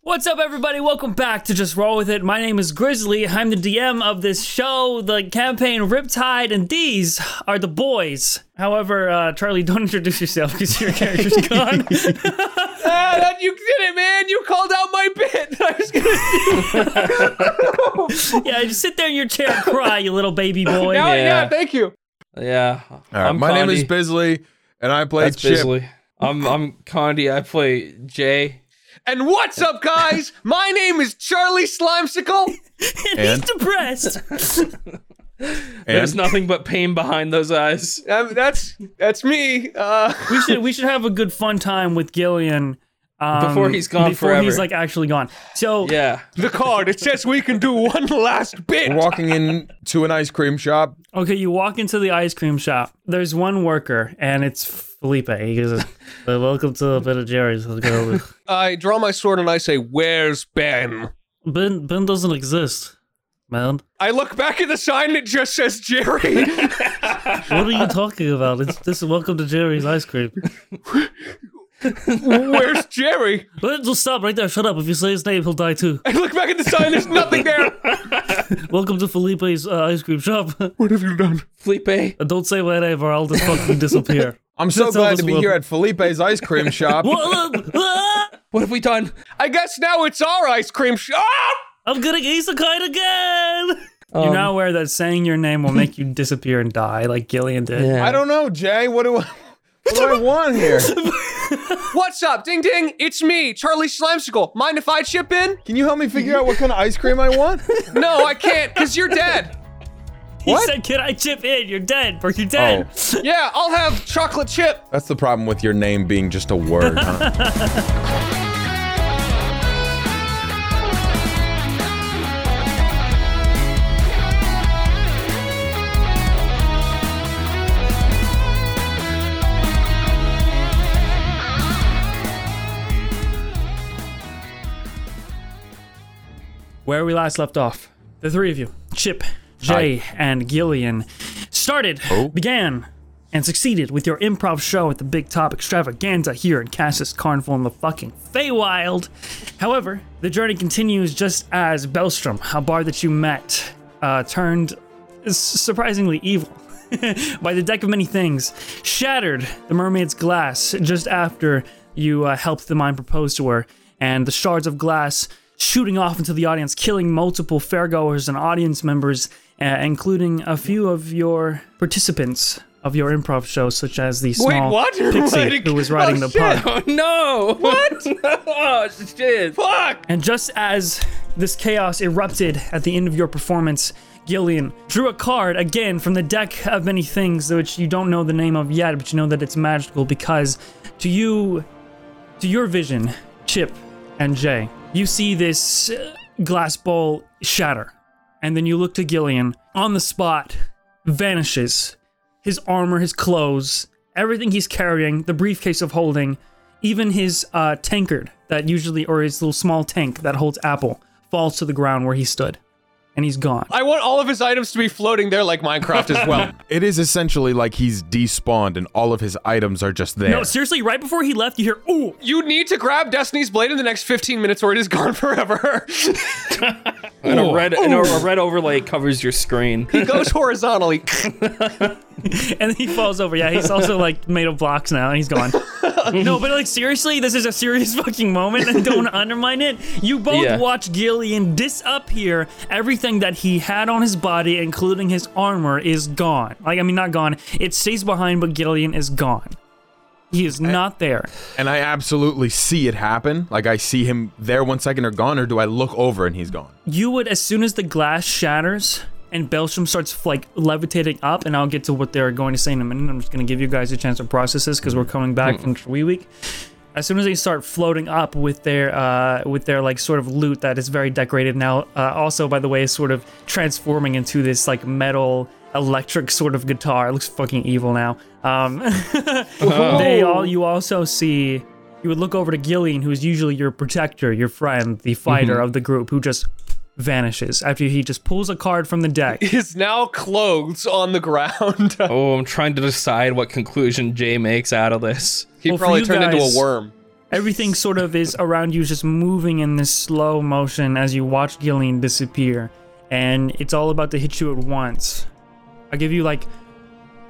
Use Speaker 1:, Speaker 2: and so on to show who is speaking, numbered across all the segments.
Speaker 1: What's up, everybody? Welcome back to Just Roll With It. My name is Grizzly. I'm the DM of this show, the campaign Riptide, and these are the boys. However, uh, Charlie, don't introduce yourself because your character's gone.
Speaker 2: Ah, that- you did it, man. You called out my bit. I was gonna
Speaker 1: yeah, just sit there in your chair and cry, you little baby boy.
Speaker 2: now, yeah.
Speaker 3: yeah.
Speaker 2: thank you.
Speaker 3: Yeah.
Speaker 4: All right,
Speaker 3: I'm
Speaker 4: my name is
Speaker 3: Condi.
Speaker 4: Bisley, and I play
Speaker 3: That's
Speaker 4: Chip.
Speaker 3: Bisley. I'm I'm Condi. I play Jay.
Speaker 2: And what's up, guys? My name is Charlie Slimesicle.
Speaker 1: He's
Speaker 4: And,
Speaker 1: depressed.
Speaker 3: There's
Speaker 4: and
Speaker 3: nothing but pain behind those eyes.
Speaker 2: Um, that's that's me. Uh,
Speaker 1: we should we should have a good fun time with Gillian um,
Speaker 3: Before he's gone
Speaker 1: before he's like
Speaker 3: forever.
Speaker 1: actually gone. So
Speaker 3: Yeah.
Speaker 2: the card. It says we can do one last bit.
Speaker 4: we're walking into an ice cream shop.
Speaker 1: okay, you walk into the ice cream shop. There's one worker, and it's Felipe. He goes, "Well, "Welcome to the Ben and Jerry's." Let's go.
Speaker 2: I draw my sword and I say, "Where's Ben?"
Speaker 1: Ben Ben doesn't exist, man.
Speaker 2: I look back at the sign. It just says Jerry.
Speaker 1: What are you talking about? It's, this is Welcome to Jerry's ice cream.
Speaker 2: Where's Jerry?
Speaker 1: Ben, just stop right there. Shut up. If you say his name, he'll die too.
Speaker 2: I look back at the sign. There's nothing there.
Speaker 1: Welcome to Felipe's uh, ice cream shop.
Speaker 2: What have you done?
Speaker 3: Felipe.
Speaker 1: And don't say my name, or I'll just fucking disappear.
Speaker 4: I'm so
Speaker 1: That's all
Speaker 4: glad
Speaker 1: this
Speaker 4: to be
Speaker 1: will-
Speaker 4: here at Felipe's ice cream shop.
Speaker 1: uh,
Speaker 3: What have we done?
Speaker 2: I guess now it's our ice cream Ah! shop.
Speaker 1: I'm getting isekai again! You're
Speaker 3: Um,
Speaker 1: not aware that saying your name will make you disappear and die like Gillian did.
Speaker 3: Yeah.
Speaker 4: I don't know, Jay. What do I, what do I want here?
Speaker 2: What's up, ding ding? It's me, Charlie Slimesicle. Mind if I chip in?
Speaker 4: Can you help me figure out what kind of ice cream I want?
Speaker 2: No, I can't, cause you're dead.
Speaker 1: He
Speaker 2: What?
Speaker 1: said, Can I chip in? You're dead, or you're dead.
Speaker 3: Oh.
Speaker 2: Yeah, I'll have chocolate chip.
Speaker 4: That's the problem with your name being just a word. Huh?
Speaker 1: Where we last left off, the three of you, Chip, Jay, and Gillian, started, began, and succeeded with your improv show at the Big Top Extravaganza here in Cassis Carnival in the fucking Feywild. However, the journey continues just as Belstrom, a bar that you met, uh, turned s- surprisingly evil. by the deck of many things, shattered the mermaid's glass just after you uh, helped the mime propose to her, and the shards of glass shooting off into the audience, killing multiple fairgoers and audience members, uh, including a few of your participants of your improv show, such as the small
Speaker 2: Wait, what?
Speaker 1: pixie
Speaker 2: Wait,
Speaker 1: who was
Speaker 2: oh,
Speaker 1: riding the
Speaker 2: shit.
Speaker 1: pug.
Speaker 3: Oh no! What? oh shit! Fuck!
Speaker 1: And just as this chaos erupted at the end of your performance, Gillian drew a card again from the deck of many things, which you don't know the name of yet, but you know that it's magical because to you, to your vision, Chip and Jay, you see this uh, glass bowl shatter. And then you look to Gillian on the spot, vanishes. His armor, his clothes, everything he's carrying, the briefcase of holding, even his uh, tankard that usually, or his little small tank that holds Apple, falls to the ground where he stood, and he's gone.
Speaker 2: I want all of his items to be floating there like Minecraft as well.
Speaker 4: It is essentially like he's despawned and all of his items are just there.
Speaker 1: No, seriously, right before he left, you hear, ooh,
Speaker 2: you need to grab Destiny's Blade in the next 15 minutes or it is gone forever.
Speaker 3: And a red and a, a red overlay covers your screen.
Speaker 2: he goes horizontally.
Speaker 1: and then he falls over. Yeah, he's also like made of blocks now, and he's gone. no, but like seriously, this is a serious fucking moment, and don't undermine it. You both
Speaker 3: Yeah.
Speaker 1: watch Gillian disappear. Everything that he had on his body, including his armor, is gone. Like, I mean, not gone. It stays behind, but Gillian is gone. He is not there.
Speaker 4: And I absolutely see it happen. Like I see him there one second or gone, or do I look over and he's gone?
Speaker 1: you would as soon as the glass shatters and Belsham starts like levitating up, and I'll get to what they're going to say in a minute. I'm just going to give you guys a chance to process this because we're coming back from Tree Week. As soon as they start floating up with their uh, with their like sort of loot that is very decorated now, uh, also by the way, is sort of transforming into this like metal electric sort of guitar. It looks fucking evil now. Um, they all you also see you would look over to Gillian, who is usually your protector, your friend, the fighter of the group, who just vanishes after he just pulls a card from the deck.
Speaker 2: His now clothes on the ground.
Speaker 3: Oh, I'm trying to decide what conclusion Jay makes out of this.
Speaker 2: he
Speaker 1: Well, for
Speaker 2: probably
Speaker 1: you
Speaker 2: turned into
Speaker 1: guys-
Speaker 2: a worm.
Speaker 1: Everything sort of is around you, is just moving in this slow motion as you watch Gillian disappear, and it's all about to hit you at once. I'll give you like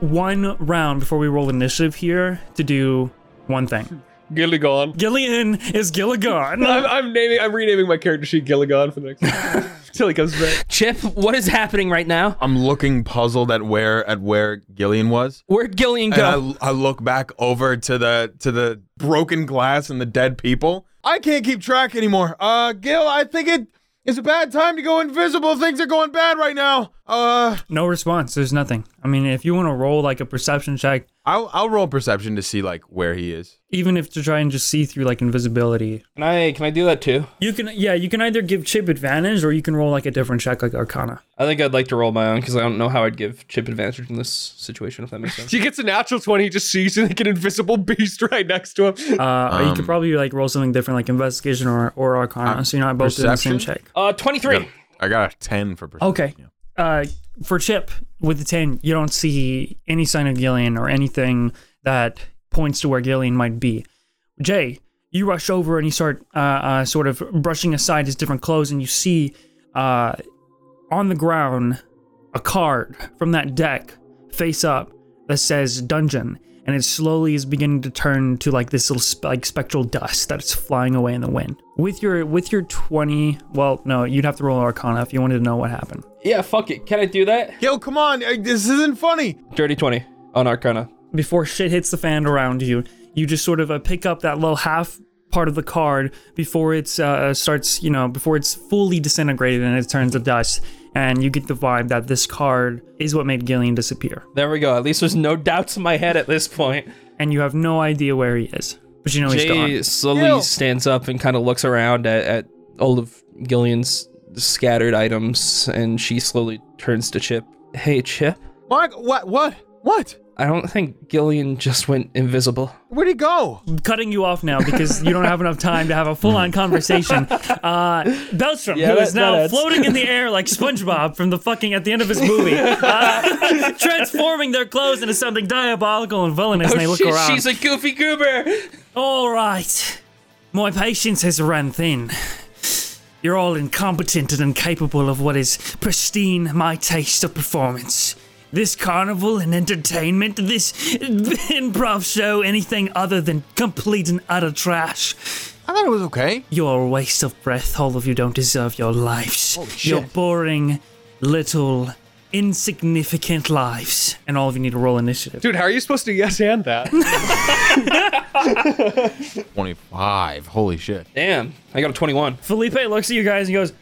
Speaker 1: one round before we roll initiative here to do one thing.
Speaker 2: Gilligan.
Speaker 1: Gillian is Gilligan.
Speaker 2: I'm, I'm naming. I'm renaming my character sheet Gilligan for the next till he comes back.
Speaker 3: Chip, what is happening right now?
Speaker 4: I'm looking puzzled at where at where Gillian was.
Speaker 3: Where'd Gillian
Speaker 4: And
Speaker 3: go?
Speaker 4: I, I look back over to the to the broken glass and the dead people. I can't keep track anymore. Uh, Gil, I think it is a bad time to go invisible. Things are going bad right now. Uh,
Speaker 1: no response. There's nothing. I mean, if you want to roll like a perception check,
Speaker 4: I'll I'll roll perception to see like where he is.
Speaker 1: even if to try and just see through like invisibility,
Speaker 3: Can I can I do that too?
Speaker 1: you can. Yeah, you can either give Chip advantage or you can roll like a different check, like Arcana.
Speaker 3: I think I'd like to roll my own because I don't know how I'd give Chip advantage in this situation if that makes sense.
Speaker 2: He gets a natural twenty. He just sees like an invisible beast right next to him.
Speaker 1: Uh, or you could probably like roll something different, like investigation or or Arcana, so you're not both doing the same
Speaker 4: perception?
Speaker 1: check.
Speaker 3: Uh, twenty three.
Speaker 4: I got a ten for perception.
Speaker 1: Okay. Uh, for Chip with the ten, you don't see any sign of Gillian or anything that points to where Gillian might be. Jay, you rush over and you start uh, uh, sort of brushing aside his different clothes, and you see uh, on the ground a card from that deck face up that says dungeon and it slowly is beginning to turn to like this little sp- like spectral dust that's flying away in the wind with your with your 20 well no you'd have to roll arcana if you wanted to know what happened
Speaker 3: Yeah, fuck it. Can I do that?
Speaker 4: Gil, come on. Uh, This isn't funny.
Speaker 3: Dirty twenty on Arcana.
Speaker 1: before shit hits the fan around you you just sort of uh, pick up that little half part of the card before it's uh, starts you know before it's fully disintegrated and it turns to dust and you get the vibe that this card is what made Gillian disappear
Speaker 3: There we go. At least there's no doubts in my head at this point.
Speaker 1: and you have no idea where he is but you know he's gone
Speaker 3: Jay slowly
Speaker 4: Ew.
Speaker 3: stands up and kind of looks around at, at all of Gillian's scattered items, and she slowly turns to Chip. Hey, Chip,
Speaker 4: Mark, what what what?
Speaker 3: I don't think Gillian just went invisible.
Speaker 4: Where'd he go?
Speaker 1: cutting you off now because you don't have enough time to have a full-on conversation. Uh, Belstrom,
Speaker 3: Yeah,
Speaker 1: who
Speaker 3: that-
Speaker 1: is now
Speaker 3: that adds.
Speaker 1: floating in the air like SpongeBob from the fucking at the end of his movie, uh, transforming their clothes into something diabolical and villainous, and they look
Speaker 3: Shit,
Speaker 1: around.
Speaker 3: Oh, she's a goofy goober.
Speaker 1: all right, my patience has run thin. You're all incompetent and incapable of what is pristine my taste of performance. This carnival and entertainment, this improv show, anything other than complete and utter trash.
Speaker 4: I thought it was okay.
Speaker 1: You're a waste of breath. All of you don't deserve your lives. Your boring, little, insignificant lives. And all of you need to roll initiative.
Speaker 2: Dude, how are you supposed to yes and that?
Speaker 4: Twenty five. Holy shit.
Speaker 3: Damn, I got a 21.
Speaker 1: Felipe looks at you guys and goes,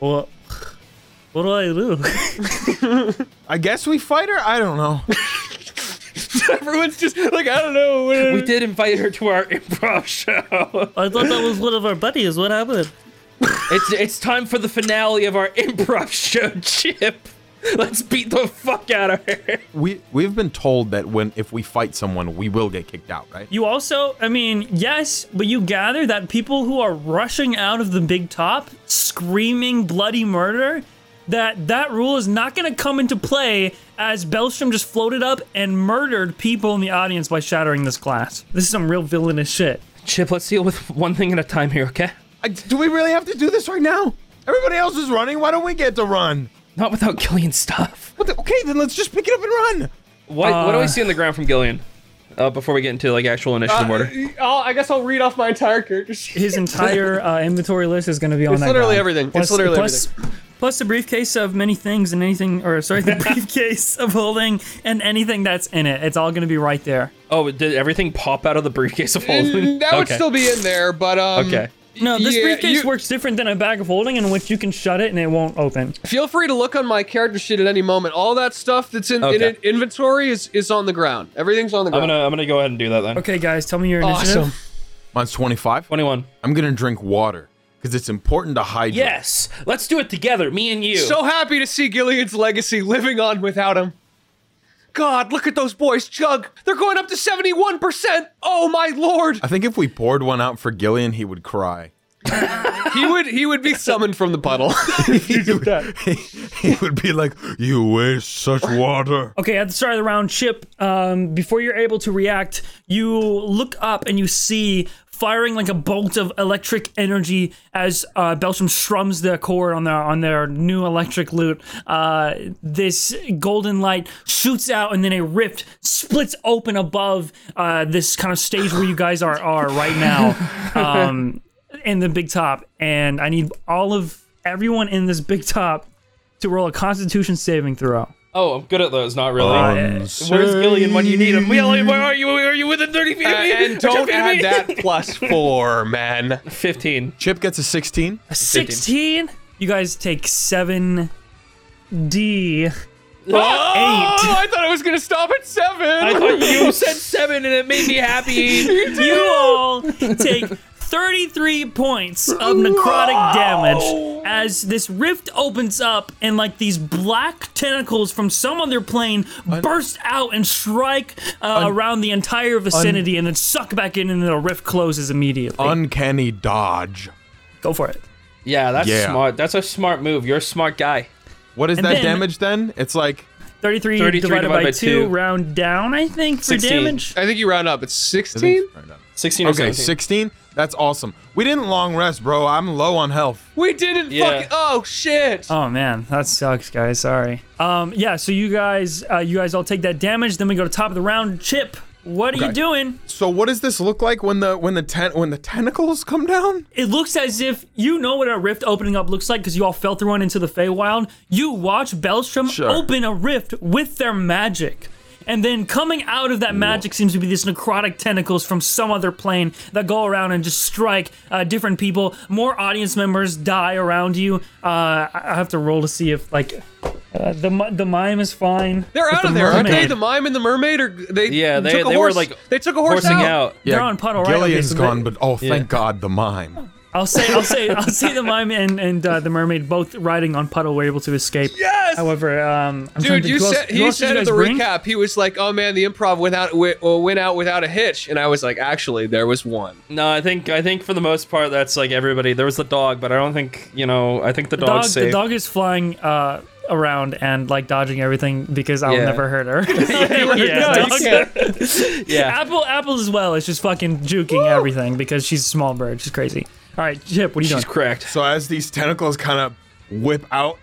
Speaker 1: Well, what do I do?
Speaker 4: I guess we fight her. I don't know.
Speaker 2: Everyone's just like I don't know.
Speaker 3: We did invite her to our improv show.
Speaker 1: I thought that was one of our buddies. What happened?
Speaker 3: it's it's time for the finale of our improv show, Chip. Let's beat the fuck out of her.
Speaker 4: we we've been told that when if we fight someone, we will get kicked out, right?
Speaker 1: You also, I mean, yes, but you gather that people who are rushing out of the big top screaming bloody murder, that that rule is not going to come into play as Belstrom just floated up and murdered people in the audience by shattering this glass. This is some real villainous shit.
Speaker 3: Chip, let's deal with one thing at a time here, okay?
Speaker 4: I- do we really have to do this right now? Everybody else is running. Why don't we get to run?
Speaker 3: Not without Gillian's stuff.
Speaker 4: What the, okay, then let's just pick it up and run.
Speaker 3: What, what do I see on the ground from Gillian? Uh, before we get into like actual
Speaker 2: Uh,
Speaker 3: initiative order,
Speaker 2: I'll, I guess I'll read off my entire character sheet.
Speaker 1: His entire uh, inventory list is going to be on
Speaker 2: It's
Speaker 1: that.
Speaker 2: literally
Speaker 1: guy.
Speaker 2: everything. It's
Speaker 1: Plus-
Speaker 2: literally
Speaker 1: plus- Plus the briefcase of many things and anything, or sorry, the briefcase of holding and anything that's in it. It's all going to be right there.
Speaker 3: oh, did everything pop out of the briefcase of holding?
Speaker 2: And Mm, that would
Speaker 3: Okay.
Speaker 2: still be in there, but um.
Speaker 3: okay.
Speaker 1: No, this
Speaker 2: Yeah,
Speaker 1: briefcase
Speaker 2: you-
Speaker 1: works different than a bag of holding in which you can shut it and it won't open.
Speaker 2: Feel free to look on my character sheet at any moment. All that stuff that's in, in
Speaker 3: Okay.
Speaker 2: in- inventory is is on the ground. Everything's on the
Speaker 3: I'm
Speaker 2: ground.
Speaker 3: gonna I'm gonna go ahead and do that then.
Speaker 1: Okay, guys, tell me your initiative.
Speaker 2: awesome.
Speaker 4: Mine's twenty five.
Speaker 3: Twenty one.
Speaker 4: I'm gonna drink water because it's important to hydrate.
Speaker 3: Yes, let's do it together, me and you.
Speaker 2: So happy to see Gillian's legacy living on without him. God, look at those boys chug. They're going up to 71%. Oh my lord.
Speaker 4: I think if we poured one out for Gillian, he would cry.
Speaker 2: He would he would be summoned from the puddle.
Speaker 4: He would be like, "You waste such water."
Speaker 1: Okay, at the start of the round, Chip, um, before you're able to react, you look up and you see firing like a bolt of electric energy as uh, Belsham strums their chord on their on their new electric lute. Uh, this golden light shoots out, and then a rift splits open above uh, this kind of stage where you guys are are right now um, in the big top. And I need all of everyone in this big top to roll a Constitution saving throw.
Speaker 3: Oh, I'm good at those. Not really.
Speaker 4: Uh,
Speaker 3: Where's Gillian when you need him? Gillian, where are you? Where are you within 30 feet of me?
Speaker 2: Uh, and don't
Speaker 3: Jump in
Speaker 2: add
Speaker 3: me.
Speaker 2: that plus four, man.
Speaker 3: 15.
Speaker 4: Chip gets a 16.
Speaker 1: 16 you guys take 7 d
Speaker 2: Oh, I thought I was gonna stop at seven.
Speaker 3: I thought you said 7 and it made me happy.
Speaker 1: you all take 33 points of necrotic damage as this rift opens up and like these black tentacles from some other plane burst out and strike uh, around the entire vicinity and then suck back in and the rift closes immediately
Speaker 4: Uncanny dodge.
Speaker 1: go for it
Speaker 3: yeah, that's
Speaker 4: Yeah.
Speaker 3: smart. That's a smart move. You're a smart guy.
Speaker 4: What is
Speaker 1: And
Speaker 4: that
Speaker 1: then-
Speaker 4: damage then? It's like
Speaker 1: 33, divided,
Speaker 3: 33 divided
Speaker 1: by
Speaker 3: by
Speaker 1: 2,
Speaker 3: two.
Speaker 1: round down i think for
Speaker 3: 16.
Speaker 1: damage
Speaker 2: I think you round up. It's sixteen.
Speaker 3: 16 or
Speaker 4: Okay,
Speaker 3: 17.
Speaker 4: 16. That's awesome. We didn't long rest, bro. I'm low on health.
Speaker 2: We didn't
Speaker 3: Yeah. Uh,
Speaker 2: fucking. Oh shit.
Speaker 1: Oh man, that sucks, guys. Sorry. Um, yeah. So you guys, uh, you guys all take that damage. Then we go to top of the round. Chip, what are you
Speaker 4: Okay.
Speaker 1: doing?
Speaker 4: So what does this look like when the when the ten when the tentacles come down?
Speaker 1: It looks as if you know what a rift opening up looks like because you all fell through one into the Feywild. You watch Belstrom
Speaker 4: Sure.
Speaker 1: open a rift with their magic. And then coming out of that magic seems to be these necrotic tentacles from some other plane that go around and just strike uh, different people. More audience members die around you. Uh, I I have to roll to see if like uh, the mi- the mime is fine.
Speaker 2: They're
Speaker 1: but
Speaker 2: out
Speaker 1: the
Speaker 2: of there, aren't they?
Speaker 1: mermaid-
Speaker 2: The mime and the mermaid are they?
Speaker 3: Yeah, they,
Speaker 2: took a
Speaker 3: they were
Speaker 2: horse.
Speaker 3: like
Speaker 2: they took a horse
Speaker 3: horsing
Speaker 2: out.
Speaker 3: out.
Speaker 1: They're on puddle, right?
Speaker 4: Gillian's
Speaker 1: Okay, so
Speaker 4: gone,
Speaker 1: they-
Speaker 4: but oh, thank
Speaker 3: Yeah.
Speaker 4: God, the mime.
Speaker 1: I'll say, I'll say, I'll say the mime and, and uh, the mermaid both riding on puddle were able to escape.
Speaker 2: Yes.
Speaker 1: However, um, I'm trying
Speaker 2: Dude,
Speaker 1: to
Speaker 2: you
Speaker 1: who else-
Speaker 2: said
Speaker 1: who
Speaker 2: he
Speaker 1: else did
Speaker 2: said
Speaker 1: you
Speaker 2: in the
Speaker 1: guys bring?
Speaker 2: recap he was like, "Oh man, the improv went out wi- uh, went out without a hitch," and I was like, "Actually, there was one."
Speaker 3: No, I think I think for the most part that's like everybody. There was the dog, but I don't think you know. I think the,
Speaker 1: Dog,
Speaker 3: dog's
Speaker 1: the
Speaker 3: safe.
Speaker 1: dog is flying uh, around and like dodging everything because I'll
Speaker 3: Yeah.
Speaker 1: never hurt her.
Speaker 3: Yeah,
Speaker 1: Dog.
Speaker 3: you can't- yeah.
Speaker 1: Apple, Apple as well. It's just fucking juking everything because she's a small bird. She's crazy. All right, Chip, what are you
Speaker 3: She's
Speaker 1: doing?
Speaker 3: cracked.
Speaker 4: So as these tentacles kind of whip out,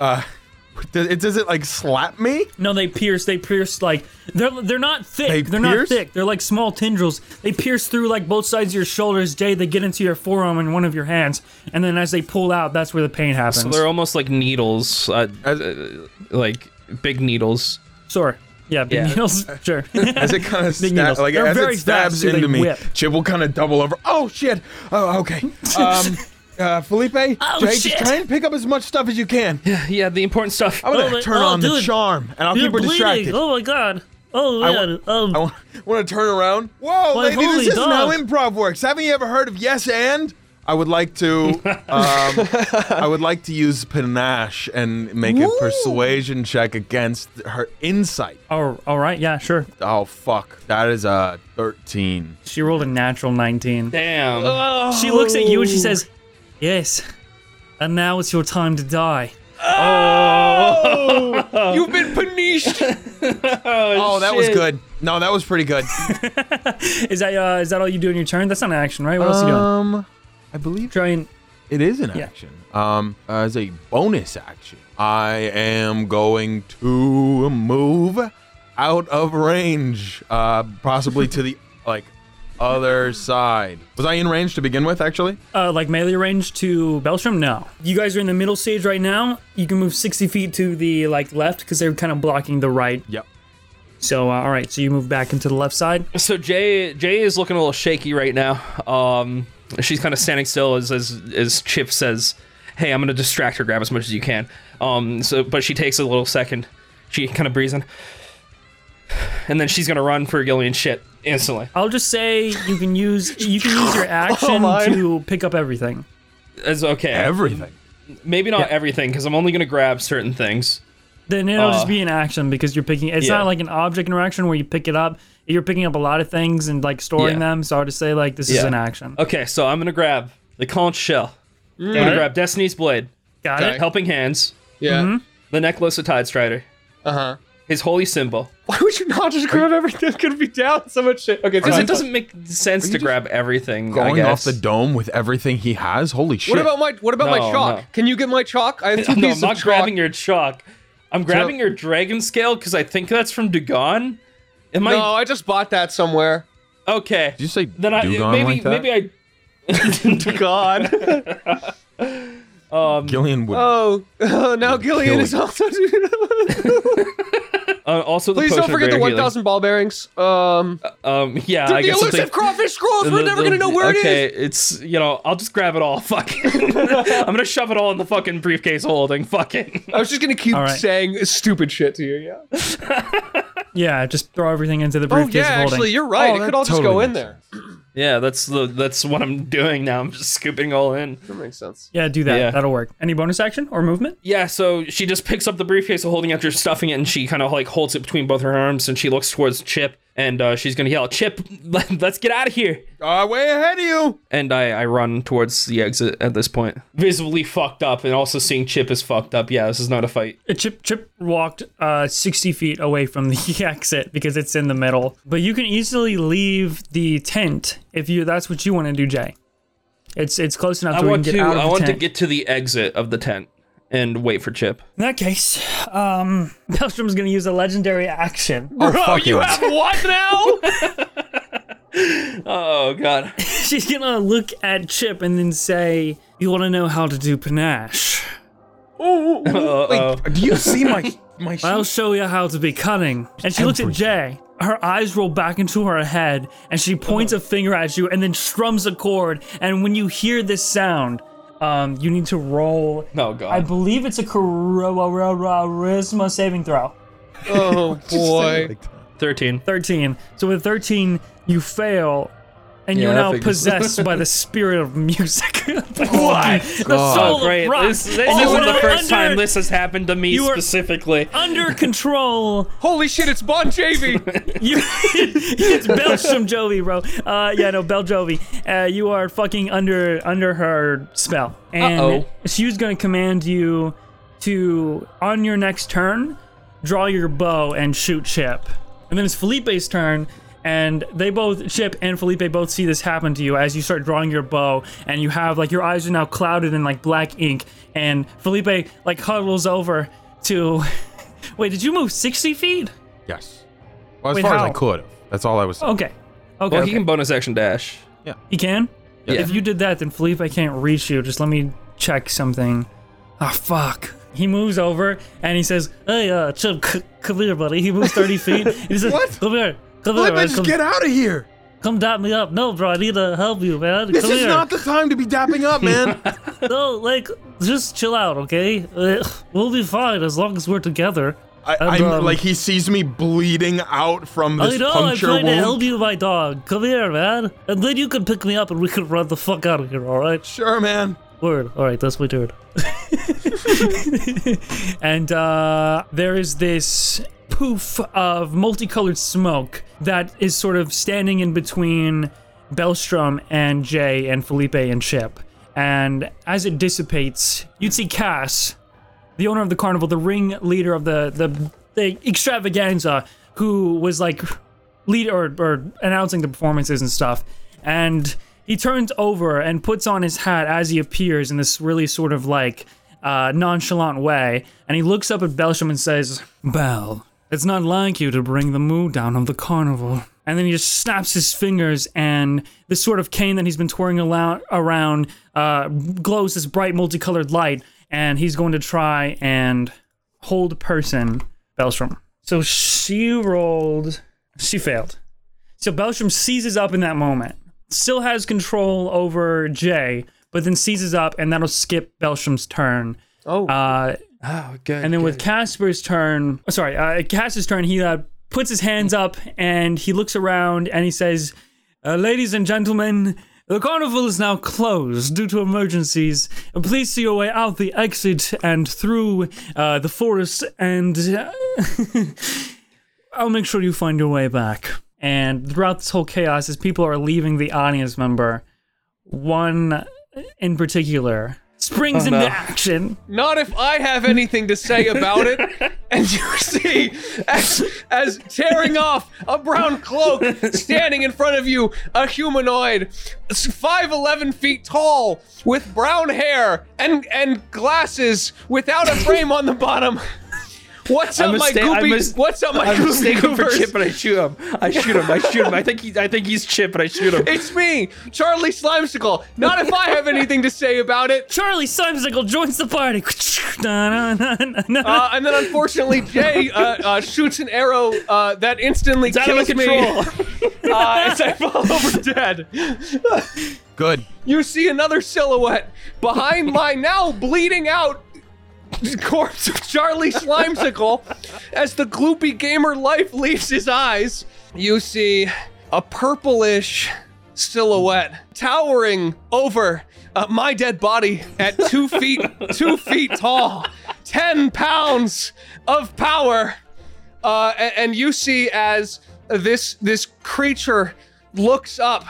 Speaker 4: uh, does it does it like slap me?
Speaker 1: No, they pierce. They pierce like they're they're not thick.
Speaker 4: They
Speaker 1: are not
Speaker 4: pierce?
Speaker 1: thick. They're like small tendrils. They pierce through like both sides of your shoulders. Jay, they get into your forearm and one of your hands, and then as they pull out, that's where the pain happens.
Speaker 3: So they're almost like needles, uh,
Speaker 4: As,
Speaker 3: like big needles.
Speaker 1: sure. Yeah, big
Speaker 3: Yeah.
Speaker 1: needles. Sure.
Speaker 4: as it kind of stabs,
Speaker 1: needles.
Speaker 4: like
Speaker 1: They're
Speaker 4: as
Speaker 1: very
Speaker 4: it stabs
Speaker 1: fast, too. They
Speaker 4: into me,
Speaker 1: whip.
Speaker 4: Chip will kind of double over. Oh shit! Oh okay. Um, uh, Felipe, Jay,
Speaker 1: Oh, shit.
Speaker 4: just try and pick up as much stuff as you can.
Speaker 3: Yeah, the important stuff.
Speaker 4: I'm gonna
Speaker 1: Oh,
Speaker 4: turn
Speaker 1: oh,
Speaker 4: on the
Speaker 1: dude.
Speaker 4: charm, and I'll keep her distracted.
Speaker 1: Oh my god. Oh
Speaker 4: I wa-
Speaker 1: man. Um,
Speaker 4: I want, want to turn around. Whoa,
Speaker 1: Like,
Speaker 4: lady,
Speaker 1: holy
Speaker 4: this isn't how
Speaker 1: dog.
Speaker 4: improv works. Haven't you ever heard of yes and? I would like to, um, I would like to use panache and make a persuasion check against her insight.
Speaker 1: oh, all right. Yeah, sure.
Speaker 4: Oh fuck, that is a thirteen.
Speaker 1: She rolled a natural 19.
Speaker 3: Oh, Damn.
Speaker 1: Oh, She looks at you and she
Speaker 4: Oh.
Speaker 1: says, "Yes, and now it's your time to die."
Speaker 2: You've been punished.
Speaker 4: Oh, that was
Speaker 3: shit.
Speaker 4: good. No, that was pretty good.
Speaker 1: Is that uh, is that all you do in your turn? That's not an action, right? What else you doing?
Speaker 4: um, I believe
Speaker 1: Try and
Speaker 4: it is an
Speaker 1: Yeah.
Speaker 4: action. Um, as a bonus action, I am going to move out of range, uh, possibly to the like other side. Was I in range to begin with? Actually,
Speaker 1: uh, like melee range to Belstrom? No. You guys are in the middle stage right now. You can move 60 feet to the like left because they're kind of blocking the right.
Speaker 4: yep.
Speaker 1: So uh, all right, so you move back into the left side.
Speaker 3: So Jay Jay is looking a little shaky right now. Um, she's kind of standing still as as as Chip says, "Hey, I'm gonna distract her. Grab as much as you can." Um, so but she takes a little second. She kind of breathes in, and then she's gonna run for Gillian's shit instantly.
Speaker 1: I'll just say you can use you can use
Speaker 4: Oh
Speaker 1: your action to pick up everything.
Speaker 3: It's okay.
Speaker 4: Everything.
Speaker 3: Maybe not everything, everything, because I'm only gonna grab certain things.
Speaker 1: Then it'll just
Speaker 3: Uh,
Speaker 1: be an action because you're picking. It's
Speaker 3: yeah.
Speaker 1: not like an object interaction where you pick it up. You're picking up a lot of things and like storing
Speaker 3: Yeah.
Speaker 1: them. So I'll just say like this is
Speaker 3: Yeah.
Speaker 1: an action.
Speaker 3: Okay, so I'm gonna grab the conch shell. I'm gonna
Speaker 1: it.
Speaker 3: grab Destiny's blade,
Speaker 1: Got
Speaker 2: Okay.
Speaker 1: it.
Speaker 3: helping hands,
Speaker 2: yeah.
Speaker 3: the necklace of Tidestrider.
Speaker 2: Uh huh.
Speaker 3: his holy symbol.
Speaker 2: Why would you not just grab everything? It's gonna be down so much shit. Okay, it's
Speaker 3: Because
Speaker 2: fine.
Speaker 3: it doesn't make sense to
Speaker 4: just
Speaker 3: grab everything. I
Speaker 4: Going off
Speaker 3: guess.
Speaker 4: the dome with everything he has? Holy shit.
Speaker 2: What about my What about my
Speaker 3: No,
Speaker 2: chalk?
Speaker 3: no.
Speaker 2: Can you get my chalk? I have two
Speaker 3: no, I'm
Speaker 2: pieces
Speaker 3: not
Speaker 2: of chalk.
Speaker 3: grabbing your chalk. I'm grabbing your dragon scale because I think that's from Dugan. Am
Speaker 2: no, I just bought that somewhere.
Speaker 3: I okay?
Speaker 4: Did you say
Speaker 3: then I
Speaker 4: Dugan
Speaker 3: maybe
Speaker 4: like that?
Speaker 3: maybe I
Speaker 2: God.
Speaker 4: Gillian would.
Speaker 2: Oh, oh, now Gillian
Speaker 4: Gillian.
Speaker 2: is also.
Speaker 3: uh, also the
Speaker 2: Please
Speaker 3: potion
Speaker 2: don't forget
Speaker 3: of
Speaker 2: the
Speaker 3: greater
Speaker 2: one
Speaker 3: healing.
Speaker 2: thousand ball bearings. Um,
Speaker 3: Um, yeah,
Speaker 2: the
Speaker 3: I guess
Speaker 2: elusive
Speaker 3: something-
Speaker 2: crawfish scrolls. We're
Speaker 3: the-
Speaker 2: never
Speaker 3: the-
Speaker 2: gonna know where
Speaker 3: okay,
Speaker 2: it is.
Speaker 3: it's you know I'll just grab it all. Fuck. I'm gonna shove it all in the fucking briefcase holding. Fucking.
Speaker 2: I was just gonna keep
Speaker 1: All right.
Speaker 2: saying stupid shit to you. Yeah.
Speaker 1: Yeah, just throw everything into the
Speaker 2: Oh
Speaker 1: briefcase
Speaker 2: yeah,
Speaker 1: of holding.
Speaker 2: actually, you're right.
Speaker 4: Oh,
Speaker 2: it
Speaker 4: that
Speaker 2: could all just
Speaker 4: totally
Speaker 2: go in
Speaker 4: makes
Speaker 2: there.
Speaker 3: Yeah, that's the that's what I'm doing now. I'm just scooping all in.
Speaker 2: That makes sense.
Speaker 1: yeah, do that.
Speaker 3: Yeah.
Speaker 1: That'll work. Any bonus action or movement?
Speaker 3: Yeah, so she just picks up the briefcase holding after stuffing it, and she kind of like holds it between both her arms, and she looks towards Chip, and uh, she's gonna yell, "Chip, let, let's get out of here!"
Speaker 4: Uh, way ahead of you.
Speaker 3: And I, I run towards the exit at this point, visibly fucked up, and also seeing Chip is fucked up. Yeah, this is not a fight.
Speaker 1: Uh, Chip Chip walked uh, 60 feet away from the exit because it's in the middle. But you can easily leave the tent if you that's what you want to do, Jay. It's it's close enough
Speaker 3: I
Speaker 1: so we can
Speaker 3: want
Speaker 1: get
Speaker 3: to
Speaker 1: out of
Speaker 3: I
Speaker 1: the
Speaker 3: want to
Speaker 1: tent.
Speaker 3: get to the exit of the tent and wait for Chip.
Speaker 1: in that case, um, Belstrom's going to use a legendary action.
Speaker 4: Oh, fuck you.
Speaker 2: what now?
Speaker 3: Oh God.
Speaker 1: She's going to look at Chip and then say, "You want to know how to do panache?
Speaker 4: Wait, do you see my my?
Speaker 1: I'll
Speaker 4: sheet?
Speaker 1: show you how to be cunning." And she looks at Jay. Her eyes roll back into her head, and she points a finger at you, and then strums a chord. And when you hear this sound, um, you need to roll.
Speaker 3: Oh
Speaker 1: I
Speaker 3: God.
Speaker 1: believe it's a charisma saving throw.
Speaker 2: oh boy.
Speaker 3: Thirteen.
Speaker 1: 13. So with 13, you fail, and you're
Speaker 3: Yeah, that
Speaker 1: now
Speaker 3: figures.
Speaker 1: possessed by the spirit of music. what? The soul of
Speaker 3: Oh Great.
Speaker 1: rock.
Speaker 3: This, this
Speaker 1: All
Speaker 3: isn't the
Speaker 1: under-
Speaker 3: first time
Speaker 1: under-
Speaker 3: this has happened to me
Speaker 1: You are-
Speaker 3: specifically.
Speaker 1: Under control.
Speaker 2: Holy shit! It's Bon Jovi.
Speaker 1: You, it's Belgium Jovi, bro. Uh, yeah, no, Bel Jovi. Uh, you are fucking under under her spell, and
Speaker 3: Uh-oh.
Speaker 1: she's gonna command you to, on your next turn, draw your bow and shoot Chip. And then it's Felipe's turn, and they both Chip and Felipe both see this happen to you as you start drawing your bow, and you have like your eyes are now clouded in like black ink, and Felipe like huddles over to. Wait, did you move sixty feet?
Speaker 4: Yes. Well, as
Speaker 1: Wait,
Speaker 4: far as
Speaker 1: how?
Speaker 4: I could. That's all I was. saying.
Speaker 1: Okay. Okay.
Speaker 3: Well,
Speaker 1: okay.
Speaker 3: he can bonus action dash.
Speaker 1: He can?
Speaker 4: Yeah.
Speaker 1: If you did that, then Felipe can't reach you. Just let me check something. Ah, fuck. He moves over and he says, Hey, uh, Chip, c- come here, buddy. He moves 30 feet. He says,
Speaker 4: What?
Speaker 1: Come here. Come
Speaker 4: Let
Speaker 1: here.
Speaker 4: me
Speaker 1: man.
Speaker 4: just
Speaker 1: Come,
Speaker 4: get out of here.
Speaker 1: come dap me up. No, bro, I need to help you, man.
Speaker 4: This
Speaker 1: come
Speaker 4: is
Speaker 1: here.
Speaker 4: not the time to be dapping up, man.
Speaker 1: no, like, just chill out, okay? Uh, We'll be fine as long as we're together.
Speaker 4: I,
Speaker 1: And,
Speaker 4: I'm
Speaker 1: um,
Speaker 4: like he sees me bleeding out from this
Speaker 1: I know, I'm
Speaker 4: puncture
Speaker 1: trying to
Speaker 4: wound.
Speaker 1: help you, my dog. Come here, man. And then you can pick me up and we can run the fuck out of here, alright?
Speaker 4: Sure, man.
Speaker 1: Word. All right, that's my turn. and uh, there is this poof of multicolored smoke that is sort of standing in between Belstrom and Jay and Felipe and Chip. And as it dissipates, you'd see Cass, the owner of the carnival, the ringleader of the the, the extravaganza, who was like lead or, or announcing the performances and stuff. And he turns over and puts on his hat as he appears in this really sort of like uh, nonchalant way. And he looks up at Belsham and says, Bell, it's not like you to bring the mood down of the carnival. And then he just snaps his fingers, and this sort of cane that he's been twirling alo- around uh, glows this bright multicolored light. And he's going to try and hold person Belstrom. So she rolled. She failed. So Belstrom seizes up in that moment. Still has control over Jay, but then seizes up, and that'll skip Belstrom's turn.
Speaker 2: Oh.
Speaker 1: Uh,
Speaker 3: Oh, good.
Speaker 1: and then with Casper's turn, oh, sorry, uh, Casper's turn, he uh, puts his hands up and he looks around and he says, uh, "Ladies and gentlemen." The carnival is now closed due to emergencies. Please see your way out the exit and through uh, the forest, and uh, I'll make sure you find your way back. And throughout this whole chaos, as people are leaving the audience member, one in particular springs into
Speaker 3: Oh, no.
Speaker 1: action.
Speaker 2: Not if I have anything to say about it. And you see, as, as tearing off a brown cloak, standing in front of you, a humanoid, s- 5'11 feet tall, with brown hair and, and glasses, without a frame on the bottom. What's up,
Speaker 3: I'm
Speaker 2: my
Speaker 3: mista-
Speaker 2: goopy?
Speaker 3: I'm mis-
Speaker 2: What's up, my
Speaker 3: I'm
Speaker 2: goopy?
Speaker 3: mistaken for
Speaker 2: goopers?
Speaker 3: Chip, and I shoot him. I shoot him. I shoot him. I think he, I think he's Chip, and I shoot him.
Speaker 2: It's me, Charlie Slimesicle. Not if I have anything to say about it.
Speaker 1: Charlie Simsicle joins the party. Na, na, na, na.
Speaker 2: Uh, and then unfortunately, Jay uh, uh, shoots an arrow uh, that instantly
Speaker 3: It's out of
Speaker 2: kills
Speaker 3: control.
Speaker 2: me uh, as I fall over dead.
Speaker 4: Good.
Speaker 2: You see another silhouette behind my now bleeding out corpse of Charlie Slimesicle as the gloopy gamer life leaves his eyes. You see a purplish silhouette towering over uh, my dead body at two feet, two feet tall, 10 pounds of power uh, a- and, you see as this this creature looks up,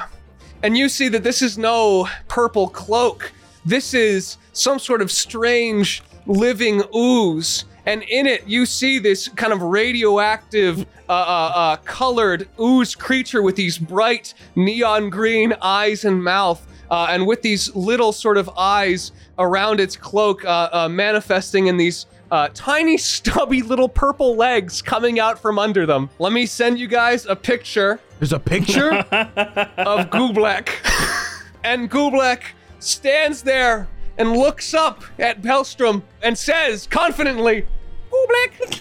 Speaker 2: and you see that this is no purple cloak. This is some sort of strange living ooze, and in it you see this kind of radioactive, uh, uh, uh, colored ooze creature with these bright neon green eyes and mouth. Uh, and with these little sort of eyes around its cloak, uh, uh, manifesting in these uh, tiny, stubby little purple legs coming out from under them. Let me send you guys a picture
Speaker 4: There's a picture?
Speaker 2: of Gublek. and Gublek stands there and looks up at Pelstrom and says confidently, Gublek!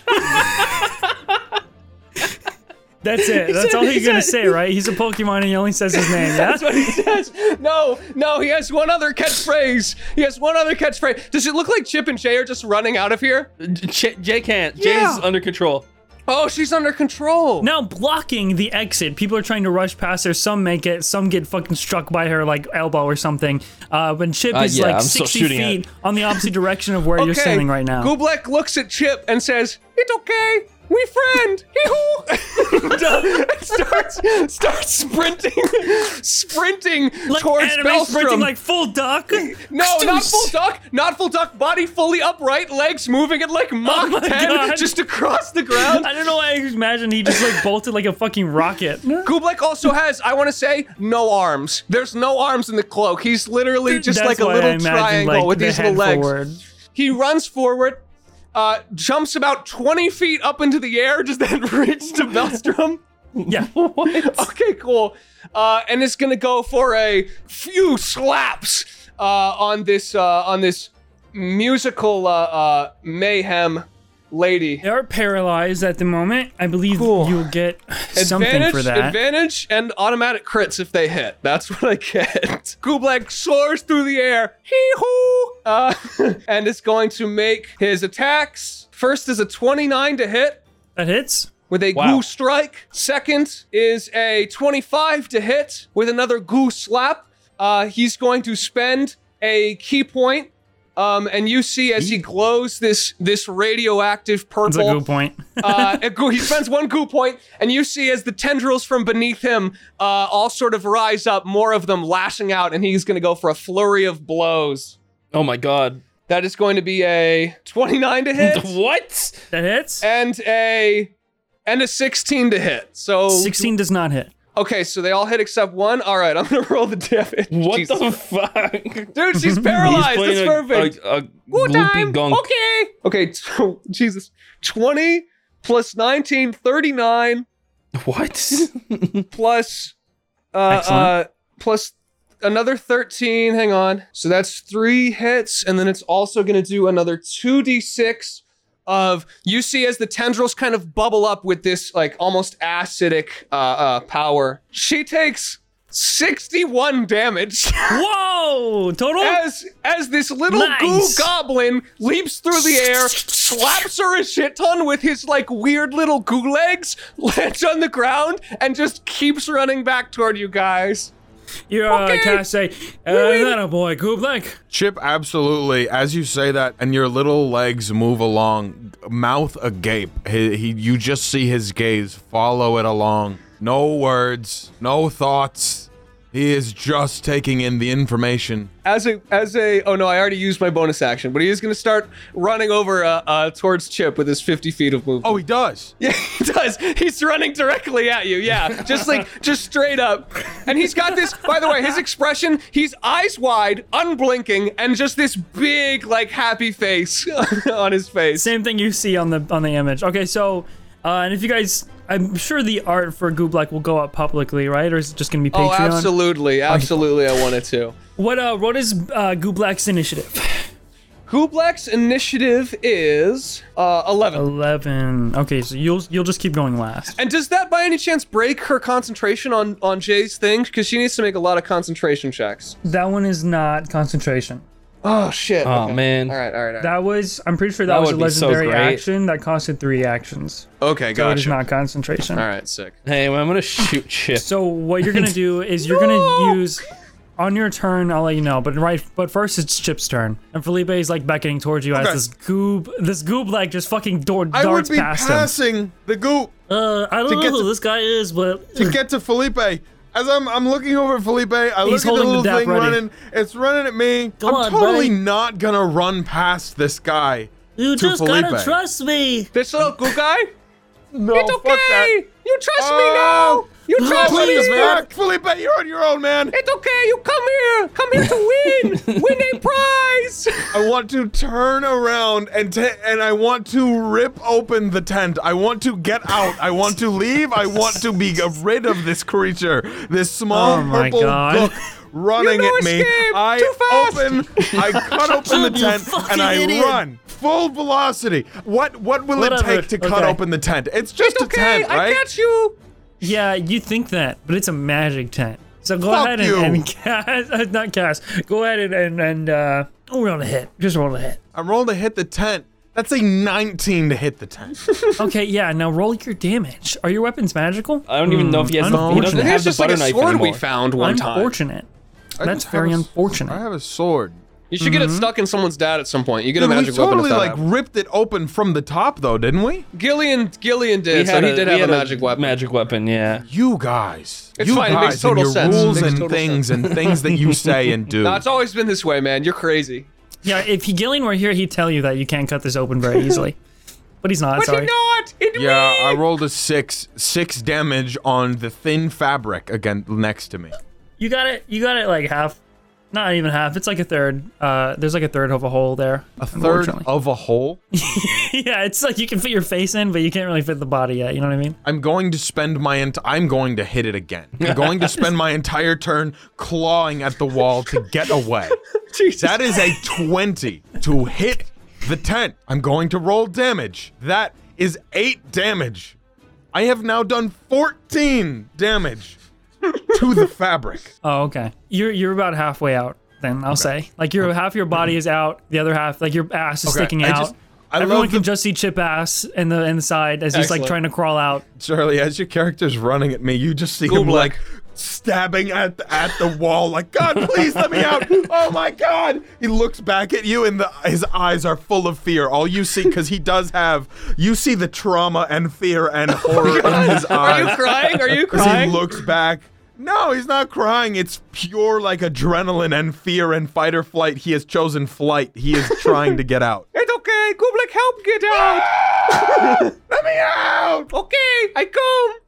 Speaker 1: That's it. That's all he's gonna say, right? He's a Pokemon and he only says his name. Yeah?
Speaker 2: That's what he says. No, no, he has one other catchphrase. He has one other catchphrase. Does it look like Chip and Jay are just running out of here?
Speaker 3: Ch- Jay can't.
Speaker 2: Yeah.
Speaker 3: Jay's under control.
Speaker 2: Oh, she's under control.
Speaker 1: now blocking the exit. People are trying to rush past her. Some make it. Some get fucking struck by her like elbow or something. Uh, when Chip
Speaker 3: Uh,
Speaker 1: is
Speaker 3: yeah,
Speaker 1: like
Speaker 3: I'm still
Speaker 1: 60
Speaker 3: shooting at
Speaker 1: feet on the opposite direction of where you're standing right now.
Speaker 2: Gublek looks at Chip and says, "It's okay, we friend." Hee-hoo! and starts starts sprinting, sprinting
Speaker 1: like
Speaker 2: towards
Speaker 1: anime
Speaker 2: Maelstrom.
Speaker 1: sprinting like full duck.
Speaker 2: no, not full duck, not full duck. Body fully upright, legs moving at like Mach
Speaker 1: Oh my
Speaker 2: 10,
Speaker 1: God.
Speaker 2: just across the ground.
Speaker 1: I don't know why I imagine he just like bolted like a fucking rocket.
Speaker 2: Gublek also has, I want to say, no arms. There's no arms in the cloak. He's literally just
Speaker 1: That's
Speaker 2: like a
Speaker 1: why I
Speaker 2: little
Speaker 1: imagine,
Speaker 2: triangle
Speaker 1: like,
Speaker 2: with
Speaker 1: the
Speaker 2: these little
Speaker 1: head
Speaker 2: legs.
Speaker 1: forward.
Speaker 2: He runs forward, uh, jumps about 20 feet up into the air, does that reach to Velstrom?
Speaker 1: Yeah.
Speaker 2: Okay, cool. Uh, and it's gonna go for a few slaps uh, on this uh, on this musical uh, uh, mayhem lady.
Speaker 1: They are paralyzed at the moment. I believe
Speaker 2: Cool.
Speaker 1: you'll get something
Speaker 2: advantage,
Speaker 1: for that.
Speaker 2: advantage, and automatic crits if they hit. That's what I get. Gublek soars through the air, hee hoo, uh, and is going to make his attacks. First is a 29 to hit.
Speaker 1: That hits.
Speaker 2: with a
Speaker 3: Wow.
Speaker 2: goo strike. Second is a 25 to hit with another goo slap. Uh, he's going to spend a key point, um, and you see as he glows this this radioactive
Speaker 1: That's a
Speaker 2: purple.
Speaker 1: good point.
Speaker 2: uh, a goo, he spends one goo point, and you see as the tendrils from beneath him uh, all sort of rise up, more of them lashing out, and he's going to go for a flurry of blows.
Speaker 3: Oh my god.
Speaker 2: That is going to be a 29 to hit
Speaker 3: What?
Speaker 1: that hits.
Speaker 2: and a and a 16 to hit. So
Speaker 1: 16 does not hit.
Speaker 2: Okay, so they all hit except one. All right, I'm gonna roll the damage.
Speaker 3: What
Speaker 2: Jesus.
Speaker 3: the fuck?
Speaker 2: dude? She's paralyzed. That's perfect.
Speaker 3: a, a
Speaker 2: Good
Speaker 3: loopy
Speaker 2: time.
Speaker 3: gunk.
Speaker 2: Okay. Okay. So, Jesus, twenty plus 19, 39
Speaker 3: What?
Speaker 2: plus uh, uh
Speaker 1: Excellent.
Speaker 2: plus another thirteen. Hang on. So that's three hits, and then it's also gonna do another two d six. Of you see as the tendrils kind of bubble up with this like almost acidic uh, uh, power. She takes sixty-one damage.
Speaker 1: Whoa! Total?
Speaker 2: as as this little
Speaker 1: Nice.
Speaker 2: goo goblin leaps through the air, slaps her a shit ton with his like weird little goo legs, lands on the ground, and just keeps running back toward you guys.
Speaker 1: You're uh,
Speaker 2: Okay.
Speaker 1: can I say, uh, that a boy, Kublek.
Speaker 4: Chip, absolutely. As you say that, and your little legs move along, mouth agape. He, he, you just see his gaze follow it along. No words, no thoughts, He is just taking in the information.
Speaker 2: as a as a oh no, I already used my bonus action, but he is going to start running over uh, uh, towards Chip with his 50 feet of movement.
Speaker 4: Oh, he does.
Speaker 2: Yeah, he does. He's running directly at you. Yeah, just like just straight up. And he's got this. By the way, his expression. He's eyes wide, unblinking, and just this big like happy face on his face.
Speaker 1: Same thing you see on the on the image. Okay, so uh, and if you guys, I'm sure the art for Goob like will go up publicly, right? Or is it just gonna be Patreon?
Speaker 2: Oh, absolutely, absolutely, I wanted to.
Speaker 1: What uh, what is uh, Goob Black's initiative?
Speaker 2: Gublack's initiative is uh, 11.
Speaker 1: Eleven. Okay, so you'll you'll just keep going last.
Speaker 2: And does that by any chance break her concentration on on Jay's thing? Because she needs to make a lot of concentration checks.
Speaker 1: That one is not concentration.
Speaker 2: Oh shit.
Speaker 3: Oh, man.
Speaker 2: All right, all right, all right.
Speaker 1: That was I'm pretty sure that,
Speaker 3: That
Speaker 1: was a
Speaker 3: would be so
Speaker 1: legendary
Speaker 3: great.
Speaker 1: action that costed three actions.
Speaker 4: Okay,
Speaker 1: So it is
Speaker 4: gotcha.
Speaker 1: not concentration.
Speaker 2: all right, sick.
Speaker 3: Hey, I'm gonna shoot Chip.
Speaker 1: So what you're gonna do is you're gonna use on your turn. I'll let you know, but right, but first it's Chip's turn, and Felipe is like beckoning towards you as
Speaker 4: Okay.
Speaker 1: this goob, this goob like just fucking door
Speaker 4: I would
Speaker 1: darts
Speaker 4: be
Speaker 1: past him.
Speaker 4: passing the goop
Speaker 1: Uh, I don't
Speaker 4: to get to-
Speaker 1: this guy is, but
Speaker 4: to get to Felipe. As I'm, I'm looking over at Felipe, I
Speaker 1: He's
Speaker 4: look at
Speaker 1: holding
Speaker 4: the
Speaker 1: the
Speaker 4: little
Speaker 1: dap
Speaker 4: thing
Speaker 1: ready.
Speaker 4: running. It's running at me.
Speaker 1: Go
Speaker 4: I'm
Speaker 1: on,
Speaker 4: totally
Speaker 1: buddy.
Speaker 4: not gonna run past this guy.
Speaker 1: you
Speaker 4: to just gotta Felipe.
Speaker 1: trust me.
Speaker 2: This little goo guy.
Speaker 4: No,
Speaker 2: It's okay. You trust me now.
Speaker 4: Oh.
Speaker 2: You trust me.
Speaker 4: Please,
Speaker 2: now.
Speaker 4: man. Felipe, you're on your own, man.
Speaker 2: It's okay. You come here. Come here to win. win a prize.
Speaker 4: I want to turn around and ta- and I want to rip open the tent. I want to get out. I want to leave. I want to be g- rid of this creature. This small
Speaker 1: Oh my
Speaker 4: purple
Speaker 1: God.
Speaker 4: book running
Speaker 2: You no
Speaker 4: at me.
Speaker 2: escape.
Speaker 4: I
Speaker 2: Too fast.
Speaker 4: open. I cut open the
Speaker 1: You
Speaker 4: tent
Speaker 1: fucking
Speaker 4: and I
Speaker 1: idiot.
Speaker 4: run full velocity. What what will
Speaker 1: Whatever.
Speaker 4: it take to cut
Speaker 1: Okay.
Speaker 4: open the tent? It's just
Speaker 2: It's
Speaker 4: a
Speaker 2: okay.
Speaker 4: tent,
Speaker 2: I
Speaker 4: right?
Speaker 2: got you.
Speaker 1: Yeah, you think that, but it's a magic tent. So go
Speaker 4: Fuck
Speaker 1: ahead and,
Speaker 4: you.
Speaker 1: and cast, not cast. Go ahead and and, and uh, roll a hit. Just roll a hit.
Speaker 4: I'm rolling to hit the tent. That's a 19 to hit the tent.
Speaker 1: Okay, yeah. Now roll your damage. Are your weapons magical?
Speaker 3: I don't even know if he
Speaker 1: hmm,
Speaker 3: has. The, he doesn't
Speaker 1: unfortunate.
Speaker 3: have
Speaker 2: Here's
Speaker 3: the
Speaker 2: just like
Speaker 3: butter
Speaker 2: a
Speaker 3: knife
Speaker 2: sword we
Speaker 3: anymore.
Speaker 2: found one time.
Speaker 1: unfortunate.
Speaker 4: I
Speaker 1: That's
Speaker 4: just have
Speaker 1: very
Speaker 4: a s-
Speaker 1: unfortunate.
Speaker 4: I have a sword.
Speaker 2: You should get it stuck in someone's dad at some point. You get
Speaker 4: Dude,
Speaker 2: a
Speaker 4: we
Speaker 2: magic
Speaker 4: totally
Speaker 2: weapon.
Speaker 4: like ripped it open from the top, though, didn't we?
Speaker 2: Gillian, Gillian did. so he did
Speaker 3: we
Speaker 2: have a
Speaker 3: had
Speaker 2: magic weapon.
Speaker 3: Magic weapon, yeah.
Speaker 4: You guys,
Speaker 2: It's
Speaker 4: you
Speaker 2: fine, it
Speaker 4: guys,
Speaker 2: makes total
Speaker 4: and your
Speaker 2: sense. It
Speaker 4: rules
Speaker 2: makes
Speaker 4: and
Speaker 2: total
Speaker 4: things and things that you say and do.
Speaker 2: No, it's always been this way, man. You're crazy.
Speaker 1: Yeah, if he Gillian were here, he'd tell you that you can't cut this open very easily. but he's not. sorry.
Speaker 2: not. It
Speaker 4: yeah, I rolled a six, six damage on the thin fabric again next to me.
Speaker 1: You got it. You got it. Like half, not even half. It's like a third. Uh, there's like a third of a hole there.
Speaker 4: A third
Speaker 1: Unfortunately.
Speaker 4: of a hole.
Speaker 1: yeah, it's like you can fit your face in, but you can't really fit the body yet. You know what I mean?
Speaker 4: I'm going to spend my ent- I'm going to hit it again. I'm going to spend my entire turn clawing at the wall to get away. That is a 20 to hit the tent. I'm going to roll damage. That is 8 damage. I have now done 14 damage to the fabric.
Speaker 1: Oh, okay. You're you're about halfway out. Then I'll say, like your half your body is out, the other half, like your ass is
Speaker 4: Okay,
Speaker 1: sticking
Speaker 4: I
Speaker 1: out.
Speaker 4: just- I
Speaker 1: Everyone
Speaker 4: love
Speaker 1: can
Speaker 4: the-
Speaker 1: just see Chip ass and the and the side as he's
Speaker 2: Excellent.
Speaker 1: like trying to crawl out.
Speaker 4: Charlie, as your character's running at me, you just see him
Speaker 2: Gulak.
Speaker 4: like stabbing at the, at the wall, like God, please let me out! Oh my God! He looks back at you, and the, his eyes are full of fear. All you see, because he does have, you see the trauma and fear and horror in his
Speaker 2: Oh Are you
Speaker 4: eyes.
Speaker 2: crying? Are you
Speaker 4: Because
Speaker 2: crying?
Speaker 4: he looks back. No, he's not crying. It's pure like adrenaline and fear and fight or flight. He has chosen flight. He is trying to get out.
Speaker 2: it's okay. Gublik, help get out.
Speaker 4: Let me out!
Speaker 2: Okay, I come.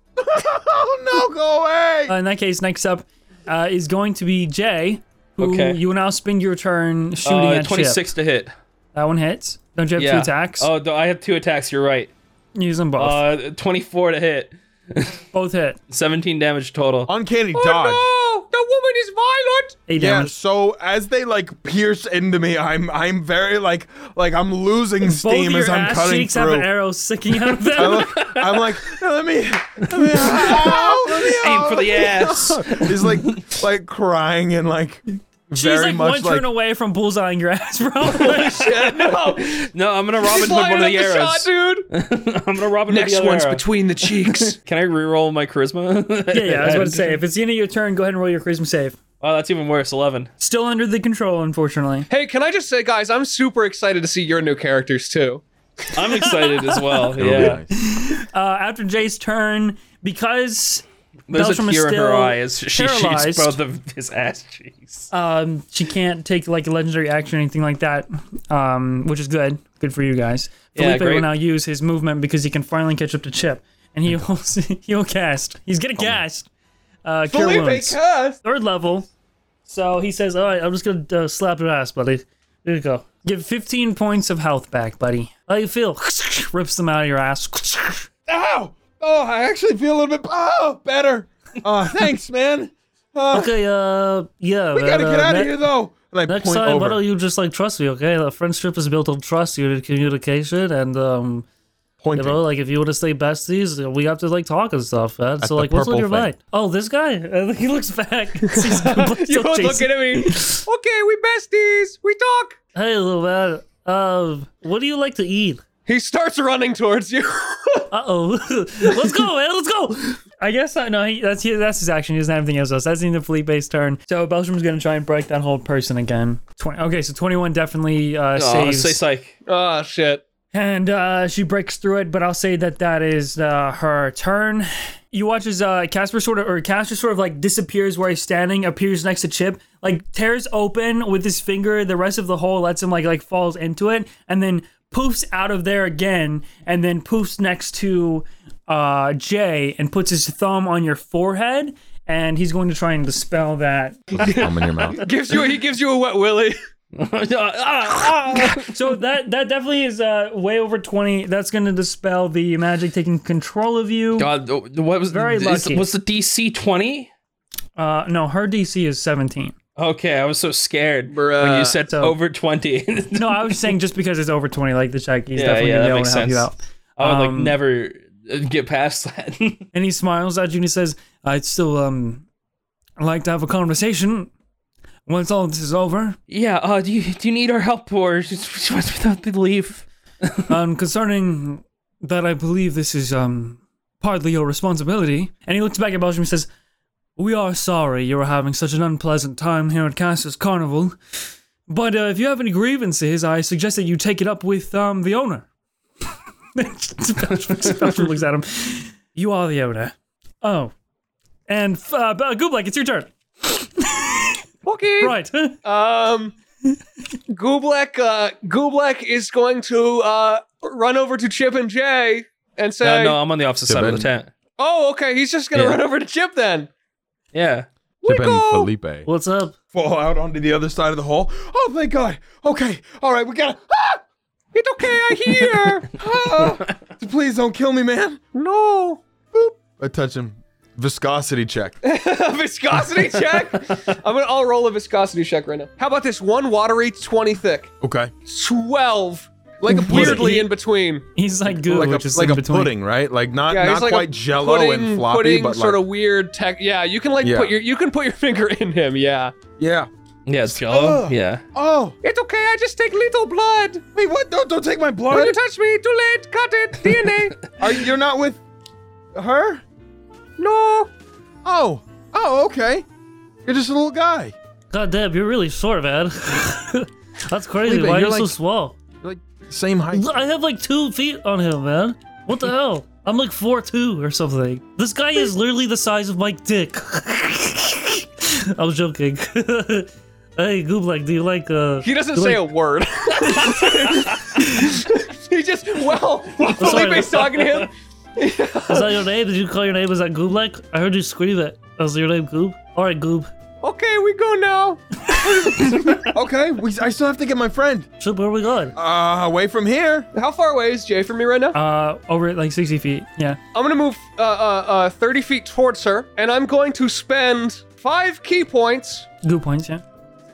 Speaker 4: Oh no, go away!
Speaker 1: Uh, in that case, next up uh, is going to be Jay, who
Speaker 3: Okay.
Speaker 1: you will now spend your turn shooting
Speaker 3: Uh,
Speaker 1: at Chip.
Speaker 3: 26 to hit.
Speaker 1: That one hits. Don't you have
Speaker 3: Yeah.
Speaker 1: two attacks?
Speaker 3: Oh, no, I have two attacks. You're right.
Speaker 1: Use them both.
Speaker 3: Uh, 24 to hit.
Speaker 1: both hit.
Speaker 3: 17 damage total.
Speaker 4: Uncanny dodge.
Speaker 2: Oh no, the woman is violent.
Speaker 1: Eight
Speaker 4: Yeah,
Speaker 1: damage.
Speaker 4: so as they like pierce into me, I'm I'm very like like I'm losing
Speaker 1: Both
Speaker 4: steam
Speaker 1: of
Speaker 4: as
Speaker 1: your
Speaker 4: I'm
Speaker 1: ass
Speaker 4: cutting
Speaker 1: cheeks have an
Speaker 4: through.
Speaker 1: arrow sticking out of
Speaker 4: I'm
Speaker 1: them.
Speaker 4: like, I'm like, let me, let me out, let me
Speaker 3: Aim
Speaker 4: out,
Speaker 3: for
Speaker 4: let
Speaker 3: the
Speaker 4: me
Speaker 3: ass.
Speaker 4: out." He's like like crying and like
Speaker 1: She's
Speaker 4: very
Speaker 1: like one
Speaker 4: much like
Speaker 1: turn away from bullseyeing your ass, bro.
Speaker 3: No, I'm gonna Robin Hood
Speaker 2: Flying
Speaker 3: one of the
Speaker 2: up shot,
Speaker 3: arrows.
Speaker 2: dude.
Speaker 3: I'm gonna Robin Hood the other arrow.
Speaker 2: between the cheeks.
Speaker 3: Can I reroll my charisma?
Speaker 1: yeah, yeah, I was about to say, if it's the end of your turn, go ahead and roll your charisma save.
Speaker 3: Oh, that's even worse. 11.
Speaker 1: Still under the control, unfortunately.
Speaker 2: hey, can I just say, guys, I'm super excited to see your new characters too.
Speaker 3: I'm excited as well.
Speaker 4: It'll be
Speaker 3: yeah.
Speaker 4: nice.
Speaker 1: Uh, after Jay's turn, because
Speaker 3: There's
Speaker 1: Beltram
Speaker 3: a
Speaker 1: is
Speaker 3: tear in her
Speaker 1: still
Speaker 3: eye as she shakes
Speaker 1: paralyzed.
Speaker 3: both of his ass cheeks.
Speaker 1: Um, she can't take like a legendary action or anything like that, um, which is good. Good for you guys.
Speaker 3: Yeah,
Speaker 1: Felipe will
Speaker 3: great.
Speaker 1: now use his movement because he can finally catch up to Chip, and he will he'll cast. He's gonna
Speaker 3: Oh
Speaker 1: cast. Uh, Cure
Speaker 2: Felipe
Speaker 1: Wounds.
Speaker 2: cussed.
Speaker 1: third level. So he says, "All right, I'm just gonna uh, slap your ass, buddy. There you go. Give 15 points of health back, buddy. How you feel? Rips them out of your ass.
Speaker 4: Ow! Oh, I actually feel a little bit oh better. Uh, thanks, man. Uh,
Speaker 1: Okay, uh, yeah.
Speaker 4: We gotta get out of here though. And I
Speaker 1: Next
Speaker 4: point
Speaker 1: time, why
Speaker 4: over.
Speaker 1: don't you just like trust me? Okay, the friendship is built on trust, unit communication, and um, you
Speaker 4: Pointing.
Speaker 1: know, like if you want to stay besties, we have to like talk and stuff, man. so
Speaker 4: the
Speaker 1: like, what's on
Speaker 4: purple
Speaker 1: your
Speaker 4: thing.
Speaker 1: mind? Oh, this guy. And he looks back. and sees completely
Speaker 2: You both
Speaker 1: Jason.
Speaker 2: looking at me. Okay, we besties. We talk.
Speaker 1: Hey, little man. Um, what do you like to eat?
Speaker 2: He starts running towards you.
Speaker 1: Uh oh. let's go, man. Let's go. I guess I know that's he, that's his action. He doesn't have anything else. That's in the fleet base turn. So Beltram's gonna try and break that whole person again. Twenty. Okay, so twenty-one definitely uh,
Speaker 3: Oh,
Speaker 1: saves,
Speaker 3: say psych.
Speaker 2: oh shit.
Speaker 1: and uh, she breaks through it. But I'll say that that is uh, her turn. You watch as uh, Casper sort of, or Casper sort of like disappears where he's standing, appears next to Chip, like tears open with his finger. The rest of the hole lets him like like falls into it, and then poofs out of there again, and then poofs next to uh, Jay and puts his thumb on your forehead, and he's going to try and dispel that.
Speaker 4: Thumb in your mouth.
Speaker 2: Gives you. He gives you a wet willy.
Speaker 3: Ah,
Speaker 1: So that that definitely is uh, way over twenty. That's going to dispel the magic taking control of you.
Speaker 3: God, oh, what was
Speaker 1: Very
Speaker 3: is-
Speaker 1: lucky.
Speaker 3: was the DC twenty?
Speaker 1: Uh, no, her DC is 17.
Speaker 3: Okay, I was so scared when you
Speaker 2: Bruh.
Speaker 3: said
Speaker 1: So-
Speaker 3: over twenty.
Speaker 1: No, I was saying just because it's over 20, like the check, he's
Speaker 3: Yeah,
Speaker 1: definitely
Speaker 3: yeah,
Speaker 1: gonna be
Speaker 3: that
Speaker 1: able to
Speaker 3: makes
Speaker 1: help you out.
Speaker 3: sense. I would like
Speaker 1: Um,
Speaker 3: never uh, get past that.
Speaker 1: And he smiles at you and he says, "I'd still um like to have a conversation once all this is over,
Speaker 3: yeah. Uh, do you do you need our help or just just without the leave?
Speaker 1: um, concerning that. I believe this is um partly your responsibility." And he looks back at Belgium and says, "We are sorry you are having such an unpleasant time here at Cassis Carnival, but uh, if you have any grievances, I suggest that you take it up with um the owner." Belgium looks at him. You are the owner. Oh. And uh, Gublek, it's your turn.
Speaker 2: Okay.
Speaker 1: Right.
Speaker 2: Um, Gublek, uh, Gublek is going to uh, run over to Chip and Jay and say,
Speaker 3: Uh, No, no, I'm on the opposite side of the
Speaker 4: Seven.
Speaker 3: tent.
Speaker 2: "Oh, okay, he's just gonna
Speaker 3: Yeah.
Speaker 2: run over to Chip then."
Speaker 3: Yeah.
Speaker 4: Chip
Speaker 2: We
Speaker 4: and
Speaker 2: go.
Speaker 4: Felipe.
Speaker 1: What's up?
Speaker 4: Fall out onto the other side of the hole. Oh, thank God. Okay. All right. We gotta. Ah!
Speaker 2: It's okay, I hear. Ah,
Speaker 4: Please don't kill me, man.
Speaker 2: no.
Speaker 4: I touch him. Viscosity check.
Speaker 2: viscosity check. I'm gonna. I'll roll a viscosity check right now. How about this? One watery, twenty thick,
Speaker 4: Okay.
Speaker 2: twelve, like weirdly in between.
Speaker 1: He's like goo,
Speaker 4: like
Speaker 1: which
Speaker 4: a,
Speaker 1: is
Speaker 4: like
Speaker 1: in
Speaker 4: a
Speaker 1: between.
Speaker 4: pudding, right? Like not,
Speaker 2: Yeah,
Speaker 4: not
Speaker 2: he's like
Speaker 4: quite
Speaker 2: a
Speaker 4: jello
Speaker 2: pudding,
Speaker 4: and floppy,
Speaker 2: pudding,
Speaker 4: but
Speaker 2: sort
Speaker 4: like
Speaker 2: of weird tech. Yeah, you can like
Speaker 4: Yeah.
Speaker 2: put your you can put your finger in him. Yeah.
Speaker 4: yeah.
Speaker 3: Yeah, it's Jello.
Speaker 4: Ugh.
Speaker 3: Yeah.
Speaker 4: Oh
Speaker 2: It's okay. I just take little blood.
Speaker 4: wait, what? Don't don't take my
Speaker 2: Don't
Speaker 4: blood.
Speaker 2: you touch me. Too late. Cut it. DNA.
Speaker 4: Are you, you're not with her?
Speaker 2: No.
Speaker 4: Oh. Oh, okay. You're just a little guy.
Speaker 1: God damn, you're really short, man. That's crazy.
Speaker 4: Felipe,
Speaker 1: Why are you
Speaker 4: you're
Speaker 1: so
Speaker 4: like-
Speaker 1: small?
Speaker 4: You're like same height.
Speaker 1: I have like two feet on him, man. What the hell? I'm like four two or something. This guy is literally the size of my dick. I was joking. hey, Gooblek, do you like uh?
Speaker 2: He doesn't say a word. he just well, while
Speaker 1: sorry.
Speaker 2: Felipe's talking to him.
Speaker 1: Is that your name? Did you call your name? Is that Gooblek? I heard you scream it. Was your name Goob? All right, Goob.
Speaker 2: Okay, we go now.
Speaker 4: okay. We, I still have to get my friend.
Speaker 1: Chip, where are we going?
Speaker 4: Uh, away from here.
Speaker 2: How far away is Jay from me right now?
Speaker 1: Uh, over at like sixty feet. Yeah.
Speaker 2: I'm gonna move uh, uh, uh, 30 feet towards her, and I'm going to spend five key points.
Speaker 1: Goo points. Yeah.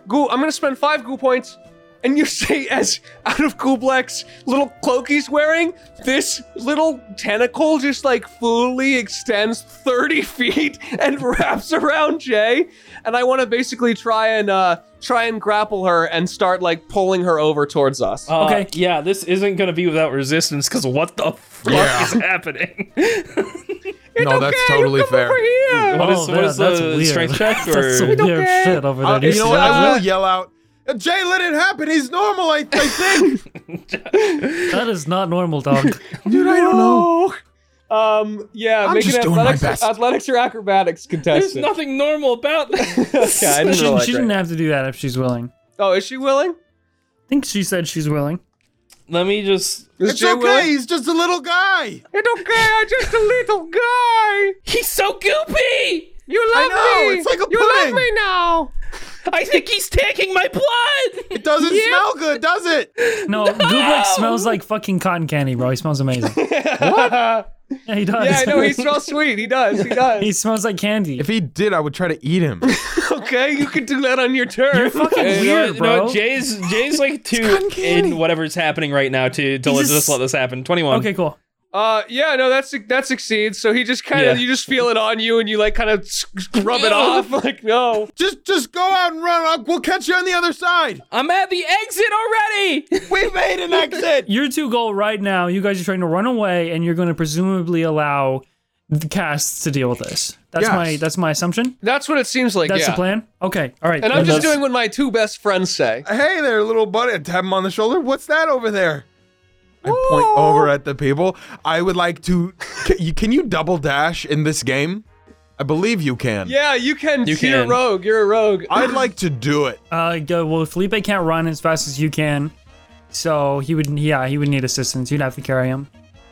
Speaker 2: Goo, I'm gonna spend five goo points. And you see, as out of Gublek's little cloak he's wearing, this little tentacle just like fully extends 30 feet and wraps around Jay. And I want to basically try and uh, try and grapple her and start like pulling her over towards us.
Speaker 3: Uh,
Speaker 1: Okay.
Speaker 3: Yeah, this isn't gonna be without resistance because what the fuck
Speaker 4: Yeah.
Speaker 3: is happening?
Speaker 4: no, Oh, that's
Speaker 2: okay, you
Speaker 4: totally
Speaker 2: come
Speaker 4: fair.
Speaker 2: Over here.
Speaker 3: What is-
Speaker 1: Oh,
Speaker 3: what
Speaker 1: man,
Speaker 3: is the
Speaker 1: that's weird.
Speaker 3: strength check, or-
Speaker 1: that's some
Speaker 3: It's
Speaker 1: weird
Speaker 2: okay.
Speaker 1: shit over there.
Speaker 4: Uh,
Speaker 1: Do you
Speaker 4: you know
Speaker 1: see
Speaker 4: what? I
Speaker 1: that?
Speaker 4: will yell out. Jay, let it happen. He's normal. I, I think.
Speaker 1: That is not normal, dog.
Speaker 4: Dude, I don't know.
Speaker 2: Um, yeah,
Speaker 4: I'm
Speaker 2: make
Speaker 4: just
Speaker 2: an
Speaker 4: doing my
Speaker 2: athletics,
Speaker 4: best.
Speaker 2: athletics or acrobatics
Speaker 3: There's
Speaker 2: contestant.
Speaker 3: nothing normal about this.
Speaker 2: Yeah, I
Speaker 1: She,
Speaker 2: didn't know that,
Speaker 1: she
Speaker 2: right?
Speaker 1: didn't have to do that if she's willing.
Speaker 2: Oh, is she willing?
Speaker 1: I think she said she's willing.
Speaker 3: Let me just.
Speaker 2: Is
Speaker 4: It's
Speaker 2: Jay
Speaker 4: okay.
Speaker 2: willing?
Speaker 4: He's just a little guy.
Speaker 2: It's okay. I'm just a little guy.
Speaker 3: He's so goopy.
Speaker 2: You
Speaker 4: I
Speaker 2: love
Speaker 4: know,
Speaker 2: me.
Speaker 4: it's like a
Speaker 2: you love
Speaker 4: pudding.
Speaker 2: me now.
Speaker 3: I think he's taking my blood.
Speaker 4: It doesn't smell good, does it?
Speaker 1: No, no! smells like fucking cotton candy, bro. He smells amazing. Yeah, he does.
Speaker 2: yeah, I know. He smells sweet. He does. He
Speaker 1: he
Speaker 2: does.
Speaker 1: smells like candy.
Speaker 4: If he did, I would try to eat him.
Speaker 2: okay, you can do that on your turn.
Speaker 1: You're fucking
Speaker 3: Hey,
Speaker 1: weird,
Speaker 3: no,
Speaker 1: bro.
Speaker 3: No, Jay's Jay's like too
Speaker 4: uncanny.
Speaker 3: in whatever's happening right now to to let,
Speaker 1: He's a
Speaker 3: just let this happen. Twenty one.
Speaker 1: okay, cool.
Speaker 2: Uh, yeah, no, that's that succeeds. So he just kind of
Speaker 3: Yeah.
Speaker 2: you just feel it on you, and you like kind of rub it off. Like no,
Speaker 4: just, just go out and run. I'll- we'll catch you on the other side.
Speaker 3: I'm at the exit already.
Speaker 4: We made an exit.
Speaker 1: Your two goal right now, you guys are trying to run away, and you're going to presumably allow the cast to deal with this. That's
Speaker 4: Yes.
Speaker 1: my that's my assumption.
Speaker 2: that's what it seems like.
Speaker 1: That's
Speaker 2: yeah.
Speaker 1: the plan. Okay, all right.
Speaker 2: And I'm
Speaker 1: then
Speaker 2: just
Speaker 1: that's-
Speaker 2: doing what my two best friends say.
Speaker 4: hey there, little buddy. I tap him on the shoulder. What's that over there? I point over at the people. I would like to. Can you, can you double dash in this game? I believe you can.
Speaker 2: Yeah, you can.
Speaker 3: You
Speaker 2: You're a
Speaker 3: can.
Speaker 2: rogue. You're a rogue.
Speaker 4: I'd like to do it.
Speaker 1: Uh, go- well, Felipe can't run as fast as you can, so he would. Yeah, he would need assistance. You'd have to carry him.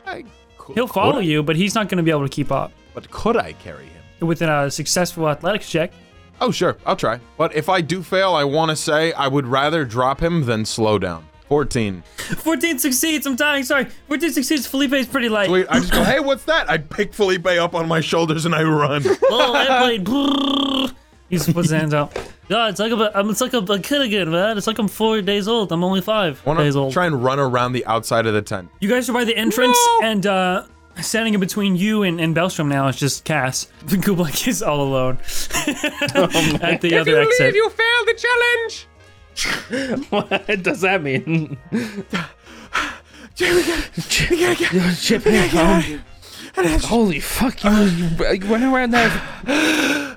Speaker 4: I could,
Speaker 1: He'll follow you, but he's not going to be able to keep up.
Speaker 4: But could I carry him?
Speaker 1: With a successful athletics check,
Speaker 4: Oh, sure. I'll try. But if I do fail, I want to say I would rather drop him than slow down. 14.
Speaker 1: 14 succeeds. I'm dying. Sorry, 14 succeeds. Felipe's pretty light.
Speaker 4: Wait, I just go, hey, what's that? I pick Felipe up on my shoulders and I run.
Speaker 1: Oh, that blade. Brrr. He just puts his hands out. God, it's like I'm, a, I'm it's like I'm a kid again, man. It's like I'm four days old. I'm only five
Speaker 4: I want
Speaker 1: days
Speaker 4: to
Speaker 1: old.
Speaker 4: try and run around the outside of the tent.
Speaker 1: you guys are by the entrance, and uh, standing in between you and, and Belstrom now is just Cass. Kublai is all alone at the
Speaker 2: if
Speaker 1: other
Speaker 2: Oh, you
Speaker 1: exit.
Speaker 2: leave, you fail the challenge.
Speaker 3: what does that mean?
Speaker 4: Jay, we gotta, we gotta get,
Speaker 3: Chip,
Speaker 4: gotta,
Speaker 3: holy fuck! You, you went around that.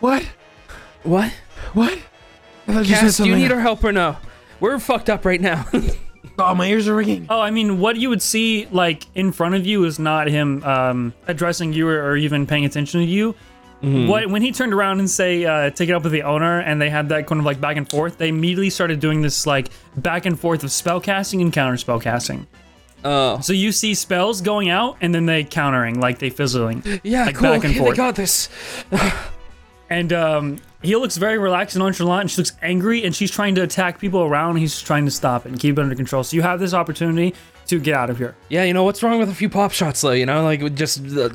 Speaker 4: what?
Speaker 3: What?
Speaker 4: What?
Speaker 3: Cass, do you need our help or no? We're fucked up right now.
Speaker 4: Oh, my ears are ringing.
Speaker 1: Oh, I mean, what you would see like in front of you is not him um, addressing you or, or even paying attention to you.
Speaker 3: Mm-hmm.
Speaker 1: What when he turned around and say, uh, "Take it up with the owner," and they had that kind of like back and forth, they immediately started doing this like back and forth of spell casting and counter spell casting.
Speaker 3: Oh,
Speaker 1: So you see spells going out and then they countering, like they fizzling.
Speaker 3: yeah,
Speaker 1: Like
Speaker 3: cool.
Speaker 1: back and
Speaker 3: okay, they
Speaker 1: forth.
Speaker 3: got this.
Speaker 1: And um, he looks very relaxed and nonchalant, and she looks angry, and she's trying to attack people around. And he's trying to stop it and keep it under control. So you have this opportunity to get out of here.
Speaker 3: Yeah, you know what's wrong with a few pop shots though? You know, like with just.
Speaker 1: Do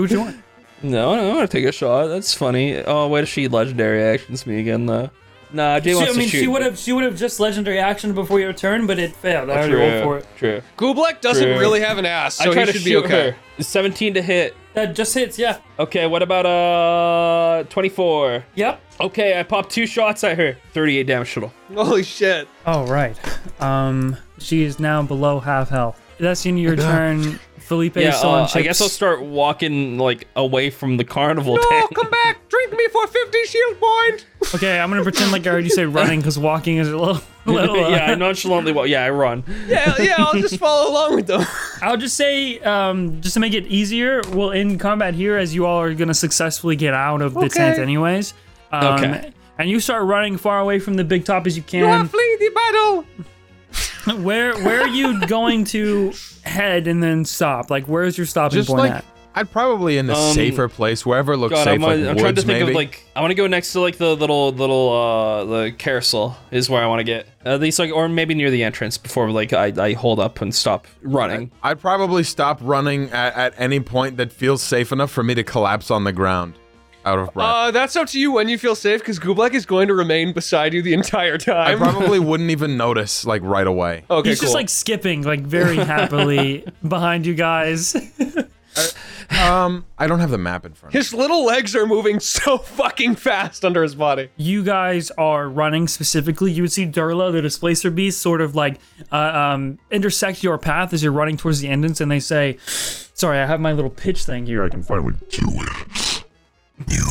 Speaker 1: what you want.
Speaker 3: No, no, I'm gonna take a shot. That's funny. Oh, wait, she legendary actions me again though. Nah, Jay
Speaker 1: She,
Speaker 3: wants
Speaker 1: I mean,
Speaker 3: to shoot.
Speaker 1: she
Speaker 3: but-
Speaker 1: would have she would have just legendary action before your turn, but it failed. I already rolled for
Speaker 3: True.
Speaker 1: it.
Speaker 3: True.
Speaker 2: Gublek doesn't
Speaker 3: True.
Speaker 2: really have an ass, so
Speaker 3: I try
Speaker 2: he
Speaker 3: to
Speaker 2: should
Speaker 3: shoot
Speaker 2: be okay.
Speaker 3: her. 17 to hit.
Speaker 1: That just hits. Yeah.
Speaker 3: Okay, what about uh 24?
Speaker 1: Yep.
Speaker 3: Okay, I popped two shots at her. 38 damage total.
Speaker 2: Holy shit!
Speaker 1: All right. Um, she is now below half health. That's in your turn, Felipe.
Speaker 3: Yeah,
Speaker 1: Sol,
Speaker 3: uh,
Speaker 1: and
Speaker 3: I guess I'll
Speaker 1: Chips.
Speaker 3: start walking like away from the carnival
Speaker 2: Oh,
Speaker 3: tent.
Speaker 2: come back! Drink me for fifty shield point.
Speaker 1: Okay, I'm gonna pretend like I already said running because walking is a little. little uh,
Speaker 3: yeah, I nonchalantly walk. Yeah, I run.
Speaker 2: Yeah, yeah. I'll just follow along with them.
Speaker 1: I'll just say, um, just to make it easier, we'll end combat here as you all are going to successfully get out of the tent,
Speaker 2: Okay.
Speaker 1: anyways. Um,
Speaker 3: Okay.
Speaker 1: And you start running far away from the big top as you
Speaker 2: You
Speaker 3: Oh,
Speaker 2: are
Speaker 1: can.
Speaker 2: fleeing the battle.
Speaker 1: where where are you going to head and then stop? Like, where's your stopping
Speaker 4: Just
Speaker 1: point
Speaker 4: like,
Speaker 1: at?
Speaker 4: I'd probably in a
Speaker 3: Um,
Speaker 4: safer place, wherever looks
Speaker 3: God,
Speaker 4: safe,
Speaker 3: I'm,
Speaker 4: like
Speaker 3: I'm
Speaker 4: woods,
Speaker 3: trying to think
Speaker 4: maybe.
Speaker 3: of like I want to go next to like the little little uh the carousel is where I want to get at least like or maybe near the entrance before like I, I hold up and stop running.
Speaker 4: I'd probably stop running at, at any point that feels safe enough for me to collapse on the ground out of breath.
Speaker 2: Uh, that's up to you when you feel safe, because Gublek is going to remain beside you the entire
Speaker 4: I
Speaker 2: time.
Speaker 4: probably wouldn't even notice like right away.
Speaker 2: okay,
Speaker 1: He's
Speaker 2: cool.
Speaker 1: just like skipping, like very happily behind you guys.
Speaker 4: Um, I don't have the map in front. of me.
Speaker 2: His little legs are moving so fucking fast under his body.
Speaker 1: you guys are running specifically, you would see Durla, the displacer beast, sort of like uh, um, intersect your path as you're running towards the endings, and they say, "Sorry, I have my little pitch thing here. I can finally do it." You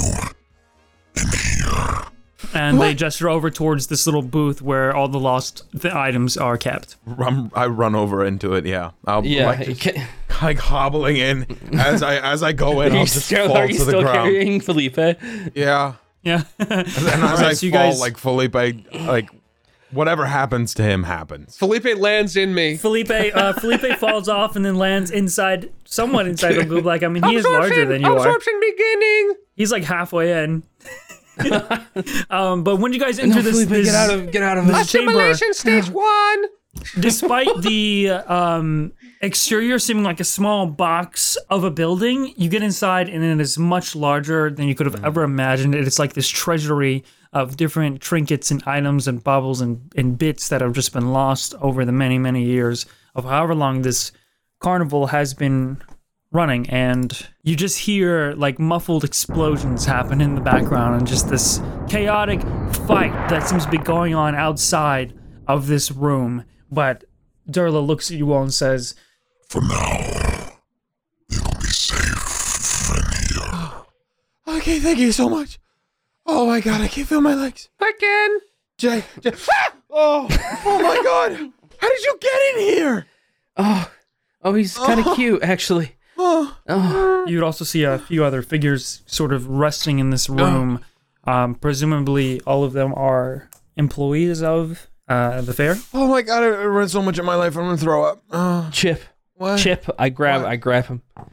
Speaker 1: and they gesture over towards this little booth where all the lost th- items are kept.
Speaker 4: Run, I run over into it. Yeah, I'll
Speaker 3: Yeah.
Speaker 4: like,
Speaker 3: you
Speaker 4: just,
Speaker 3: ca-
Speaker 4: like hobbling in as I as I go in.
Speaker 3: are
Speaker 4: I'll
Speaker 3: you
Speaker 4: just
Speaker 3: still,
Speaker 4: fall
Speaker 3: are you
Speaker 4: to the
Speaker 3: still
Speaker 4: ground.
Speaker 3: carrying Felipe?
Speaker 4: Yeah,
Speaker 1: Yeah.
Speaker 4: and as I
Speaker 1: so you
Speaker 4: fall,
Speaker 1: guys-
Speaker 4: like Felipe, like whatever happens to him happens.
Speaker 2: Felipe lands in me.
Speaker 1: Felipe uh, Felipe falls off and then lands inside, somewhat inside the group. Like I mean, he is larger than you are.
Speaker 2: Absorption beginning.
Speaker 1: He's like halfway in. um, but when you guys enter this, this
Speaker 3: of get out of this.
Speaker 1: chamber,
Speaker 2: Assimilation stage one.
Speaker 1: despite the um, exterior seeming like a small box of a building, you get inside and it is much larger than you could have ever
Speaker 3: Mm.
Speaker 1: imagined. It's like this treasury of different trinkets and items and baubles and, and bits that have just been lost over the many, many years of however long this carnival has been running and you just hear like muffled explosions happen in the background and just this chaotic fight that seems to be going on outside of this room but Durla looks at you all and says
Speaker 5: For now, you'll be safe in here.
Speaker 4: Okay, thank you so much. Oh my god, I can't feel my legs.
Speaker 2: Again.
Speaker 4: Jay, Jay. Ah! Oh, oh my god! How did you get in here?
Speaker 3: Oh, oh, he's kind of cute actually.
Speaker 4: Oh,
Speaker 3: Oh,
Speaker 1: you would also see a few other figures sort of resting in this room um, presumably all of them are employees of uh, the fair
Speaker 4: oh my god! I I read so much in my life. I'm gonna throw up. Oh,
Speaker 3: Chip,
Speaker 4: what?
Speaker 3: Chip, I grab, I grab him.
Speaker 4: Uh,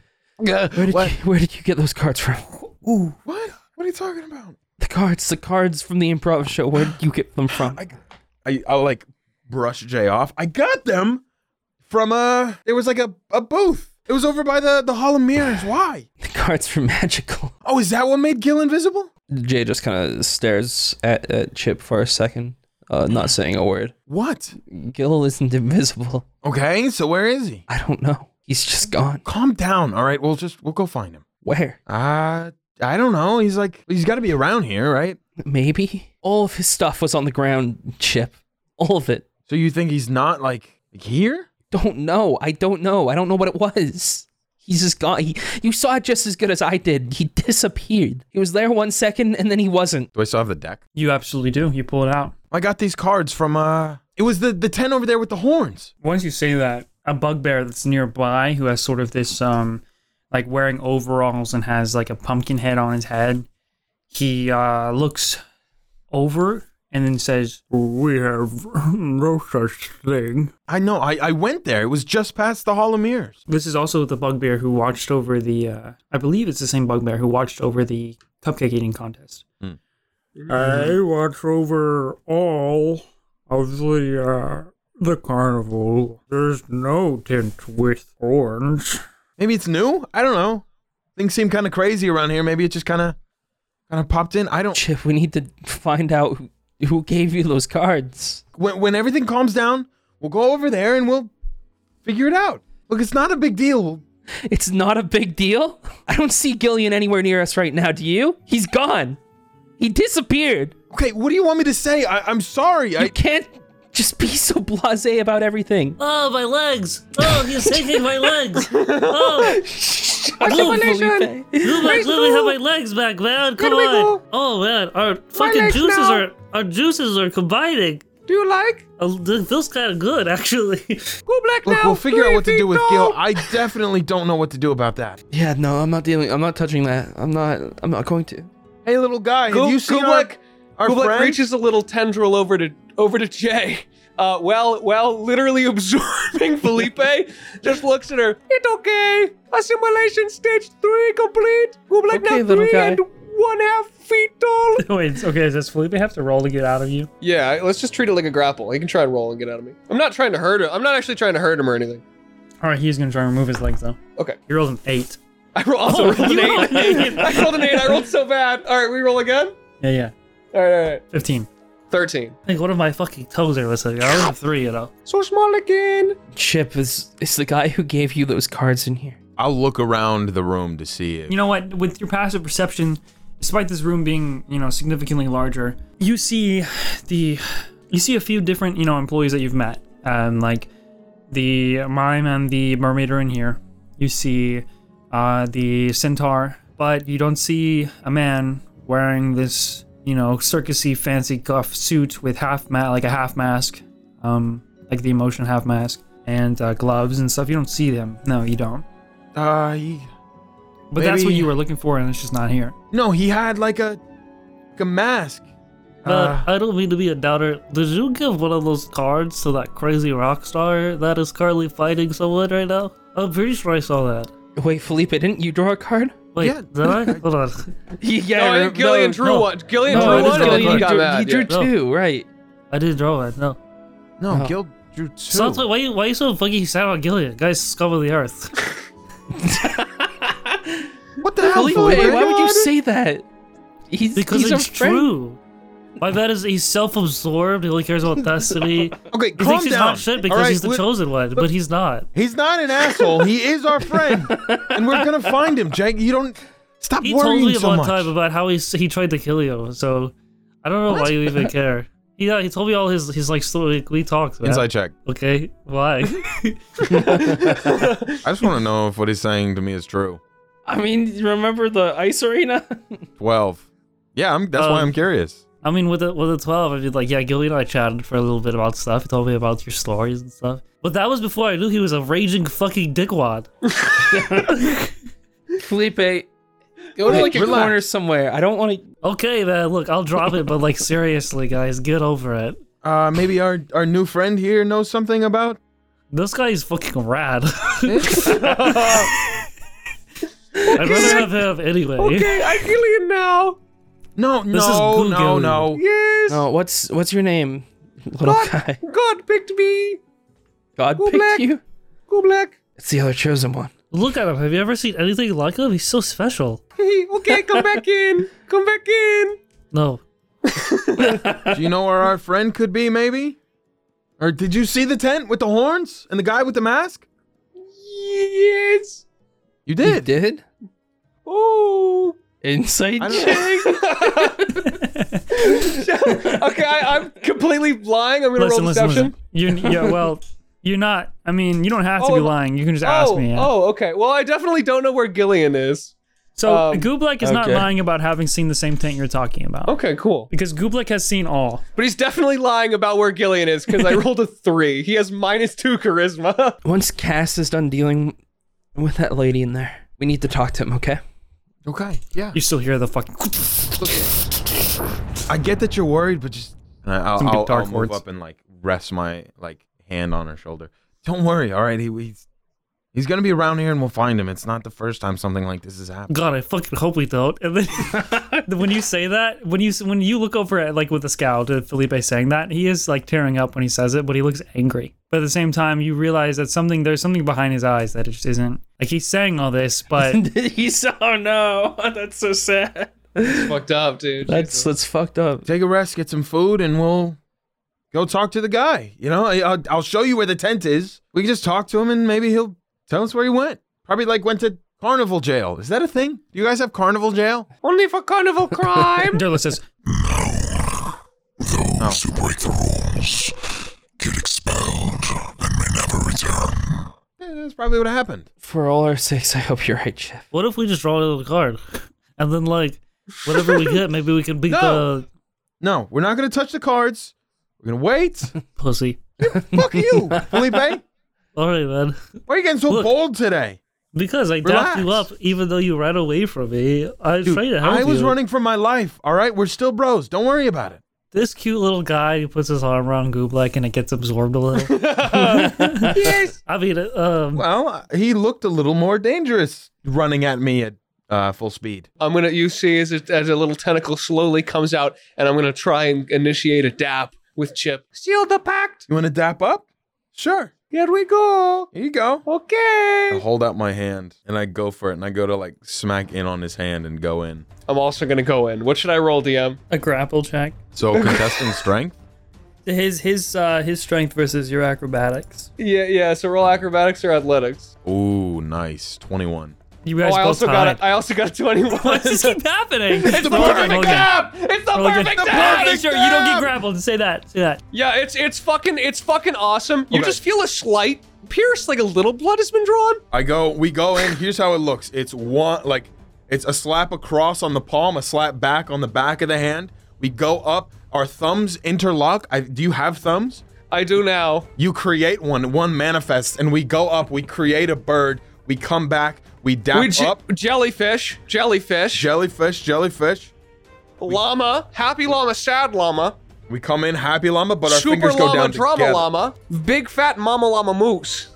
Speaker 3: Where did
Speaker 4: what?
Speaker 3: you Where did you get those cards from?
Speaker 4: What? What are you talking about?
Speaker 3: The cards, the cards from the improv show. Where did you get them from?
Speaker 4: I I'll like brush Jay off. I got them from uh It was like a, a booth. It was over by the the Hall of Mirrors. Why?
Speaker 3: The cards from Magical.
Speaker 4: Oh, is that what made Gil invisible?
Speaker 3: Jay just kind of stares at, at Chip for a second, uh, not saying a word.
Speaker 4: What?
Speaker 3: Gil isn't invisible.
Speaker 4: Okay, so where is he?
Speaker 3: I don't know. He's just gone.
Speaker 4: Calm down. All right, we'll just we'll go find him.
Speaker 3: Where?
Speaker 4: Uh I don't know. He's like he's got to be around here, right?
Speaker 3: Maybe? All of his stuff was on the ground, Chip. All of it.
Speaker 4: So you think he's not like, like here?
Speaker 3: Don't know. I don't know. I don't know what it was. He's just gone. He, you saw it just as good as I did. He disappeared. He was there one second and then he wasn't.
Speaker 4: Do I still have the deck?
Speaker 1: you absolutely do you pull it out
Speaker 4: I got these cards from uh it was the the tent over there with the horns.
Speaker 1: once you say that, a bugbear that's nearby who has sort of this um like wearing overalls and has like a pumpkin head on his head, he uh looks over and then says, "We have no such thing."
Speaker 4: I know. I I went there. It was just past the Hall of Mirrors.
Speaker 1: This is also the bugbear who watched over the uh I believe it's the same bugbear who watched over the cupcake eating contest.
Speaker 6: I watch over all of the uh, the carnival. There's no tent with horns.
Speaker 4: Maybe it's new. I don't know. Things seem kind of crazy around here. Maybe it just kind of kind of popped in. I don't.
Speaker 3: Chip, we need to find out who, who gave you those cards.
Speaker 4: When when everything calms down, we'll go over there and we'll figure it out. Look, it's not a big deal.
Speaker 3: It's not a big deal. I don't see Gillian anywhere near us right now, do you? He's gone. He disappeared.
Speaker 4: Okay, what do you want me to say? I, I'm sorry.
Speaker 3: You
Speaker 4: I
Speaker 3: can't just be so blasé about everything.
Speaker 1: Oh, my legs! Oh, he's taking my legs! Oh,
Speaker 3: Felipe.
Speaker 1: you guys literally have my legs back, man! Come
Speaker 2: we on. go?
Speaker 1: Oh man, our
Speaker 2: legs juices now. are-
Speaker 1: our juices are combining.
Speaker 2: Do you like?
Speaker 1: Uh, th- feels kind of good, actually.
Speaker 2: Go black
Speaker 4: look.
Speaker 2: now.
Speaker 4: We'll figure out what to
Speaker 2: Three,
Speaker 4: do with
Speaker 2: two.
Speaker 4: Gil. I definitely don't know what to do about that.
Speaker 3: Yeah, no, I'm not dealing. I'm not touching that. I'm not. I'm not going to.
Speaker 4: Hey, little guy,
Speaker 2: Go-
Speaker 4: have you seen
Speaker 2: go
Speaker 4: our,
Speaker 2: look.
Speaker 4: our
Speaker 2: Kublai
Speaker 4: friend?
Speaker 2: reaches a little tendril over to over to Jay. Uh, well, well, literally absorbing Felipe, just looks at her. It's okay. Assimilation stage three complete. Kublai
Speaker 3: Okay,
Speaker 2: now
Speaker 3: little
Speaker 2: three
Speaker 3: guy.
Speaker 2: and one half feet tall.
Speaker 1: Oh, Wait, okay, does Felipe have to roll to get out of you?
Speaker 2: Yeah, let's just treat it like a grapple. He can try and roll and get out of me. I'm not trying to hurt him. I'm not actually trying to hurt him or anything.
Speaker 1: All right, he's gonna try and remove his legs though.
Speaker 2: Okay.
Speaker 1: He rolls an eight.
Speaker 2: I roll,
Speaker 1: Oh,
Speaker 2: also rolled an
Speaker 1: you
Speaker 2: eight.
Speaker 1: rolled an eight.
Speaker 2: I rolled an eight. I rolled so bad. All right, we roll again.
Speaker 1: Yeah, yeah,
Speaker 2: All right, all right.
Speaker 1: fifteen.
Speaker 2: Thirteen.
Speaker 1: I think one of my fucking toes are missing. I rolled a three, you know.
Speaker 2: So small again.
Speaker 3: Chip is is the guy who gave you those cards in here.
Speaker 4: I'll look around the room to see if
Speaker 1: You know what? With your passive perception, despite this room being, you know, significantly larger, you see the you see a few different, you know, employees that you've met. Um, like the mime and the mermaid are in here. You see uh, the centaur, but you don't see a man wearing this, you know, circusy fancy cuff suit with half ma- like a half mask, um, like the emotion half mask and uh, gloves and stuff. You don't see them. No, you don't.
Speaker 4: Uh, he,
Speaker 1: But that's what
Speaker 4: Maybe-
Speaker 1: you were looking for, and it's just not here.
Speaker 4: no, he had like a, like a mask.
Speaker 7: Uh,
Speaker 4: Uh,
Speaker 7: I don't mean to be a doubter. Did you give one of those cards to that crazy rock star that is currently fighting someone right now? I'm pretty sure I saw that.
Speaker 3: Wait, Felipe, didn't you draw a card?
Speaker 7: Wait,
Speaker 4: Yeah.
Speaker 7: did I? Hold on.
Speaker 3: Yeah,
Speaker 2: No, I think Gillian drew
Speaker 7: no.
Speaker 2: one. Gillian
Speaker 7: No, I
Speaker 2: drew
Speaker 7: didn't
Speaker 2: one,
Speaker 7: draw
Speaker 2: and then
Speaker 7: one.
Speaker 2: he got
Speaker 3: drew,
Speaker 2: mad.
Speaker 3: you drew
Speaker 7: yeah.
Speaker 3: two, right?
Speaker 7: I didn't draw that, no.
Speaker 4: no,
Speaker 3: no.
Speaker 4: Gil drew two.
Speaker 7: Sansa, why, you- why you so fucking sad on Gillian? Guys, scum of the earth.
Speaker 4: what the hell?
Speaker 3: Felipe,
Speaker 4: Felipe?
Speaker 3: why would you say that? He's
Speaker 7: Because
Speaker 3: he's our
Speaker 7: it's
Speaker 3: friend.
Speaker 7: true. My bet is he's self-absorbed. He only cares about destiny.
Speaker 4: Okay,
Speaker 7: He
Speaker 4: calm
Speaker 7: thinks he's
Speaker 4: down.
Speaker 7: hot shit because
Speaker 4: All right,
Speaker 7: he's the
Speaker 4: we-
Speaker 7: chosen one, but he's not.
Speaker 4: He's not an asshole. He is our friend, and we're gonna find him, Jake. You don't stop
Speaker 7: He told
Speaker 4: worrying
Speaker 7: me
Speaker 4: so
Speaker 7: one
Speaker 4: much.
Speaker 7: time about how he he tried to kill you. So I don't know why you even care. Yeah, he told me all his his like story. We talked. Man.
Speaker 4: Inside check.
Speaker 7: Okay, why?
Speaker 4: I just want to know if what he's saying to me is true.
Speaker 3: I mean, you remember the ice arena?
Speaker 4: Twelve. Yeah, I'm, that's why
Speaker 7: Um,
Speaker 4: I'm curious.
Speaker 7: I mean, with the with the twelve, I mean, like yeah, Gilly and I chatted for a little bit about stuff. He told me about your stories and stuff. But that was before I knew he was a raging fucking dickwad.
Speaker 3: Felipe,
Speaker 2: Go to
Speaker 3: pick
Speaker 2: like
Speaker 3: your
Speaker 2: a corner.
Speaker 3: corner somewhere. I don't want to.
Speaker 7: Okay, man, look, I'll drop it, but like seriously, guys, get over it.
Speaker 4: Uh, maybe our our new friend here knows something about.
Speaker 7: This guy is fucking rad. I'd rather have him anyway.
Speaker 2: Okay, I Gillian now.
Speaker 4: No,
Speaker 7: is
Speaker 4: no,
Speaker 7: Google.
Speaker 4: no, no.
Speaker 2: Yes.
Speaker 3: No, what's what's your name, little guy?
Speaker 2: God, God picked me.
Speaker 3: God
Speaker 2: Go
Speaker 3: picked
Speaker 2: black.
Speaker 3: you.
Speaker 2: Go black.
Speaker 3: It's the other chosen one.
Speaker 7: Look at him. Have you ever seen anything like him? He's so special.
Speaker 2: Hey, okay, come back in. Come back in.
Speaker 7: No.
Speaker 4: Do you know where our friend could be, maybe? Or did you see the tent with the horns and the guy with the mask?
Speaker 2: Yes.
Speaker 4: You
Speaker 3: You
Speaker 4: did.
Speaker 3: did
Speaker 2: Oh.
Speaker 3: inside
Speaker 4: I don't-
Speaker 3: check.
Speaker 2: okay, I, I'm completely lying. I'm gonna
Speaker 1: Listen,
Speaker 2: roll
Speaker 1: listen,
Speaker 2: deception.
Speaker 1: listen. You, yeah, well, you're not. I mean, you don't have to
Speaker 2: Oh,
Speaker 1: be
Speaker 2: am I-
Speaker 1: lying. You can just ask
Speaker 2: oh,
Speaker 1: me. yeah.
Speaker 2: oh, okay. Well, I definitely don't know where Gillian is.
Speaker 1: so
Speaker 2: um,
Speaker 1: Gublek is not
Speaker 3: okay.
Speaker 1: lying about having seen the same thing you're talking about.
Speaker 2: Okay, cool.
Speaker 1: Because Gublek has seen all.
Speaker 2: But he's definitely lying about where Gillian is because I rolled a three. He has minus two charisma.
Speaker 3: Once Cass is done dealing with that lady in there, we need to talk to him. Okay.
Speaker 4: Okay. Yeah.
Speaker 1: You still hear the fucking.
Speaker 4: I get that you're worried, but just I'll,
Speaker 1: Some good
Speaker 4: I'll,
Speaker 1: dark
Speaker 4: I'll move
Speaker 1: words.
Speaker 4: up and like rest my like hand on her shoulder. Don't worry. All right, he, he's he's gonna be around here, and we'll find him. It's not the first time something like this has happened.
Speaker 7: God, I fucking hope we don't. And then
Speaker 1: When you say that, when you when you look over at like with a scowl to Felipe saying that, he is like tearing up when he says it, but he looks angry. But at the same time, you realize that something there's something behind his eyes that it just isn't. Like he's saying all this, but
Speaker 3: He's oh no, that's so sad.
Speaker 2: Fucked up, dude.
Speaker 3: That's that's fucked up.
Speaker 4: Take a rest, get some food, and we'll go talk to the guy. You know, I, I'll, I'll show you where the tent is. We can just talk to him, and maybe he'll tell us where he went. Probably like went to carnival jail. Is that a thing? Do you guys have carnival jail?
Speaker 2: only for carnival crime.
Speaker 1: Derla says,
Speaker 5: Those who break the rules get expelled and may never return.
Speaker 4: Yeah, that's probably what happened.
Speaker 3: For all our sakes, I hope you're right, Chef.
Speaker 7: what if we just draw another card? And then like whatever we get, maybe we can beat
Speaker 4: No.
Speaker 7: the
Speaker 4: No, we're not gonna touch the cards. We're gonna wait.
Speaker 7: pussy.
Speaker 4: Fuck you, Felipe.
Speaker 7: Alright, man.
Speaker 4: Why are you getting so
Speaker 7: Look.
Speaker 4: bold today?
Speaker 7: Because I dapped you up
Speaker 4: Relax.
Speaker 7: even though you ran away from me. I
Speaker 4: Dude,
Speaker 7: tried to help
Speaker 4: I was
Speaker 7: you.
Speaker 4: running for my life. All right, we're still bros. Don't worry about it.
Speaker 7: This cute little guy who puts his arm around Gooblek and it gets absorbed a little.
Speaker 2: yes.
Speaker 7: I mean, um,
Speaker 4: Well, he looked a little more dangerous running at me at uh, full speed.
Speaker 2: I'm gonna. You see, as a, as a little tentacle slowly comes out, and I'm gonna try and initiate a dap with Chip. Seal the pact.
Speaker 4: You want to dap up? Sure.
Speaker 2: Here we go.
Speaker 4: Here you go. I
Speaker 2: Okay.
Speaker 4: hold out my hand and I go for it and I go to like smack in on his hand and go in.
Speaker 2: I'm also gonna go in. What should I roll, DM?
Speaker 8: A grapple check.
Speaker 4: So contesting strength.
Speaker 8: His his uh, his strength versus your acrobatics.
Speaker 2: Yeah, yeah. So roll acrobatics or athletics.
Speaker 4: Ooh, nice. Twenty-one.
Speaker 1: "You guys
Speaker 2: oh, I
Speaker 1: both
Speaker 2: also
Speaker 1: tied."
Speaker 2: got. A, I also got a 21.
Speaker 8: Does this keep happening?
Speaker 2: It's the
Speaker 1: Roll again,
Speaker 2: perfect
Speaker 1: roll again.
Speaker 2: dab! It's the
Speaker 1: again.
Speaker 2: perfect
Speaker 1: The
Speaker 2: dab!
Speaker 8: Make sure you don't get grappled. Say that. Say that.
Speaker 2: Yeah, it's it's fucking it's fucking awesome. You just feel a slight pierce, like a little blood has been drawn.
Speaker 4: I go. We go in. Here's how it looks. It's one like it's a slap across on the palm, a slap back on the back of the hand. We go up. Our thumbs interlock. I, do you have thumbs?
Speaker 2: I do now.
Speaker 4: You create one. One manifests, and we go up. We create a bird. We come back. We dap
Speaker 2: We j-
Speaker 4: up.
Speaker 2: jellyfish, jellyfish,
Speaker 4: Jellyfish, jellyfish.
Speaker 2: llama, happy llama, sad llama,
Speaker 4: We come in happy llama, but our
Speaker 2: super
Speaker 4: fingers go
Speaker 2: llama,
Speaker 4: down
Speaker 2: drama
Speaker 4: together.
Speaker 2: llama, big fat mama llama moose.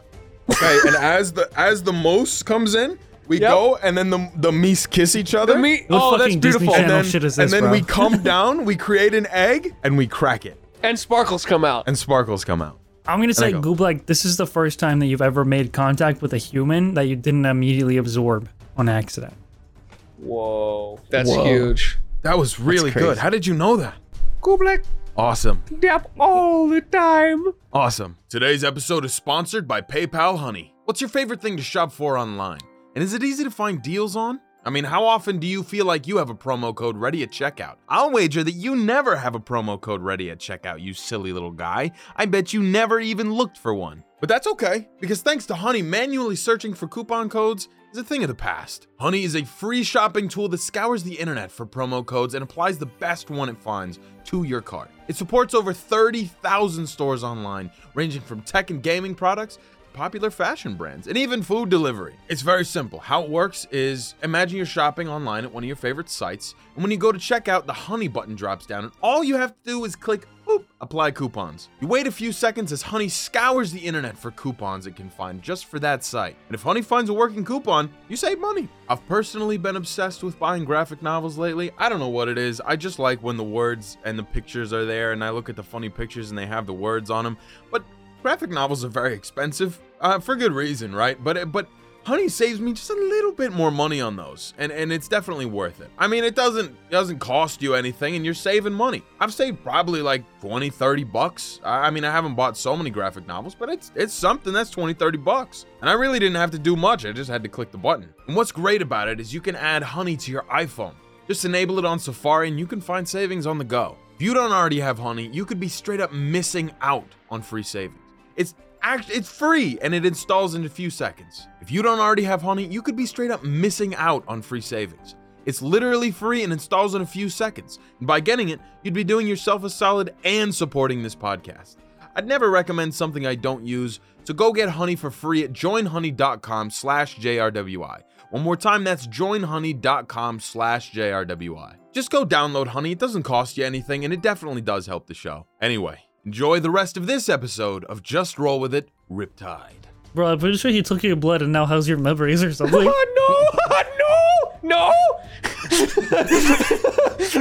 Speaker 4: Okay, and as the as the moose comes in, we
Speaker 2: Yep.
Speaker 4: go, and then the the meese kiss each other.
Speaker 2: The meat.
Speaker 7: What
Speaker 2: oh, that's
Speaker 7: fucking Disney
Speaker 2: beautiful.
Speaker 7: Channel
Speaker 4: and then,
Speaker 7: shit is
Speaker 4: and
Speaker 7: this,
Speaker 4: then
Speaker 7: bro?
Speaker 4: we come down, we create an egg, and we crack it,
Speaker 2: And sparkles come out.
Speaker 4: and sparkles come out.
Speaker 7: I'm gonna say
Speaker 4: I go.
Speaker 7: Goob like this is the first time that you've ever made contact with a human that you didn't immediately absorb on accident.
Speaker 2: Whoa, that's huge.
Speaker 4: That was really good. How did you know that?
Speaker 2: Kublai
Speaker 4: Awesome.
Speaker 2: dap all the time.
Speaker 4: Awesome. Today's episode is sponsored by PayPal Honey. What's your favorite thing to shop for online? And is it easy to find deals on? I mean, how often do you feel like you have a promo code ready at checkout? I'll wager that you never have a promo code ready at checkout, you silly little guy. I bet you never even looked for one. But that's okay, because thanks to Honey, manually searching for coupon codes is a thing of the past. Honey is a free shopping tool that scours the internet for promo codes and applies the best one it finds to your cart. It supports over 30,000 stores online, ranging from tech and gaming products to popular fashion brands and even food delivery. It's very simple. How it works is imagine you're shopping online at one of your favorite sites, and when you go to checkout, the Honey button drops down, and all you have to do is click Boop, apply coupons. You wait a few seconds as Honey scours the internet for coupons it can find just for that site. And if Honey finds a working coupon, you save money. I've personally been obsessed with buying graphic novels lately. I don't know what it is. I just like when the words and the pictures are there, and I look at the funny pictures and they have the words on them. But graphic novels are very expensive uh, for good reason, right? But but Honey saves me just a little bit more money on those, and and it's definitely worth it. I mean, it doesn't doesn't cost you anything, and you're saving money. I've saved probably like 20, 30 bucks. I, I mean, I haven't bought so many graphic novels, but it's it's something that's 20, 30 bucks. And I really didn't have to do much. I just had to click the button. And what's great about it is you can add Honey to your iPhone. Just enable it on Safari, and you can find savings on the go. If you don't already have Honey, you could be straight up missing out on free savings. It's act it's free and it installs in a few seconds. If you don't already have Honey, you could be straight up missing out on free savings. It's literally free and installs in a few seconds. And by getting it, you'd be doing yourself a solid and supporting this podcast. I'd never recommend something I don't use, so go get Honey for free at joinhoney.com slash JRWI. One more time, that's joinhoney.com slash JRWI. Just go download Honey, it doesn't cost you anything, and it definitely does help the show. Anyway, enjoy the rest of this episode of Just Roll With It Riptide.
Speaker 7: Bro, I'm pretty sure he took your blood and now has your memories or something.
Speaker 2: Oh no! Oh no! No!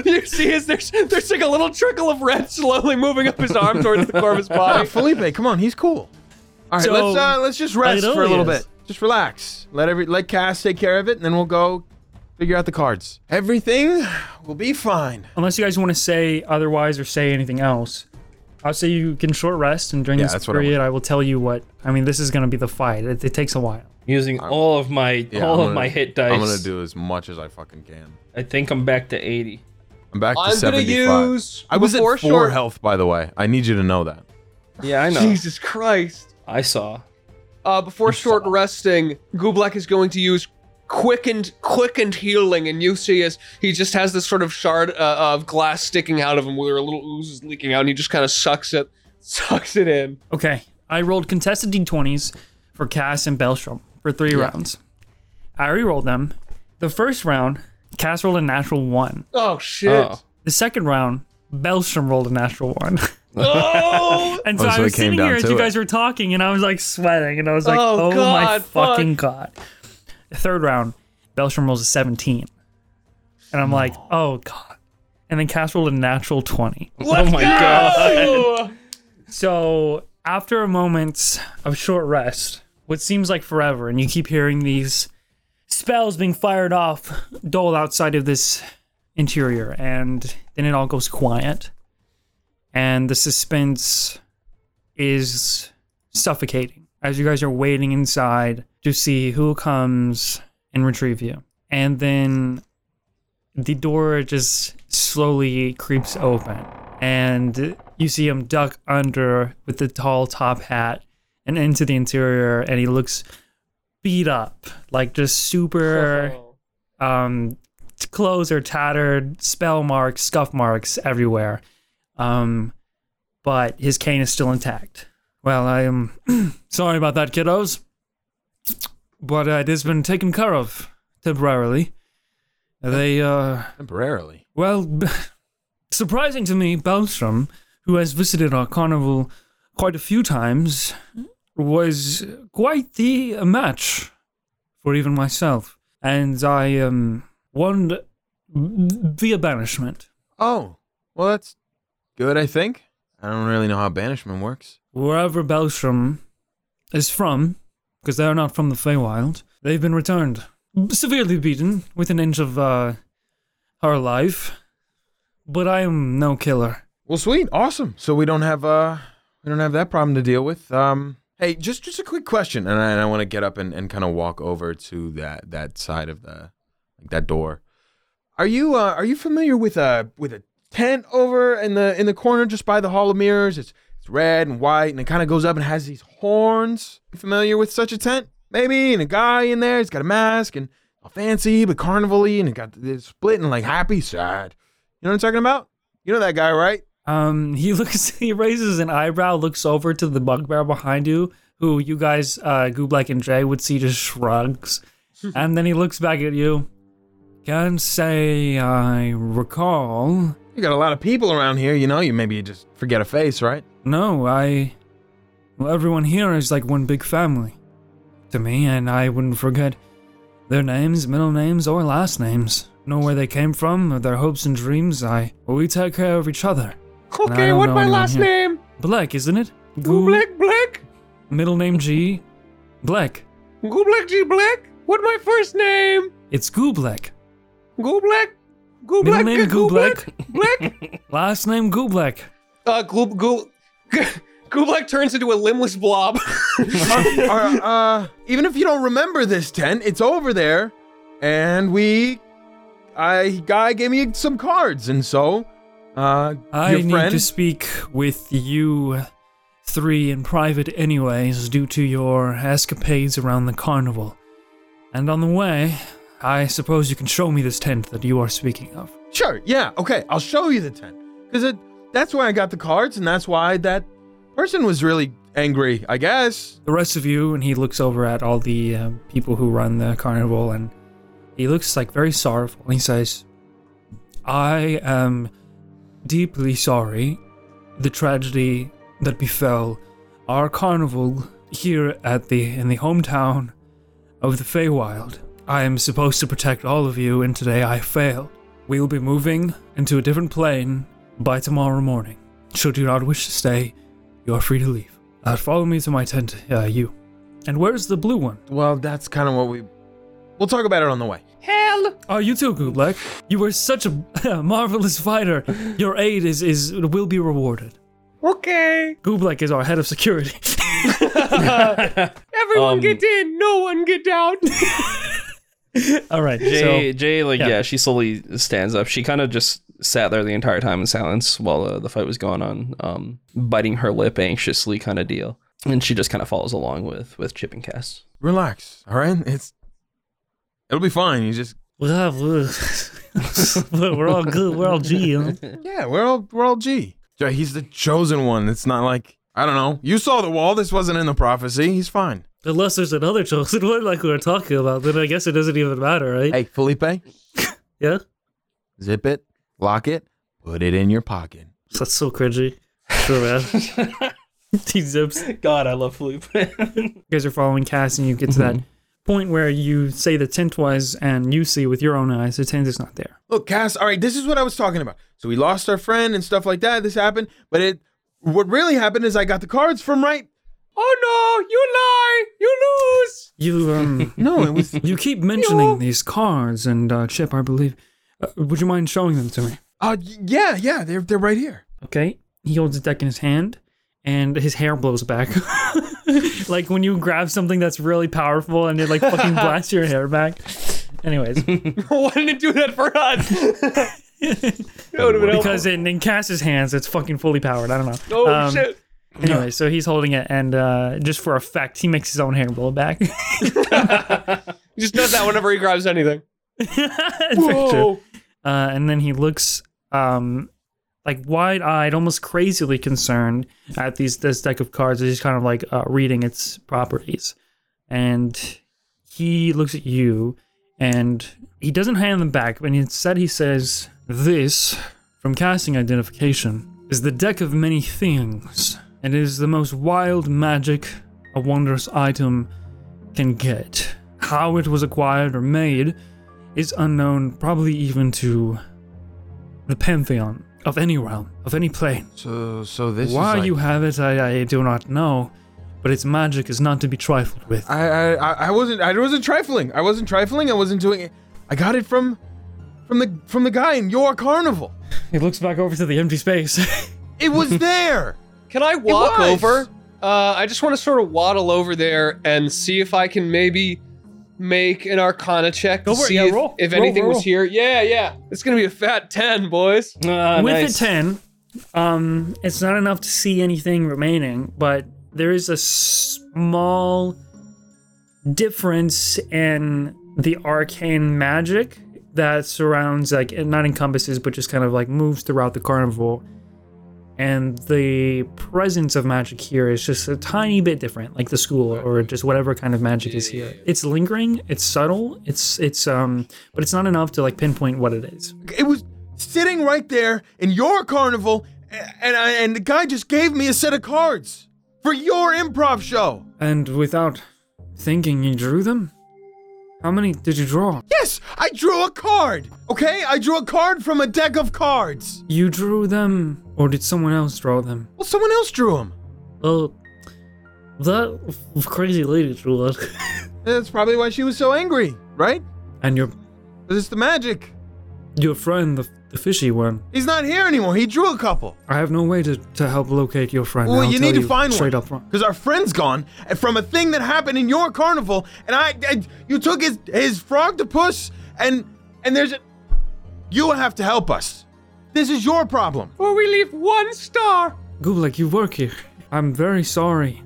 Speaker 2: you see his there's there's like a little trickle of red slowly moving up his arm towards the core of his body.
Speaker 4: Felipe, come on, he's cool. All right,
Speaker 7: So-
Speaker 4: let's uh, let's just rest
Speaker 7: know
Speaker 4: for a
Speaker 7: he
Speaker 4: little
Speaker 7: is.
Speaker 4: bit. Just relax. Let every let Cass take care of it, and then we'll go figure out the cards. Everything will be fine.
Speaker 1: Unless you guys want to say otherwise or say anything else, I'll say you can short rest and during
Speaker 4: Yeah,
Speaker 1: this
Speaker 4: that's what I
Speaker 1: period, I, will tell you what. I mean, this is going to be the fight. It, it takes a while.
Speaker 3: Using all of my all
Speaker 4: I'm
Speaker 3: of
Speaker 4: gonna-
Speaker 3: my hit dice.
Speaker 4: I'm gonna do as much as I fucking can.
Speaker 3: I think I'm back to 80.
Speaker 4: I'm back to
Speaker 2: I'm gonna
Speaker 4: 75.
Speaker 2: use
Speaker 4: I was at
Speaker 2: before
Speaker 4: four
Speaker 2: short-
Speaker 4: health, by the way. I need you to know that.
Speaker 3: Yeah, I know.
Speaker 2: Jesus Christ.
Speaker 3: I saw.
Speaker 2: Uh, before short resting, Gublek is going to use quickened quickened healing, and you see as he just has this sort of shard uh, of glass sticking out of him where a little ooze is leaking out, and he just kind of sucks it, sucks it in.
Speaker 1: Okay, I rolled contested d20s for Cass and Belstrom for three rounds. I re-rolled them. The first round, Cass rolled a natural one.
Speaker 2: Oh shit!
Speaker 3: Oh.
Speaker 1: The second round, Belstrom rolled a natural one.
Speaker 2: Oh,
Speaker 1: And so,
Speaker 4: Oh, so
Speaker 1: I
Speaker 4: it
Speaker 1: was
Speaker 4: came
Speaker 1: sitting
Speaker 4: down
Speaker 1: here as
Speaker 4: to
Speaker 1: you
Speaker 4: it.
Speaker 1: guys were talking, and I was like sweating, and I was like, "Oh,
Speaker 2: Oh,
Speaker 1: my
Speaker 2: God, fuck."
Speaker 1: fucking god!" The third round, Belstrom rolls a seventeen, and I'm like, "Oh god!" And then Cass rolled a natural twenty.
Speaker 3: oh my god.
Speaker 1: So after a moment of short rest, what seems like forever, and you keep hearing these spells being fired off, dole outside of this interior, and then it all goes quiet, and the suspense is suffocating as you guys are waiting inside to see who comes and retrieve you, and then the door just slowly creeps open and you see him duck under with the tall top hat and into the interior and he looks beat up like just super um t- clothes are tattered, spell marks, scuff marks everywhere. Um, but his cane is still intact. Well, I am sorry about that, kiddos. But uh, it has been taken care of temporarily. They, uh,
Speaker 4: Temporarily.
Speaker 1: well, b- surprising to me, Belstrom, who has visited our carnival quite a few times, was quite the match for even myself. And I um, won via banishment.
Speaker 4: Oh, well, that's good, I think. I don't really know how banishment works.
Speaker 1: Wherever Belstrom is from, because they are not from the Feywild, they've been returned. Severely beaten, with an inch of uh, her life. But I am no killer.
Speaker 4: Well, sweet, awesome. So we don't have uh we don't have that problem to deal with. Um, hey, just just a quick question, and I, and I want to get up and, and kind of walk over to that that side of the like that door. Are you uh, are you familiar with a with a tent over in the in the corner just by the Hall of Mirrors? It's it's red and white, and it kind of goes up and has these horns. You familiar with such a tent? Maybe, and a guy in there. He's got a mask and all fancy but carnival-y, and it got it's split and like happy sad. You know what I'm talking about? You know that guy, right?
Speaker 1: Um, he looks, he raises an eyebrow, looks over to the bugbear behind you, who you guys, uh, Gublek and Jay would see just shrugs. and then he looks back at you. Can't say I recall.
Speaker 4: You got a lot of people around here, you know. You maybe you just forget a face, right?
Speaker 1: No, I. Well, everyone here is like one big family to me, and I wouldn't forget their names, middle names, or last names. Know where they came from, or their hopes and dreams. I. Well, we take care of each other. And I
Speaker 2: Okay,
Speaker 1: don't
Speaker 2: what's
Speaker 1: know
Speaker 2: my
Speaker 1: anyone
Speaker 2: last
Speaker 1: here.
Speaker 2: name?
Speaker 1: Black, isn't it? Gu-
Speaker 2: Gublek Black?
Speaker 1: Middle name G, Black.
Speaker 2: Gublek G Black? What my first name?
Speaker 1: It's Gublek.
Speaker 2: Gublek?
Speaker 1: Middle
Speaker 2: Gublek?
Speaker 1: name
Speaker 2: Gublek?
Speaker 1: Gublek.
Speaker 2: Black?
Speaker 1: Last name Gublek.
Speaker 2: Uh, Glub, Gub, Gublek turns into a limbless blob.
Speaker 4: Or, uh, even if you don't remember this tent, it's over there, and we, I guy gave me some cards, and so, uh,
Speaker 1: I
Speaker 4: your
Speaker 1: need
Speaker 4: friend.
Speaker 1: to speak with you three in private, anyways, due to your escapades around the carnival. And on the way, I suppose you can show me this tent that you are speaking of.
Speaker 4: Sure, yeah, okay, I'll show you the tent, cause it, that's why I got the cards, and that's why that person was really angry, I guess.
Speaker 1: The rest of you, and he looks over at all the uh, people who run the carnival, and he looks like very sorrowful. He says, I am deeply sorry the tragedy that befell our carnival here at the in the hometown of the Feywild. I am supposed to protect all of you, and today I failed. We will be moving into a different plane by tomorrow morning. Should you not wish to stay, you are free to leave. Uh, follow me to my tent, uh, you. And where's the blue one?
Speaker 4: Well, that's kind of what we. We'll talk about it on the way.
Speaker 2: Hell!
Speaker 1: Oh, you too, Gublek. You were such a marvelous fighter. Your aid is, is will be rewarded.
Speaker 2: Okay.
Speaker 1: Gublek is our head of security.
Speaker 2: Everyone
Speaker 3: Um,
Speaker 2: get in, no one get out.
Speaker 1: all right, so
Speaker 3: Jay, Jay, like yeah. she slowly stands up. She kind of just sat there the entire time in silence while uh, the fight was going on, um, biting her lip anxiously, kind of deal. And she just kind of follows along with with Chip and Cass.
Speaker 4: Relax, all right? It's, it'll be fine. You just
Speaker 7: Well, we're we're all good. We're all G. You know?
Speaker 4: Yeah, we're all we're all G. Yeah, he's the chosen one. It's not like I don't know. You saw the wall. This wasn't in the prophecy. He's fine.
Speaker 7: Unless there's another chosen one like we were talking about, then I guess it doesn't even matter, right?
Speaker 4: Hey, Felipe.
Speaker 7: Yeah?
Speaker 4: Zip it, lock it, put it in your pocket.
Speaker 7: That's so cringy. Sure, man.
Speaker 1: he zips. You
Speaker 3: God, I love Felipe.
Speaker 1: guys are following Cass, and you get to that point where you say the tent was, and you see with your own eyes the tent is not there.
Speaker 4: Look, Cass. All right, this is what I was talking about. So we lost our friend and stuff like that. This happened, but it what really happened is I got the cards from right.
Speaker 2: Oh no, you lie, you lose.
Speaker 1: You um,
Speaker 4: No, it was.
Speaker 1: you keep mentioning these cards and uh, Chip, I believe. Uh, would you mind showing them to me?
Speaker 4: Uh, y- yeah, yeah. They're they're right here.
Speaker 1: Okay. He holds a deck in his hand and his hair blows back. like when you grab something that's really powerful and it like fucking blasts your hair back. Anyways,
Speaker 2: Why didn't it do that for us?
Speaker 1: because in, in Cass's hands, it's fucking fully powered. I don't know.
Speaker 2: Oh
Speaker 1: Um,
Speaker 2: shit.
Speaker 1: Anyway, so he's holding it and uh, just for effect, he makes his own hair blow back.
Speaker 2: He just does that whenever he grabs anything. Oh,
Speaker 1: Whoa. Uh, and then he looks um, like wide-eyed, almost crazily concerned at these this deck of cards. He's kind of like uh, reading its properties, and he looks at you, and he doesn't hand them back. But instead, he says, "This, from casting identification, is the deck of many things, and is the most wild magic a wondrous item can get. How it was acquired or made." is unknown, probably even to the pantheon of any realm, of any plane.
Speaker 4: So, so this.
Speaker 1: Why you have it, I, I do not know, but its magic is not to be trifled with.
Speaker 4: I, I, I- I wasn't. I wasn't trifling. I wasn't trifling. I wasn't doing it. I got it from, from the from the guy in your carnival.
Speaker 1: He looks back over to the empty space.
Speaker 4: It was there.
Speaker 2: Can I walk
Speaker 4: was.
Speaker 2: over? Uh, I just want to sort of waddle over there and see if I can maybe make an Arcana check to
Speaker 1: Go for it,
Speaker 2: see
Speaker 1: yeah,
Speaker 2: if,
Speaker 1: roll.
Speaker 2: if
Speaker 1: Roll,
Speaker 2: anything
Speaker 1: roll,
Speaker 2: was here. Yeah, yeah. It's gonna be a fat ten, boys.
Speaker 3: Ah,
Speaker 1: with
Speaker 3: nice.
Speaker 1: a 10 um it's not enough to see anything remaining but there is a small difference in the arcane magic that surrounds like it not encompasses but just kind of like moves throughout the carnival and the presence of magic here is just a tiny bit different like the school or just whatever kind of magic is here it's lingering it's subtle it's it's um but it's not enough to like pinpoint what it is
Speaker 4: It was sitting right there in your carnival, a- and I, and the guy just gave me a set of cards for your improv show.
Speaker 1: And without thinking, you drew them? How many did you draw?
Speaker 4: Yes, I drew a card. Okay, I drew a card from a deck of cards.
Speaker 1: You drew them, or did someone else draw them?
Speaker 4: Well, someone else drew them.
Speaker 7: Oh, that f- crazy lady drew it.
Speaker 4: That's probably why she was so angry, right?
Speaker 1: And your
Speaker 4: Because it's the magic.
Speaker 1: your friend, the, the fishy one.
Speaker 4: He's not here anymore. He drew a couple.
Speaker 1: I have no way to, to help locate your friend.
Speaker 4: Well,
Speaker 1: I'll
Speaker 4: you
Speaker 1: tell
Speaker 4: need to find
Speaker 1: straight
Speaker 4: one.
Speaker 1: up front.
Speaker 4: Because our friend's gone and from a thing that happened in your carnival, and I, I you took his his frog to puss, and and there's a, you have to help us. This is your problem.
Speaker 2: Or we leave one star.
Speaker 1: Gublek, you work here. I'm very sorry.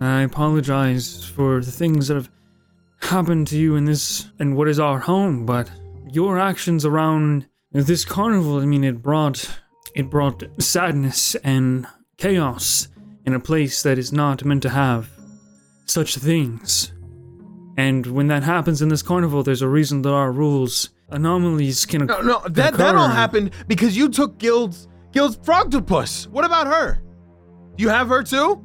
Speaker 1: I apologize for the things that have happened to you in this and what is our home, but your actions around this carnival, I mean it brought it brought sadness and chaos in a place that is not meant to have such things. And when that happens in this carnival, there's a reason that our rules anomalies can
Speaker 4: No, no, that that all
Speaker 1: occur.
Speaker 4: happened because you took Guild's Guild's frog to puss. What about her? You have her too?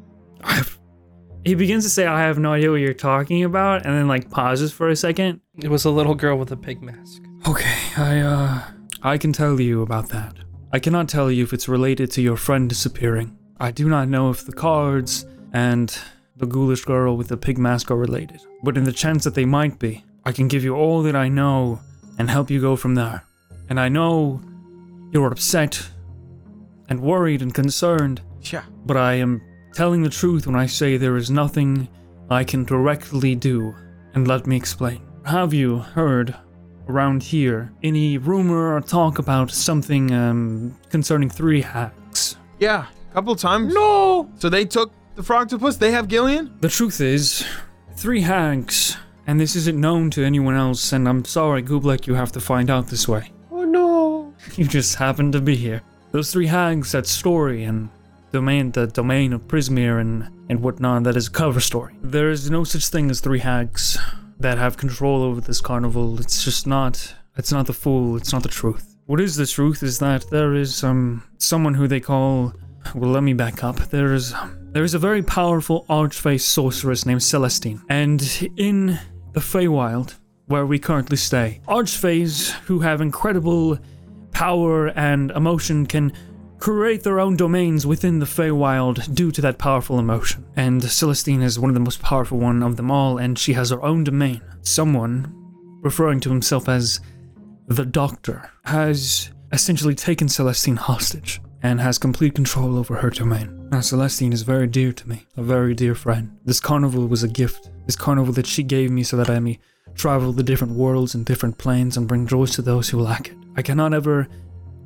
Speaker 1: he begins to say, I have no idea what you're talking about, and then like pauses for a second.
Speaker 3: It was a little girl with a pig mask.
Speaker 1: Okay, I uh I can tell you about that. I cannot tell you if it's related to your friend disappearing. I do not know if the cards and the ghoulish girl with the pig mask are related. But in the chance that they might be, I can give you all that I know and help you go from there. And I know you're upset and worried and concerned,
Speaker 4: Yeah.
Speaker 1: but I am telling the truth when I say there is nothing I can directly do. And let me explain. Have you heard around here any rumor or talk about something um, concerning three hacks?
Speaker 4: Yeah. A couple times.
Speaker 2: No.
Speaker 4: So they took the frog to puss. They have Gillian.
Speaker 1: The truth is, three hags, and this isn't known to anyone else, and I'm sorry, Gublek, you have to find out this way.
Speaker 2: Oh no.
Speaker 1: You just happen to be here. Those three hags, that story, and domain, the domain of Prismir and, and whatnot, that is a cover story. There is no such thing as three hags that have control over this carnival. It's just not, it's not the fool, it's not the truth. What is the truth is that there is, um, someone who they call, well, let me back up. There is, there is a very powerful archface sorceress named Celestine. And in the Feywild, where we currently stay, archfays who have incredible power and emotion can create their own domains within the Feywild due to that powerful emotion. And Celestine is one of the most powerful one of them all, and she has her own domain. Someone, referring to himself as the Doctor, has essentially taken Celestine hostage and has complete control over her domain. Now, Celestine is very dear to me, a very dear friend. This carnival was a gift. This carnival that she gave me so that I may travel the different worlds and different planes and bring joys to those who lack it. I cannot ever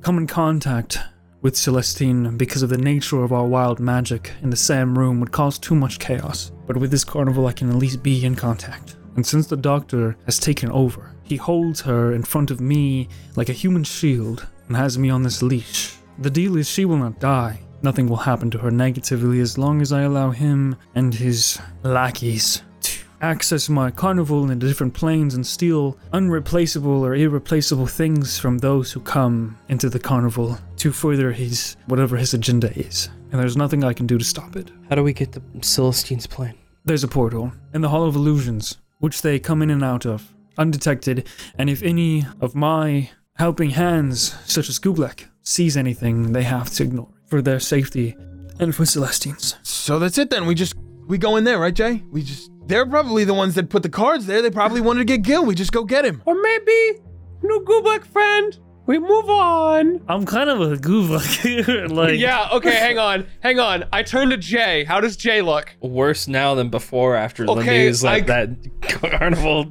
Speaker 1: come in contact with Celestine because of the nature of our wild magic in the same room would cause too much chaos. But with this carnival, I can at least be in contact. And since the doctor has taken over, He holds her in front of me like a human shield and has me on this leash. The deal is she will not die. Nothing will happen to her negatively as long as I allow him and his lackeys to access my carnival in different planes and steal unreplaceable or irreplaceable things from those who come into the carnival to further his whatever his agenda is. And there's nothing I can do to stop it.
Speaker 3: How do we get the Celestine's plane?
Speaker 1: There's a portal in the Hall of Illusions, which they come in and out of, undetected, and if any of my helping hands, such as Gublek, sees anything, they have to ignore it for their safety and for Celestine's.
Speaker 4: So that's it then. We just we go in there, right, Jay? We just they're probably the ones that put the cards there. They probably wanted to get Gil. We just go get him.
Speaker 2: Or maybe, no good luck, friend. We move on.
Speaker 7: I'm kind of a goof like
Speaker 2: Yeah, okay, hang on. Hang on. I turn to Jay. How does Jay look?
Speaker 3: Worse now than before after the
Speaker 2: Okay,
Speaker 3: news like
Speaker 2: I-
Speaker 3: that carnival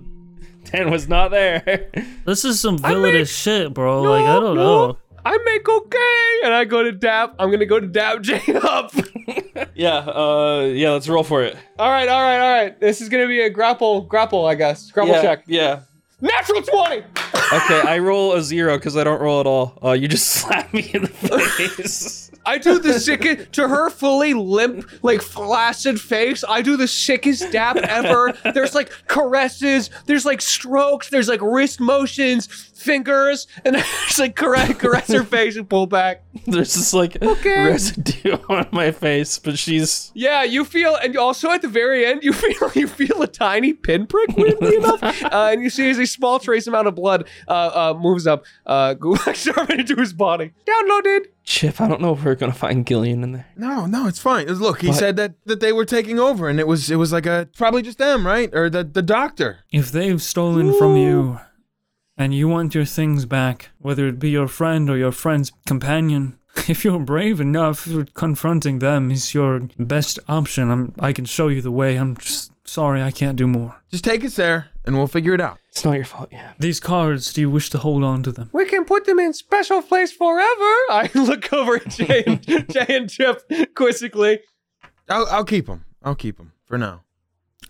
Speaker 3: Dan was not there.
Speaker 7: This is some
Speaker 2: make-
Speaker 7: villainous shit, bro. like I don't know.
Speaker 2: I make okay. And I go to dap. I'm going to go to dap Jay up.
Speaker 3: yeah, uh yeah, let's roll for it.
Speaker 2: all right, all right, all right. This is going to be a grapple, grapple, I guess. Grapple
Speaker 3: yeah,
Speaker 2: check.
Speaker 3: Yeah.
Speaker 2: Natural 20.
Speaker 3: Okay, I roll a zero because I don't roll at all. Uh you just slap me in the face.
Speaker 2: I do the sickest to her fully limp, like flaccid face. I do the sickest dap ever. There's like caresses, there's like strokes, there's like wrist motions, fingers, and there's like caress, caress her face and pull back.
Speaker 3: There's just like
Speaker 2: Okay.
Speaker 3: residue on my face, but she's
Speaker 2: Yeah, you feel, and also at the very end, you feel you feel a tiny pinprick, weirdly enough, uh, and you see as a small trace amount of blood uh, uh, moves up uh, Gulak Starman into his body. Downloaded.
Speaker 3: Chip, I don't know if we're gonna find Gillian in there.
Speaker 4: No, no, it's fine. Look, he said that that they were taking over, and it was it was like a probably just them, right? Or the the doctor.
Speaker 1: If they've stolen from you and you want your things back, whether it be your friend or your friend's companion, if you're brave enough, confronting them is your best option. I'm, I can show you the way. I'm just sorry I can't do more.
Speaker 4: Just take us there, and we'll figure it out.
Speaker 3: It's not your fault, yeah.
Speaker 1: These cards, do you wish to hold on to them?
Speaker 2: We can put them in special place forever. I look over at Jay and, Jay and Chip quizzically.
Speaker 4: I'll I'll keep him. I'll keep him for now.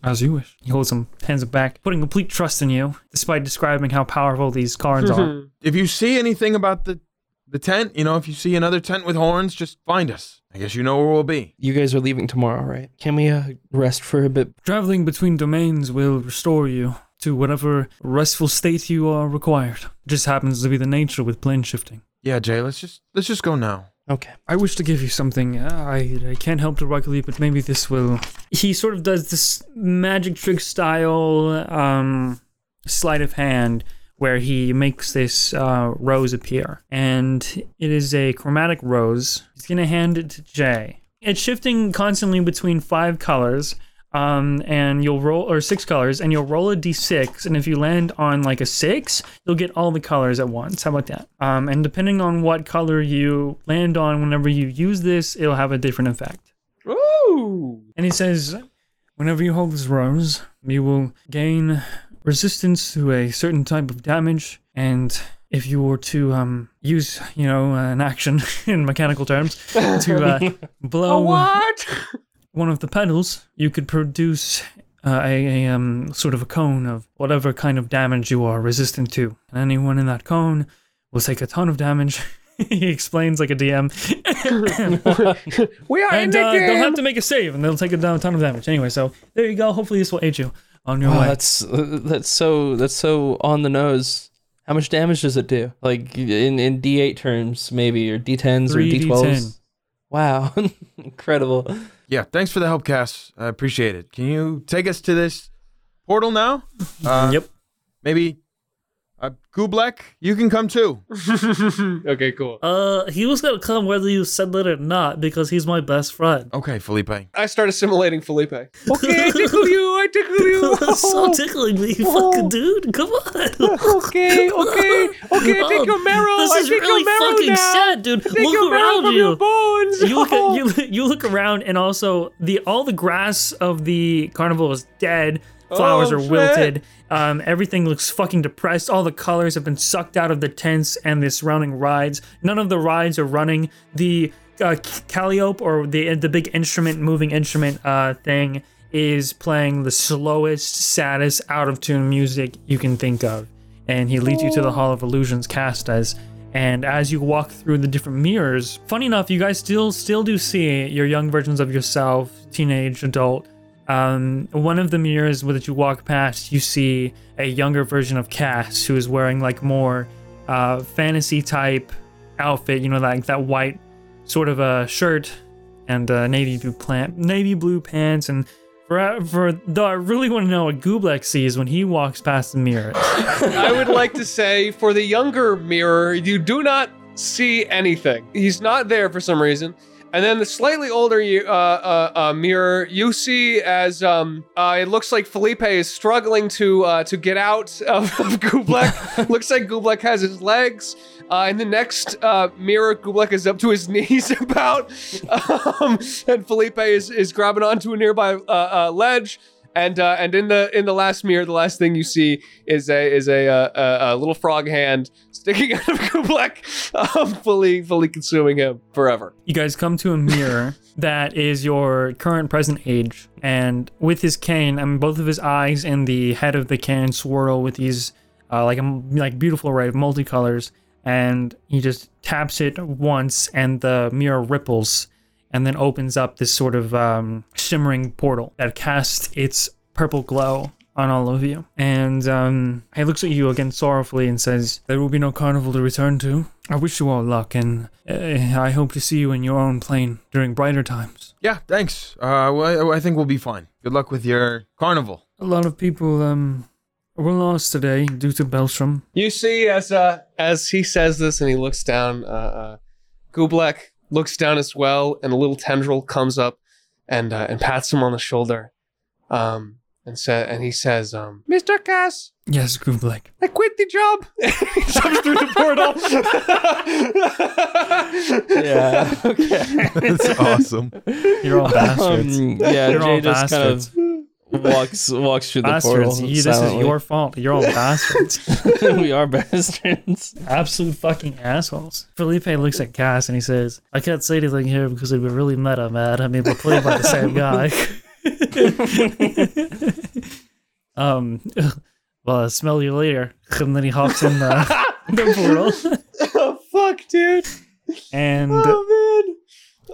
Speaker 1: As you wish. He holds him, hands it back, putting complete trust in you, despite describing how powerful these cards are.
Speaker 4: If you see anything about the the tent, you know, if you see another tent with horns, just find us. I guess you know where we'll be.
Speaker 3: You guys are leaving tomorrow, right? Can we uh, rest for a bit?
Speaker 1: Traveling between domains will restore you to whatever restful state you are required. Just happens to be the nature with plane shifting.
Speaker 4: Yeah, Jay. Let's just let's just go now.
Speaker 3: Okay.
Speaker 1: I wish to give you something. Uh, I, I can't help directly, but maybe this will. He sort of does this magic trick style um, sleight of hand where he makes this uh, rose appear. And it is a chromatic rose. He's going to hand it to Jay. It's shifting constantly between five colors. Um, and you'll roll, or six colors, and you'll roll a d6. And if you land on like a six, you'll get all the colors at once. How about that? Um, and depending on what color you land on, whenever you use this, it'll have a different effect.
Speaker 2: Ooh.
Speaker 1: And he says, whenever you hold this rose, you will gain resistance to a certain type of damage. And if you were to um, use, you know, an action in mechanical terms to uh, blow
Speaker 2: What?
Speaker 1: one of the petals, you could produce uh, a, a um, sort of a cone of whatever kind of damage you are resistant to. And anyone in that cone will take a ton of damage. he explains like a DM.
Speaker 2: We are in
Speaker 1: And
Speaker 2: the
Speaker 1: uh, they'll
Speaker 2: game.
Speaker 1: have to make a save and they'll take a down- ton of damage. Anyway, so there you go. Hopefully, this will aid you on your
Speaker 3: Wow,
Speaker 1: way.
Speaker 3: that's uh, that's so that's so on the nose. How much damage does it do? Like in in D8 terms, maybe or D10s or
Speaker 1: 3D10.
Speaker 3: D12s. Wow, incredible.
Speaker 4: Yeah. Thanks for the help, Cass. I appreciate it. Can you take us to this portal now? Uh,
Speaker 1: Yep.
Speaker 4: Maybe. Uh, Gublek, you can come too.
Speaker 2: okay, cool.
Speaker 7: Uh, he was gonna come whether you said that or not because he's my best friend.
Speaker 4: Okay, Felipe.
Speaker 2: I start assimilating Felipe. Okay, I tickle you. I tickle you.
Speaker 7: so tickling me, you fucking dude. Come on.
Speaker 1: Oh,
Speaker 2: Okay, okay, okay. I take your marrow.
Speaker 7: This
Speaker 2: I
Speaker 7: is
Speaker 2: take
Speaker 7: really
Speaker 2: your marrow
Speaker 7: fucking
Speaker 2: now.
Speaker 7: sad, dude.
Speaker 2: Take your marrow
Speaker 7: Look around
Speaker 2: from your
Speaker 7: you.
Speaker 2: bones. Oh,
Speaker 7: You look, at, you look- you look around, and also the all the grass of the carnival is dead. Flowers
Speaker 2: Oh,
Speaker 7: are
Speaker 2: shit.
Speaker 7: wilted. Um, everything looks fucking depressed. All the colors have been sucked out of the tents and the surrounding rides. None of the rides are running. The uh, calliope or the the big instrument, moving instrument uh, thing, is playing the slowest, saddest, out of tune music you can think of. and he leads you to the Hall of Illusions cast as and as you walk through the different mirrors, funny enough, you guys still still do see your young versions of yourself, teenage, adult. Um, one of the mirrors that you walk past, you see a younger version of Cass who is wearing like more uh, fantasy type outfit. You know, like that white sort of a shirt and uh, navy blue plant, navy blue pants, and for for though I really want to know what Gublek sees when he walks past the mirror.
Speaker 2: I would like to say for the younger mirror, you do not see anything. He's not there for some reason. And then the slightly older you- uh, uh, uh, mirror, you see as um, uh, it looks like Felipe is struggling to uh, to get out of, of Gublek. looks like Gublek has his legs. Uh, in the next uh, mirror, Gublek is up to his knees about, um, and Felipe is, is grabbing onto a nearby uh, uh, ledge. And uh, and in the in the last mirror, the last thing you see is a is a, uh, a, a little frog hand sticking out of Kublek, um, fully fully consuming him forever.
Speaker 7: You guys come to a mirror that is your current present age, and with his cane, I mean, both of his eyes and the head of the cane swirl with these uh, like a m- like beautiful array of multicolors, and he just taps it once, and the mirror ripples, and then opens up this sort of um, shimmering portal that casts its purple glow on all of you. And um, he looks at you again sorrowfully and says, There will be no carnival to return to. I wish you all luck, and uh, I hope to see you in your own plane during brighter times.
Speaker 4: Yeah, thanks. Uh, well, I I think we'll be fine. Good luck with your carnival.
Speaker 7: A lot of people um, were lost today due to Beltram.
Speaker 2: You see as uh, as he says this and he looks down, uh, uh, Gublek looks down as well, and a little tendril comes up and uh, and pats him on the shoulder, um, and sa- and he says, um, "Mr. Cass,
Speaker 7: Yes, Gublek.
Speaker 2: I quit the job. he jumps through the portal.
Speaker 3: Yeah.
Speaker 4: That's awesome.
Speaker 7: You're all bastards.
Speaker 3: Um, yeah,
Speaker 7: They're
Speaker 3: Jay
Speaker 7: all
Speaker 3: just kind of walks walks through the
Speaker 7: bastards.
Speaker 3: portal.
Speaker 7: You, this is your fault. You're all bastards.
Speaker 3: your. we are bastards.
Speaker 7: absolute fucking assholes. Felipe looks at Cass and he says, I can't say anything here because it'd be really meta, man. I mean, we're playing by the same guy. um, well, I'll smell you later. And then he hops in the, the portal.
Speaker 2: oh fuck, dude.
Speaker 7: And
Speaker 2: Oh man.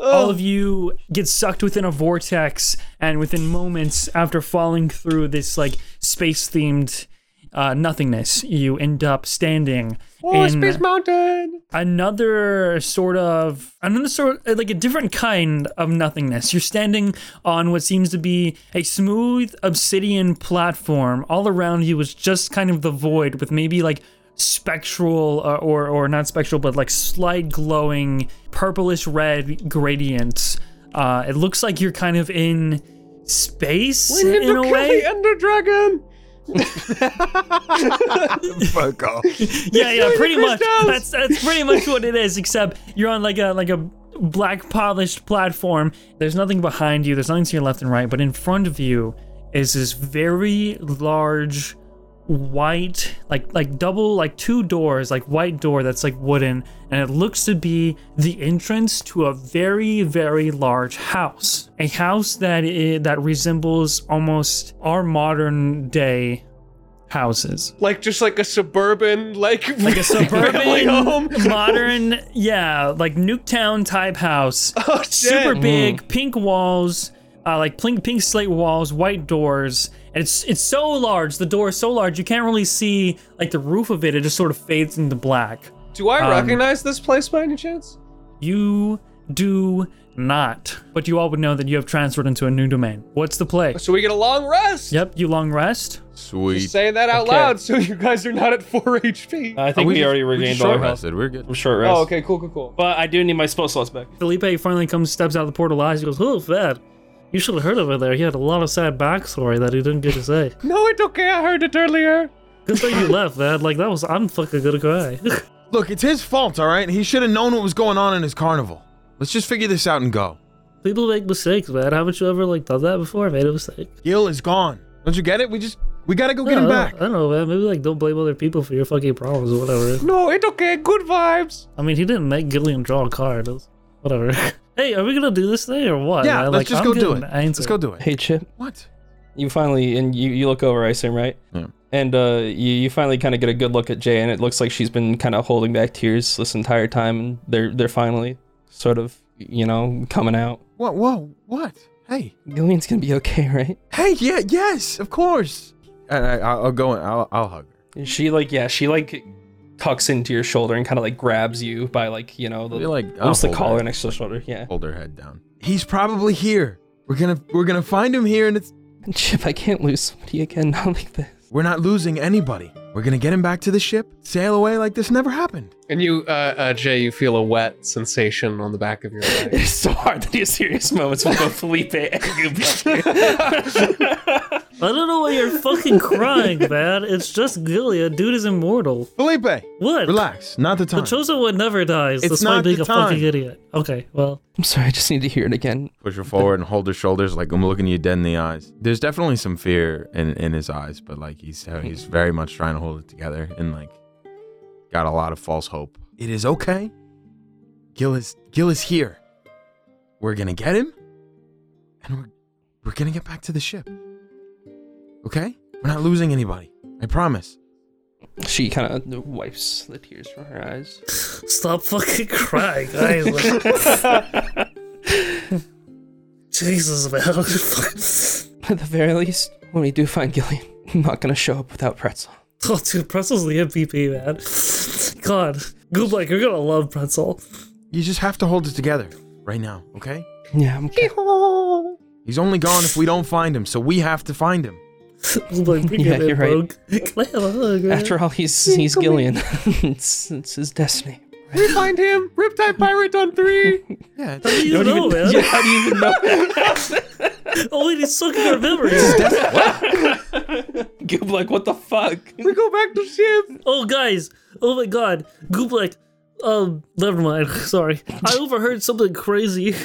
Speaker 7: all of you get sucked within a vortex and within moments after falling through this like space themed uh, nothingness you end up standing
Speaker 2: Oh,
Speaker 7: in
Speaker 2: Space Mountain.
Speaker 7: another sort of another sort like a different kind of nothingness you're standing on what seems to be a smooth obsidian platform all around you is just kind of the void with maybe like spectral uh, or or not spectral but like slight glowing purplish red gradients uh it looks like you're kind of in space in a way
Speaker 2: Ender Dragon.
Speaker 4: Fuck off.
Speaker 7: yeah, yeah, pretty much.
Speaker 2: crystals.
Speaker 7: That's that's pretty much what it is. Except you're on like a like a black polished platform. There's nothing behind you. There's nothing to your left and right. But in front of you is this very large white like like double like two doors like white door that's like wooden and it looks to be the entrance to a very very large house a house that is, that resembles almost our modern day houses
Speaker 2: Like just like a suburban, like
Speaker 7: like a
Speaker 2: family
Speaker 7: suburban
Speaker 2: home.
Speaker 7: modern yeah like nuketown type house
Speaker 2: Oh, shit.
Speaker 7: super big pink walls uh, like pink pink slate walls white doors and it's it's so large the door is so large you can't really see like the roof of it it just sort of fades into black
Speaker 2: Do I recognize this place by any chance?
Speaker 7: you do not but you all would know that you have transferred into a new domain what's the play
Speaker 2: So we get a long rest.
Speaker 7: yep you long rest
Speaker 4: Sweet.
Speaker 2: Saying that out
Speaker 3: Okay.
Speaker 2: loud so you guys are not at 4 HP.
Speaker 3: I think we, already regained all our health.
Speaker 4: rested. We're good.
Speaker 3: Short rest.
Speaker 2: oh, okay, cool, cool, cool.
Speaker 3: But I do need my spell slots back.
Speaker 7: felipe finally comes steps out of the portal eyes he goes who's that you should have heard of it there he had a lot of sad backstory that he didn't get to say
Speaker 2: No, it's okay. I heard it earlier.
Speaker 7: Good thing you left, man. Like that was I'm fucking gonna cry.
Speaker 4: Look, it's his fault, all right? He should have known what was going on in his carnival. Let's just figure this out and go.
Speaker 7: People make mistakes, man. Haven't you ever like done that before? Made a mistake?
Speaker 4: Gil is gone. Don't you get it? We just we gotta go get him
Speaker 7: I don't-
Speaker 4: back.
Speaker 7: I don't know, man. Maybe like don't blame other people for your fucking problems or whatever.
Speaker 2: No, it's okay. Good vibes.
Speaker 7: I mean, he didn't make Gillian draw a card. It was- Whatever. hey, are we gonna do this thing or what?
Speaker 4: yeah,
Speaker 7: man?
Speaker 4: let's
Speaker 7: Like,
Speaker 4: just
Speaker 7: I'm
Speaker 4: go do
Speaker 7: getting
Speaker 4: it.
Speaker 7: antsy.
Speaker 4: Let's go do it.
Speaker 3: Hey Chip,
Speaker 4: What?
Speaker 3: you finally and you you look over, I assume, right?
Speaker 4: Yeah.
Speaker 3: And uh, you, you finally kind of get a good look at Jay, and it looks like she's been kind of holding back tears this entire time, and they're they're finally sort of you know coming out.
Speaker 4: What? Whoa! What? Hey!
Speaker 3: Gillian's gonna be okay, right?
Speaker 4: Hey! Yeah! Yes! Of course! And I, I'll I'll go and I'll, I'll hug her.
Speaker 3: And she like yeah, she like tucks into your shoulder and kind of like grabs you by like you know the
Speaker 4: I feel like I'll
Speaker 3: almost the
Speaker 4: hold
Speaker 3: collar
Speaker 4: her-
Speaker 3: next to the shoulder. Yeah.
Speaker 4: Hold her head down. He's probably here. We're gonna we're gonna find him here, and it's
Speaker 3: Chip, I can't lose somebody again. Not like this.
Speaker 4: we're not losing anybody. We're gonna get him back to the ship, sail away like this never happened.
Speaker 2: And you, uh, uh, Jay, you feel a wet sensation on the back of your leg.
Speaker 3: It's so hard to do serious moments with both Felipe and Goop.
Speaker 7: I don't know why you're fucking crying, man. It's just Gilead. Dude is immortal.
Speaker 4: Felipe,
Speaker 7: What?
Speaker 4: relax. Not the time.
Speaker 7: The chosen one never dies.
Speaker 4: It's
Speaker 7: despite
Speaker 4: not
Speaker 7: being
Speaker 4: the
Speaker 7: a fucking
Speaker 4: time.
Speaker 7: idiot. Okay, well,
Speaker 3: I'm sorry, I just need to hear it again.
Speaker 4: Push her forward and hold her shoulders, like I'm looking you dead in the eyes. There's definitely some fear in, in his eyes, but like he's uh, he's very much trying to hold it together and like got a lot of false hope. It is okay. Gil is Gil is here. We're gonna get him, and we're we're gonna get back to the ship. Okay, we're not losing anybody. I promise.
Speaker 3: She kind of wipes the tears from her eyes.
Speaker 7: stop fucking crying, guys. Like- Jesus, man.
Speaker 3: At the very least, when we do find Gillian, I'm not gonna show up without Pretzel.
Speaker 7: oh, dude, Pretzel's the MVP, man. God. Goob, like, you're gonna love Pretzel.
Speaker 4: You just have to hold it together right now. Okay.
Speaker 3: Yeah, I'm okay.
Speaker 4: He's only gone if we don't find him, so we have to find him.
Speaker 7: Goob, like, bring
Speaker 3: Yeah,
Speaker 7: it in,
Speaker 3: you're right.
Speaker 7: Rogue. Can I have a hug, man?
Speaker 3: After all, he's he's Gillian. it's it's his destiny.
Speaker 2: we find him! Riptide Pirate on three!
Speaker 4: Yeah.
Speaker 7: you don't know, man.
Speaker 3: How do you even know?
Speaker 7: Oh, wait, he's sucking our memories.
Speaker 3: Goop like, what the fuck?
Speaker 2: We go back to ship!
Speaker 7: Oh, guys. Oh, my God. Goop, like, um, never mind. Sorry. I overheard something crazy.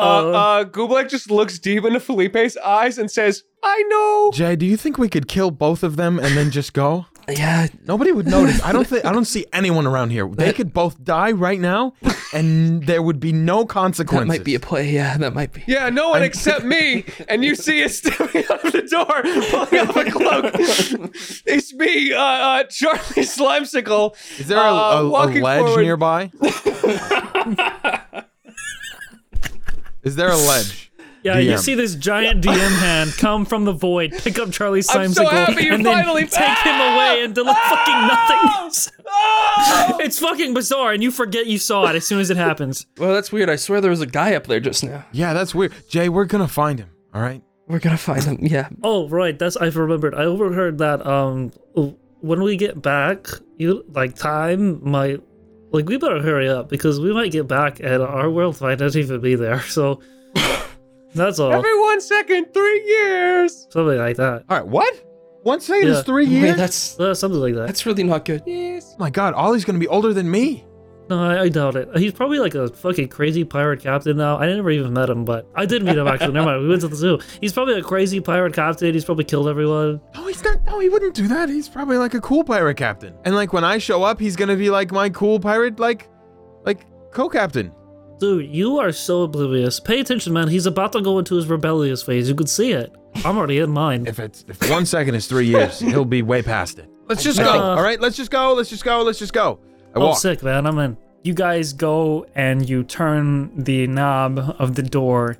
Speaker 2: Uh, uh, Gublek just looks deep into Felipe's eyes and says, I know!
Speaker 4: Jay, do you think we could kill both of them and then just go?
Speaker 3: Yeah,
Speaker 4: Nobody would notice. I don't think I don't see anyone around here. They could both die right now, and there would be no
Speaker 3: that
Speaker 4: consequences.
Speaker 3: might be a play. Yeah, that might be.
Speaker 2: Yeah, no one except me. And you see us stepping out of the door, pulling off a cloak. it's me, uh, uh, Charlie Slimesicle.
Speaker 4: Is there a,
Speaker 2: uh,
Speaker 4: a, a
Speaker 2: walking
Speaker 4: ledge
Speaker 2: forward.
Speaker 4: nearby? Is there a ledge?
Speaker 7: Yeah, you
Speaker 4: DM.
Speaker 7: see this giant DM hand come from the void, pick up Charlie
Speaker 2: I'm
Speaker 7: Simsicle,
Speaker 2: so happy you
Speaker 7: and then
Speaker 2: finally Ah!
Speaker 7: take him away and deliver fucking nothing. it's fucking bizarre, and you forget you saw it as soon as it happens.
Speaker 3: Well, that's weird. I swear there was a guy up there just now.
Speaker 4: Yeah, that's weird. Jay, we're gonna find him. All right.
Speaker 3: We're gonna find him. Yeah.
Speaker 7: Oh, right, that's I've remembered. I overheard that um when we get back, you like time might like we better hurry up because we might get back and our world might not even be there. So that's all.
Speaker 2: Every one second, three years.
Speaker 7: Something like that.
Speaker 4: All right. What? One second
Speaker 7: Yeah.
Speaker 4: is three
Speaker 3: Wait,
Speaker 4: years.
Speaker 3: that's
Speaker 7: Uh, something like that.
Speaker 3: that's really not good.
Speaker 4: oh my God, Ollie's gonna be older than me.
Speaker 7: No, I, I doubt it. He's probably like a fucking crazy pirate captain now. I never even met him, but I did meet him actually. Never mind. We went to the zoo. He's probably a crazy pirate captain. He's probably killed everyone.
Speaker 4: No, he's not. No, he wouldn't do that. He's probably like a cool pirate captain. And like when I show up, he's gonna be like my cool pirate, like, like co-captain.
Speaker 7: Dude, you are so oblivious. Pay attention, man. He's about to go into his rebellious phase. You could see it. I'm already in mine.
Speaker 4: If it's if one second is three years, he'll be way past it. Let's just go.
Speaker 7: Uh,
Speaker 4: all right, let's just go. Let's just go. Let's just go. I
Speaker 7: I'm
Speaker 4: walk.
Speaker 7: sick, man. I'm in.
Speaker 8: You guys go and you turn the knob of the door,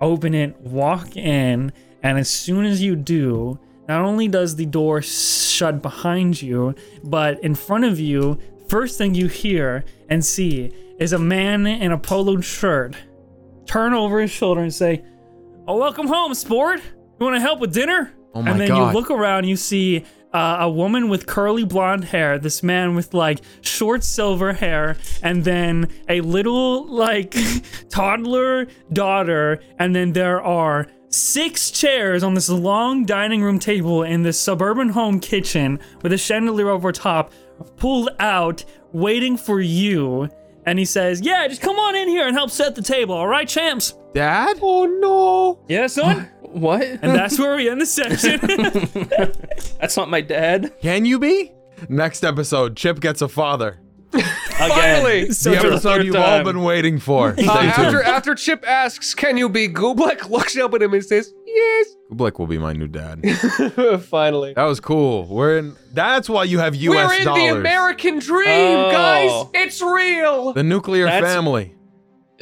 Speaker 8: open it, walk in, and as soon as you do, not only does the door shut behind you, but in front of you, first thing you hear and see is a man in a polo shirt turn over his shoulder and say, Oh, welcome home, sport. You want to help with dinner?
Speaker 4: Oh my
Speaker 8: and then
Speaker 4: God.
Speaker 8: you look around, you see uh, a woman with curly blonde hair, this man with like short silver hair, and then a little like toddler daughter, and then there are six chairs on this long dining room table in this suburban home kitchen with a chandelier over top pulled out, waiting for you. And he says, Yeah, just come on in here and help set the table, all right, champs?
Speaker 4: Dad?
Speaker 2: Oh no!
Speaker 8: Yeah, son?
Speaker 3: What?
Speaker 8: And that's where we end the section.
Speaker 3: that's not my dad.
Speaker 4: Can you be? Next episode, Chip gets a father.
Speaker 2: Finally!
Speaker 4: the episode you've all been waiting for. e-
Speaker 2: Uh,
Speaker 4: Stay tuned.
Speaker 2: after after Chip asks, "Can you be Gublek?" looks up at him and says, "Yes."
Speaker 4: Kublik will be my new dad.
Speaker 2: Finally.
Speaker 4: That was cool. We're in. That's why you have U.S.
Speaker 2: We're in
Speaker 4: dollars.
Speaker 2: the American dream,
Speaker 3: Oh.
Speaker 2: guys. It's real.
Speaker 4: The nuclear
Speaker 3: That's-
Speaker 4: family.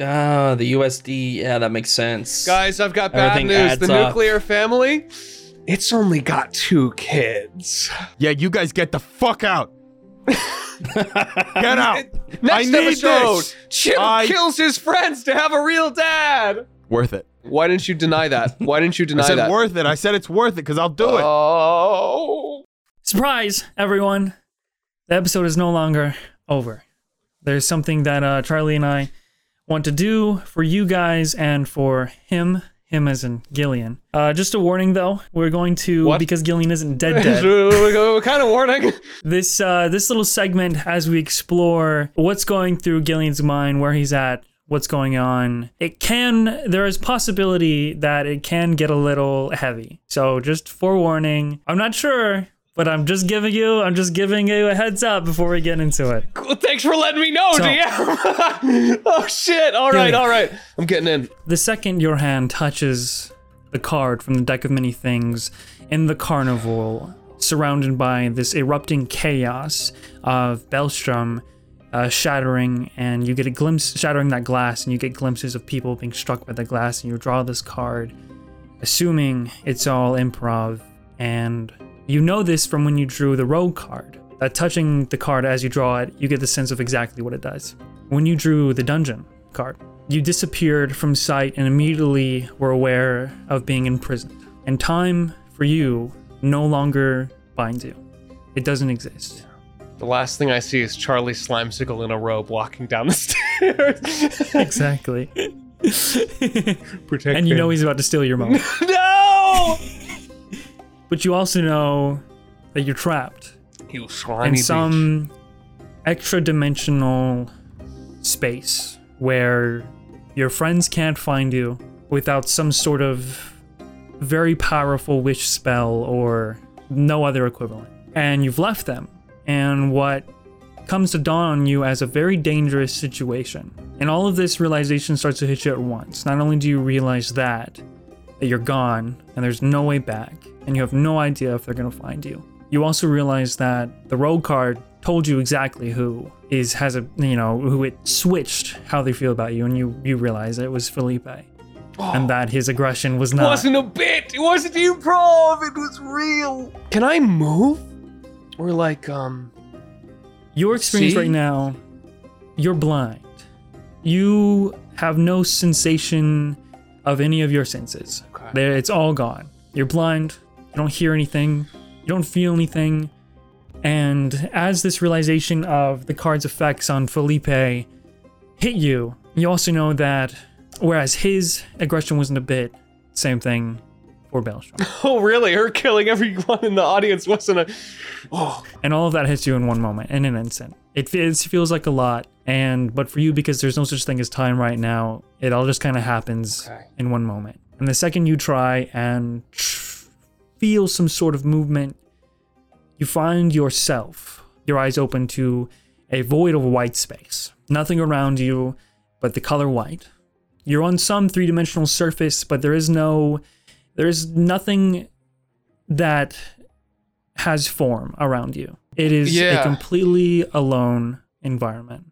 Speaker 3: Ah, the USD. Yeah, that makes sense.
Speaker 2: Guys, I've got bad
Speaker 3: Everything
Speaker 2: news.
Speaker 3: adds
Speaker 2: The
Speaker 3: up.
Speaker 2: nuclear family, it's only got two kids.
Speaker 4: Yeah, you guys get the fuck out. get out.
Speaker 2: Next
Speaker 4: I need
Speaker 2: episode,
Speaker 4: this.
Speaker 2: Chip
Speaker 4: I-
Speaker 2: kills his friends to have a real dad.
Speaker 4: Worth it.
Speaker 2: Why didn't you deny that? Why didn't you
Speaker 4: I
Speaker 2: deny
Speaker 4: said
Speaker 2: that?
Speaker 4: worth it. I said it's worth it because I'll do it.
Speaker 2: Oh.
Speaker 1: Surprise, everyone! The episode is no longer over. There's something that uh, Charlie and I want to do for you guys and for him, him as in Gillian. Uh, just a warning though, we're going to
Speaker 2: What?
Speaker 1: because Gillian isn't dead dead.
Speaker 2: what kind of warning?
Speaker 1: this uh, this little segment as we explore what's going through Gillian's mind, where he's at, what's going on. It can there is possibility that it can get a little heavy. So just forewarning. I'm not sure, but I'm just giving you I'm just giving you a heads up before we get into it.
Speaker 2: Well, thanks for letting me know, DM. oh shit! All right, all right. I'm getting in.
Speaker 1: The second your hand touches the card from the deck of many things in the carnival, surrounded by this erupting chaos of Belstrom uh, shattering, and you get a glimpse, shattering that glass, and you get glimpses of people being struck by the glass, and you draw this card, assuming it's all improv, and you know this from when you drew the rogue card. That touching the card as you draw it, you get the sense of exactly what it does. When you drew the dungeon card, you disappeared from sight and immediately were aware of being imprisoned. And time for you no longer binds you, it doesn't exist.
Speaker 2: The last thing I see is Charlie Slimesicle in a robe walking down the stairs.
Speaker 1: Exactly.
Speaker 2: Protect
Speaker 1: and you know
Speaker 2: me.
Speaker 1: he's about to steal your moment.
Speaker 2: no.
Speaker 1: but you also know that you're trapped
Speaker 2: You
Speaker 1: in
Speaker 2: slimy bitch.
Speaker 1: some extra dimensional space where your friends can't find you without some sort of very powerful wish spell or no other equivalent. And you've left them. And what comes to dawn on you as a very dangerous situation. And all of this realization starts to hit you at once. Not only do you realize that, that you're gone and there's no way back, and you have no idea if they're gonna find you. You also realize that the road card told you exactly who is has a you know who it switched how they feel about you, and you you realize it was Felipe, and that his aggression was
Speaker 2: It
Speaker 1: not.
Speaker 2: wasn't a bit. It wasn't improv. It was real. Can I move? Or like um.
Speaker 1: Your experience
Speaker 2: See?
Speaker 1: right now, you're blind. You have no sensation of any of your senses. There, it's all gone. You're blind. You don't hear anything. You don't feel anything. And as this realization of the card's effects on Felipe hit you, you also know that whereas his aggression wasn't a bit, same thing for Belstrom.
Speaker 2: Oh really? Her killing everyone in the audience wasn't a. Oh.
Speaker 1: and all of that hits you in one moment in an instant it feels, feels like a lot and but for you because there's no such thing as time right now it all just kind of happens in one moment and the second you try and tr- feel some sort of movement you find yourself your eyes open to a void of white space nothing around you but the color white you're on some three-dimensional surface but there is no there is nothing that has form around you. It is
Speaker 2: Yeah.
Speaker 1: a completely alone environment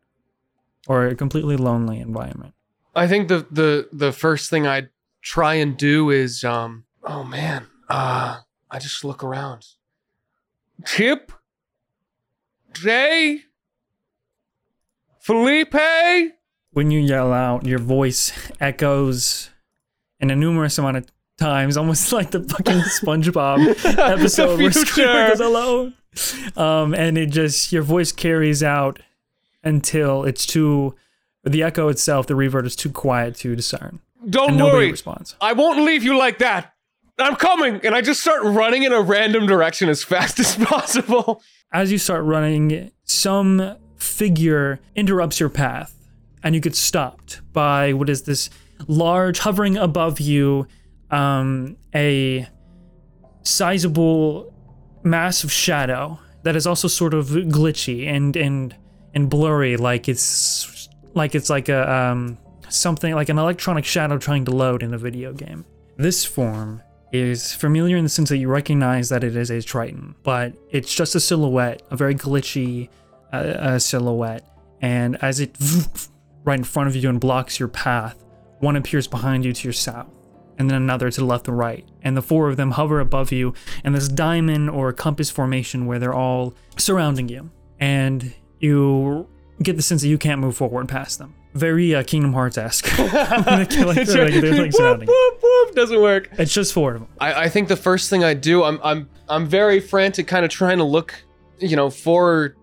Speaker 1: or a completely lonely environment.
Speaker 2: I think the the the first thing I try and do is um oh man uh I just look around. Chip, Jay, Felipe.
Speaker 1: When you yell out, your voice echoes in a numerous amount of times, almost like the fucking SpongeBob episode where Squidward is alone. Um, and it just, your voice carries out until it's too, the echo itself, the reverb is too quiet to discern.
Speaker 2: Don't
Speaker 1: And nobody
Speaker 2: worry,
Speaker 1: responds.
Speaker 2: I won't leave you like that. I'm coming, and I just start running in a random direction as fast as possible.
Speaker 1: as you start running, some figure interrupts your path, and you get stopped by what is this large, hovering above you, um, a sizable mass of shadow that is also sort of glitchy and and and blurry, like it's like it's like a um, something like an electronic shadow trying to load in a video game. This form is familiar in the sense that you recognize that it is a Triton, but it's just a silhouette, a very glitchy uh, uh, silhouette. And as it right in front of you and blocks your path, one appears behind you to your south, and then another to the left and right. And the four of them hover above you in this diamond or compass formation where they're all surrounding you. And you get the sense that you can't move forward past them. Very uh, Kingdom Hearts esque. like, they're, like, they're, like, surrounding you.
Speaker 2: Whoop, whoop, doesn't work.
Speaker 1: It's just four of them.
Speaker 2: I, I think the first thing I do, I'm I'm I'm very frantic, kind of trying to look, you know, for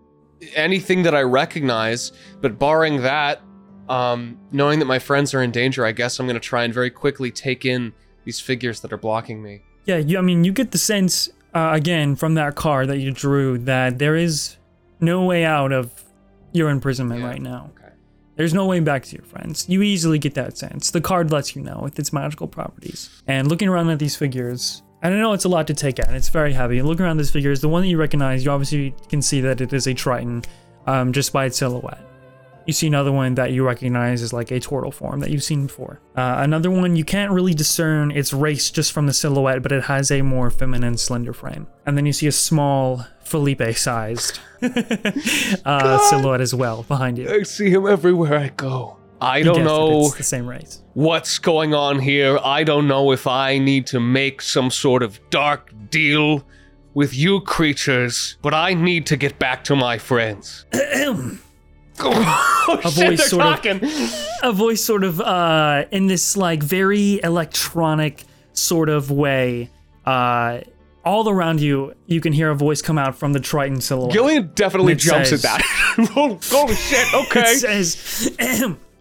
Speaker 2: anything that I recognize. But barring that, um, knowing that my friends are in danger, I guess I'm gonna try and very quickly take in these figures that are blocking me.
Speaker 1: Yeah, you, I mean, you get the sense uh, again from that car that you drew that there is no way out of your imprisonment
Speaker 2: Yeah,
Speaker 1: right now.
Speaker 2: okay.
Speaker 1: There's no way back to your friends. You easily get that sense. The card lets you know with its magical properties. And looking around at these figures, and I know it's a lot to take in. It's very heavy. Looking around these figures, the one that you recognize, you obviously can see that it is a Triton, um, just by its silhouette. You see another one that you recognize as like a turtle form that you've seen before. Uh, another one you can't really discern its race just from the silhouette, but it has a more feminine, slender frame. And then you see a small Felipe-sized uh, silhouette as well behind you.
Speaker 2: I see him everywhere I go. I don't
Speaker 1: Guess that
Speaker 2: know
Speaker 1: It's the same race.
Speaker 2: what's going on here. I don't know if I need to make some sort of dark deal with you creatures, but I need to get back to my friends. oh, shit,
Speaker 1: voice
Speaker 2: they're
Speaker 1: sort of-
Speaker 2: talking.
Speaker 1: A voice sort of uh, in this like very electronic sort of way. Uh, all around you, you can hear a voice come out from the Triton silhouette.
Speaker 2: Gillian definitely
Speaker 1: It
Speaker 2: jumps
Speaker 1: says-
Speaker 2: at that. oh, holy shit, okay.
Speaker 1: It says,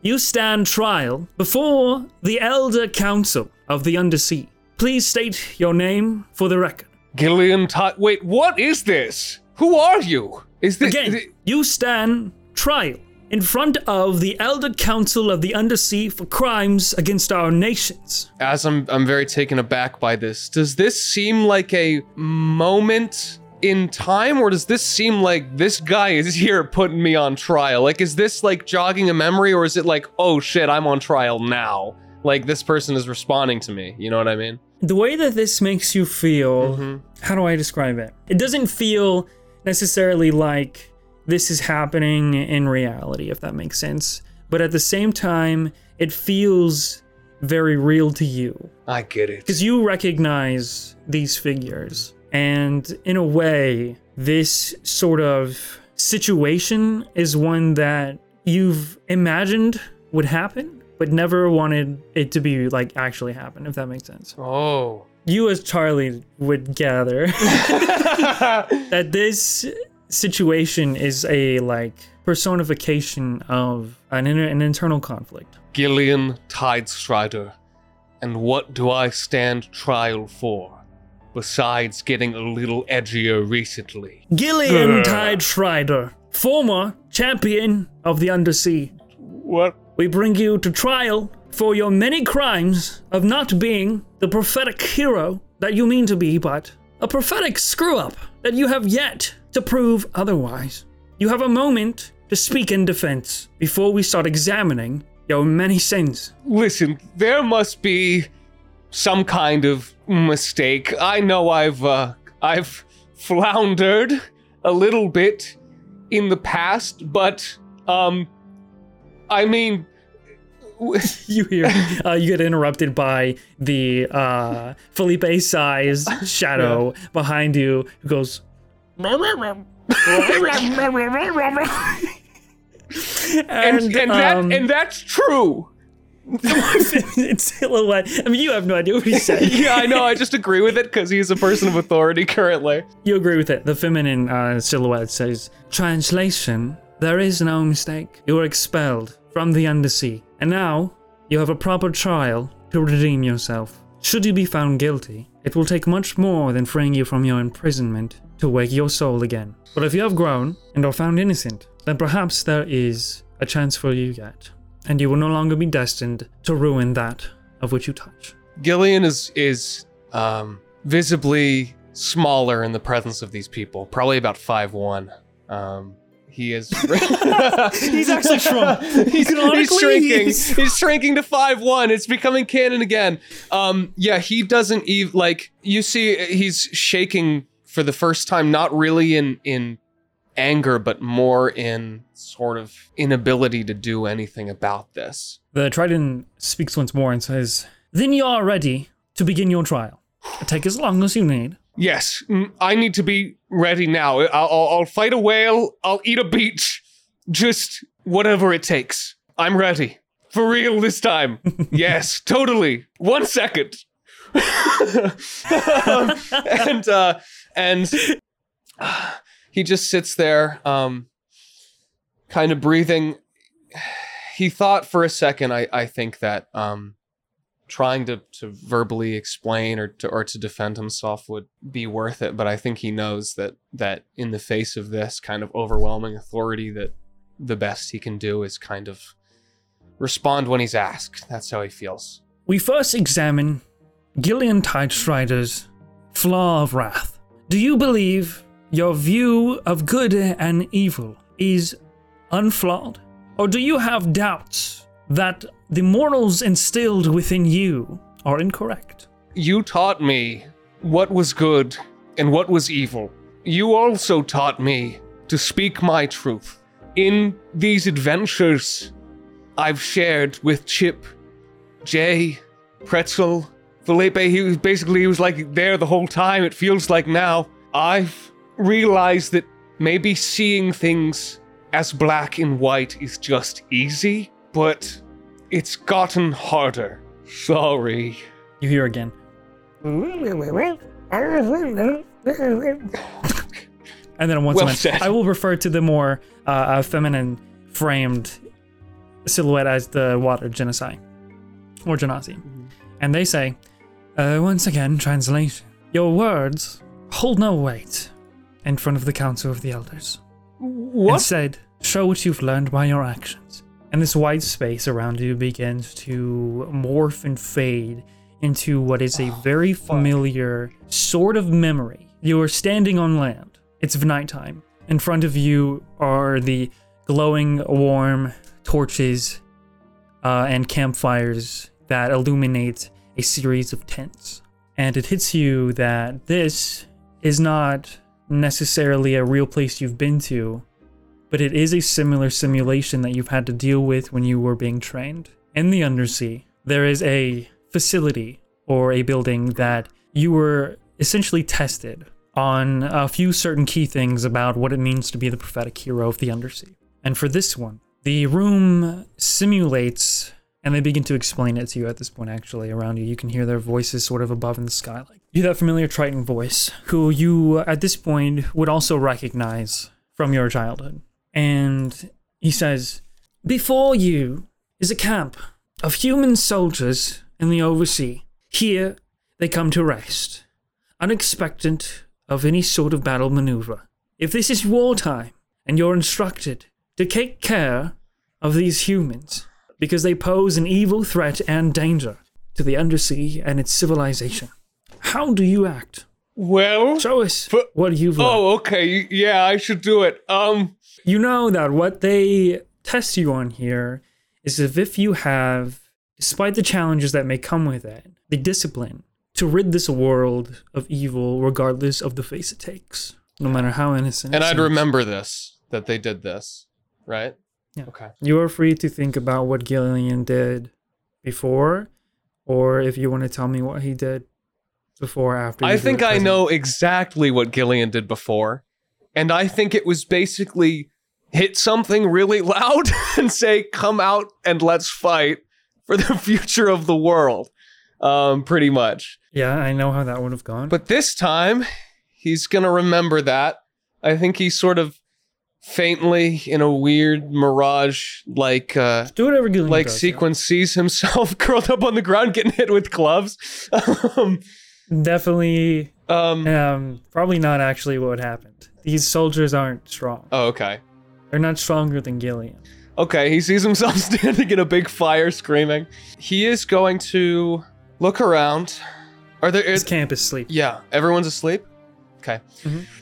Speaker 1: You stand trial before the Elder Council of the Undersea. Please state your name for the record.
Speaker 2: Gillian Todd. Wait, what is this? Who are you? Is this.
Speaker 1: Again, you stand trial in front of the Elder Council of the Undersea for crimes against our nations.
Speaker 2: as I'm I'm very taken aback by this. Does this seem like a moment in time or does this seem like this guy is here putting me on trial? Like is this like jogging a memory or is it like, "Oh shit, I'm on trial now." Like this person is responding to me, you know what I mean?
Speaker 1: The way that this makes you feel, how do I describe it? It doesn't feel necessarily like this is happening in reality, if that makes sense. But at the same time, it feels very real to you.
Speaker 2: I get it.
Speaker 1: because you recognize these figures and in a way this sort of situation is one that you've imagined would happen but never wanted it to be like actually happen if that makes sense
Speaker 2: Oh.
Speaker 1: you as charlie would gather that this situation is a like personification of an, inner, an internal conflict
Speaker 2: Gillian Tidestrider. And what do I stand trial for besides getting a little edgier recently?
Speaker 1: Gillian Tide Schreider, former champion of the undersea.
Speaker 2: What
Speaker 1: We bring you to trial for your many crimes of not being the prophetic hero that you mean to be, but a prophetic screw up that you have yet to prove otherwise. You have a moment to speak in defense before we start examining your many sins.
Speaker 2: Listen, there must be some kind of mistake. I know I've uh, I've floundered a little bit in the past, but um, I mean,
Speaker 1: you hear uh, you get interrupted by the uh, Felipe size shadow behind you who goes
Speaker 2: and
Speaker 1: and,
Speaker 2: and,
Speaker 1: um,
Speaker 2: that and that's true.
Speaker 1: it's silhouette. I mean, you have no idea what he said.
Speaker 2: Yeah, I know. I just agree with it because he's a person of authority currently.
Speaker 1: You agree with it. The feminine uh, silhouette says, "Translation: There is no mistake. You are expelled from the undersea, and now you have a proper trial to redeem yourself. Should you be found guilty, it will take much more than freeing you from your imprisonment to wake your soul again. But if you have grown and are found innocent, then perhaps there is a chance for you yet, and you will no longer be destined to ruin that of which you touch."
Speaker 2: Gillian is is um, visibly smaller in the presence of these people, probably about five one. Um, He is.
Speaker 8: He's actually shrunk. He's,
Speaker 2: he's shrinking. He's shrinking to five one. It's becoming canon again. Um, yeah, he doesn't even like. You see, he's shaking for the first time. Not really in in anger, but more in sort of inability to do anything about this.
Speaker 1: The Trident speaks once more and says, Then you are ready to begin your trial. Take as long as you need.
Speaker 2: Yes, mm, I need to be ready now. I'll, I'll, I'll fight a whale. I'll eat a beach. Just whatever it takes. I'm ready. For real this time. yes, totally. One second. Um, and uh, and uh, he just sits there, um, kind of breathing. He thought for a second, I, I think, that um, trying to, to verbally explain or to, or to defend himself would be worth it. But I think he knows that, that in the face of this kind of overwhelming authority, that the best he can do is kind of respond when he's asked. That's how he feels.
Speaker 1: We first examine Gillian Tidestrider's flaw of wrath. Do you believe your view of good and evil is unflawed? Or do you have doubts that the morals instilled within you are incorrect?
Speaker 2: You taught me what was good and what was evil. You also taught me to speak my truth. In these adventures I've shared with Chip, Jay, Pretzel, Felipe, he was basically he was like there the whole time. It feels like now I've realized that maybe seeing things as black and white is just easy, but it's gotten harder. Sorry.
Speaker 1: You hear again. And then once
Speaker 2: Well
Speaker 1: again,
Speaker 2: said.
Speaker 1: I will refer to the more uh, uh, feminine framed silhouette as the water genocide or genasi.
Speaker 2: Mm-hmm.
Speaker 1: And they say, uh, once again, translation. Your words hold no weight in front of the Council of the Elders.
Speaker 2: What?
Speaker 1: Instead, show what you've learned by your actions. And this white space around you begins to morph and fade into what is a very familiar sort of memory. You are standing on land. It's nighttime. In front of you are the glowing, warm torches uh, and campfires that illuminate a series of tents. And it hits you that this is not necessarily a real place you've been to, but it is a similar simulation that you've had to deal with when you were being trained. In the Undersea, there is a facility or a building that you were essentially tested on a few certain key things about what it means to be the prophetic hero of the Undersea. And for this one, the room simulates, and they begin to explain it to you at this point, actually, around you. You can hear their voices sort of above in the skylight. You hear that familiar Triton voice, who you, at this point, would also recognize from your childhood. And he says, Before you is a camp of human soldiers in the oversea. Here, they come to rest, unexpectant of any sort of battle maneuver. If this is wartime, and you're instructed to take care of these humans because they pose an evil threat and danger to the undersea and its civilization. How do you act?
Speaker 2: Well.
Speaker 1: Show us
Speaker 2: Fu-
Speaker 1: what you've learned.
Speaker 2: Oh, okay. y- Yeah, I should do it. Um.
Speaker 1: You know that what they test you on here is if, if you have, despite the challenges that may come with it, the discipline to rid this world of evil regardless of the face it takes, no matter how innocent.
Speaker 2: And
Speaker 1: it
Speaker 2: I'd
Speaker 1: seems.
Speaker 2: remember this that they did this, right?
Speaker 1: Yeah.
Speaker 2: Okay.
Speaker 1: You are free to think about what Gillian did before, or if you want to tell me what he did before, or after.
Speaker 2: I
Speaker 1: you do
Speaker 2: think
Speaker 1: it
Speaker 2: I
Speaker 1: present.
Speaker 2: know exactly what Gillian did before, and I think it was basically hit something really loud and say, "Come out and let's fight for the future of the world." Um, pretty much.
Speaker 1: Yeah, I know how that would have gone.
Speaker 2: But this time, he's going to remember that. I think he sort of faintly, in a weird mirage like uh,
Speaker 1: do whatever Gillian
Speaker 2: like
Speaker 1: does,
Speaker 2: sequence, sees himself curled up on the ground getting hit with gloves. um,
Speaker 1: yeah. Definitely,
Speaker 2: um,
Speaker 1: um, probably not actually what happened. These soldiers aren't strong.
Speaker 2: oh, okay.
Speaker 1: They're not stronger than Gillian.
Speaker 2: Okay, he sees himself standing in a big fire screaming. He is going to look around. Are there.
Speaker 1: This camp is sleep.
Speaker 2: yeah, everyone's asleep? Okay.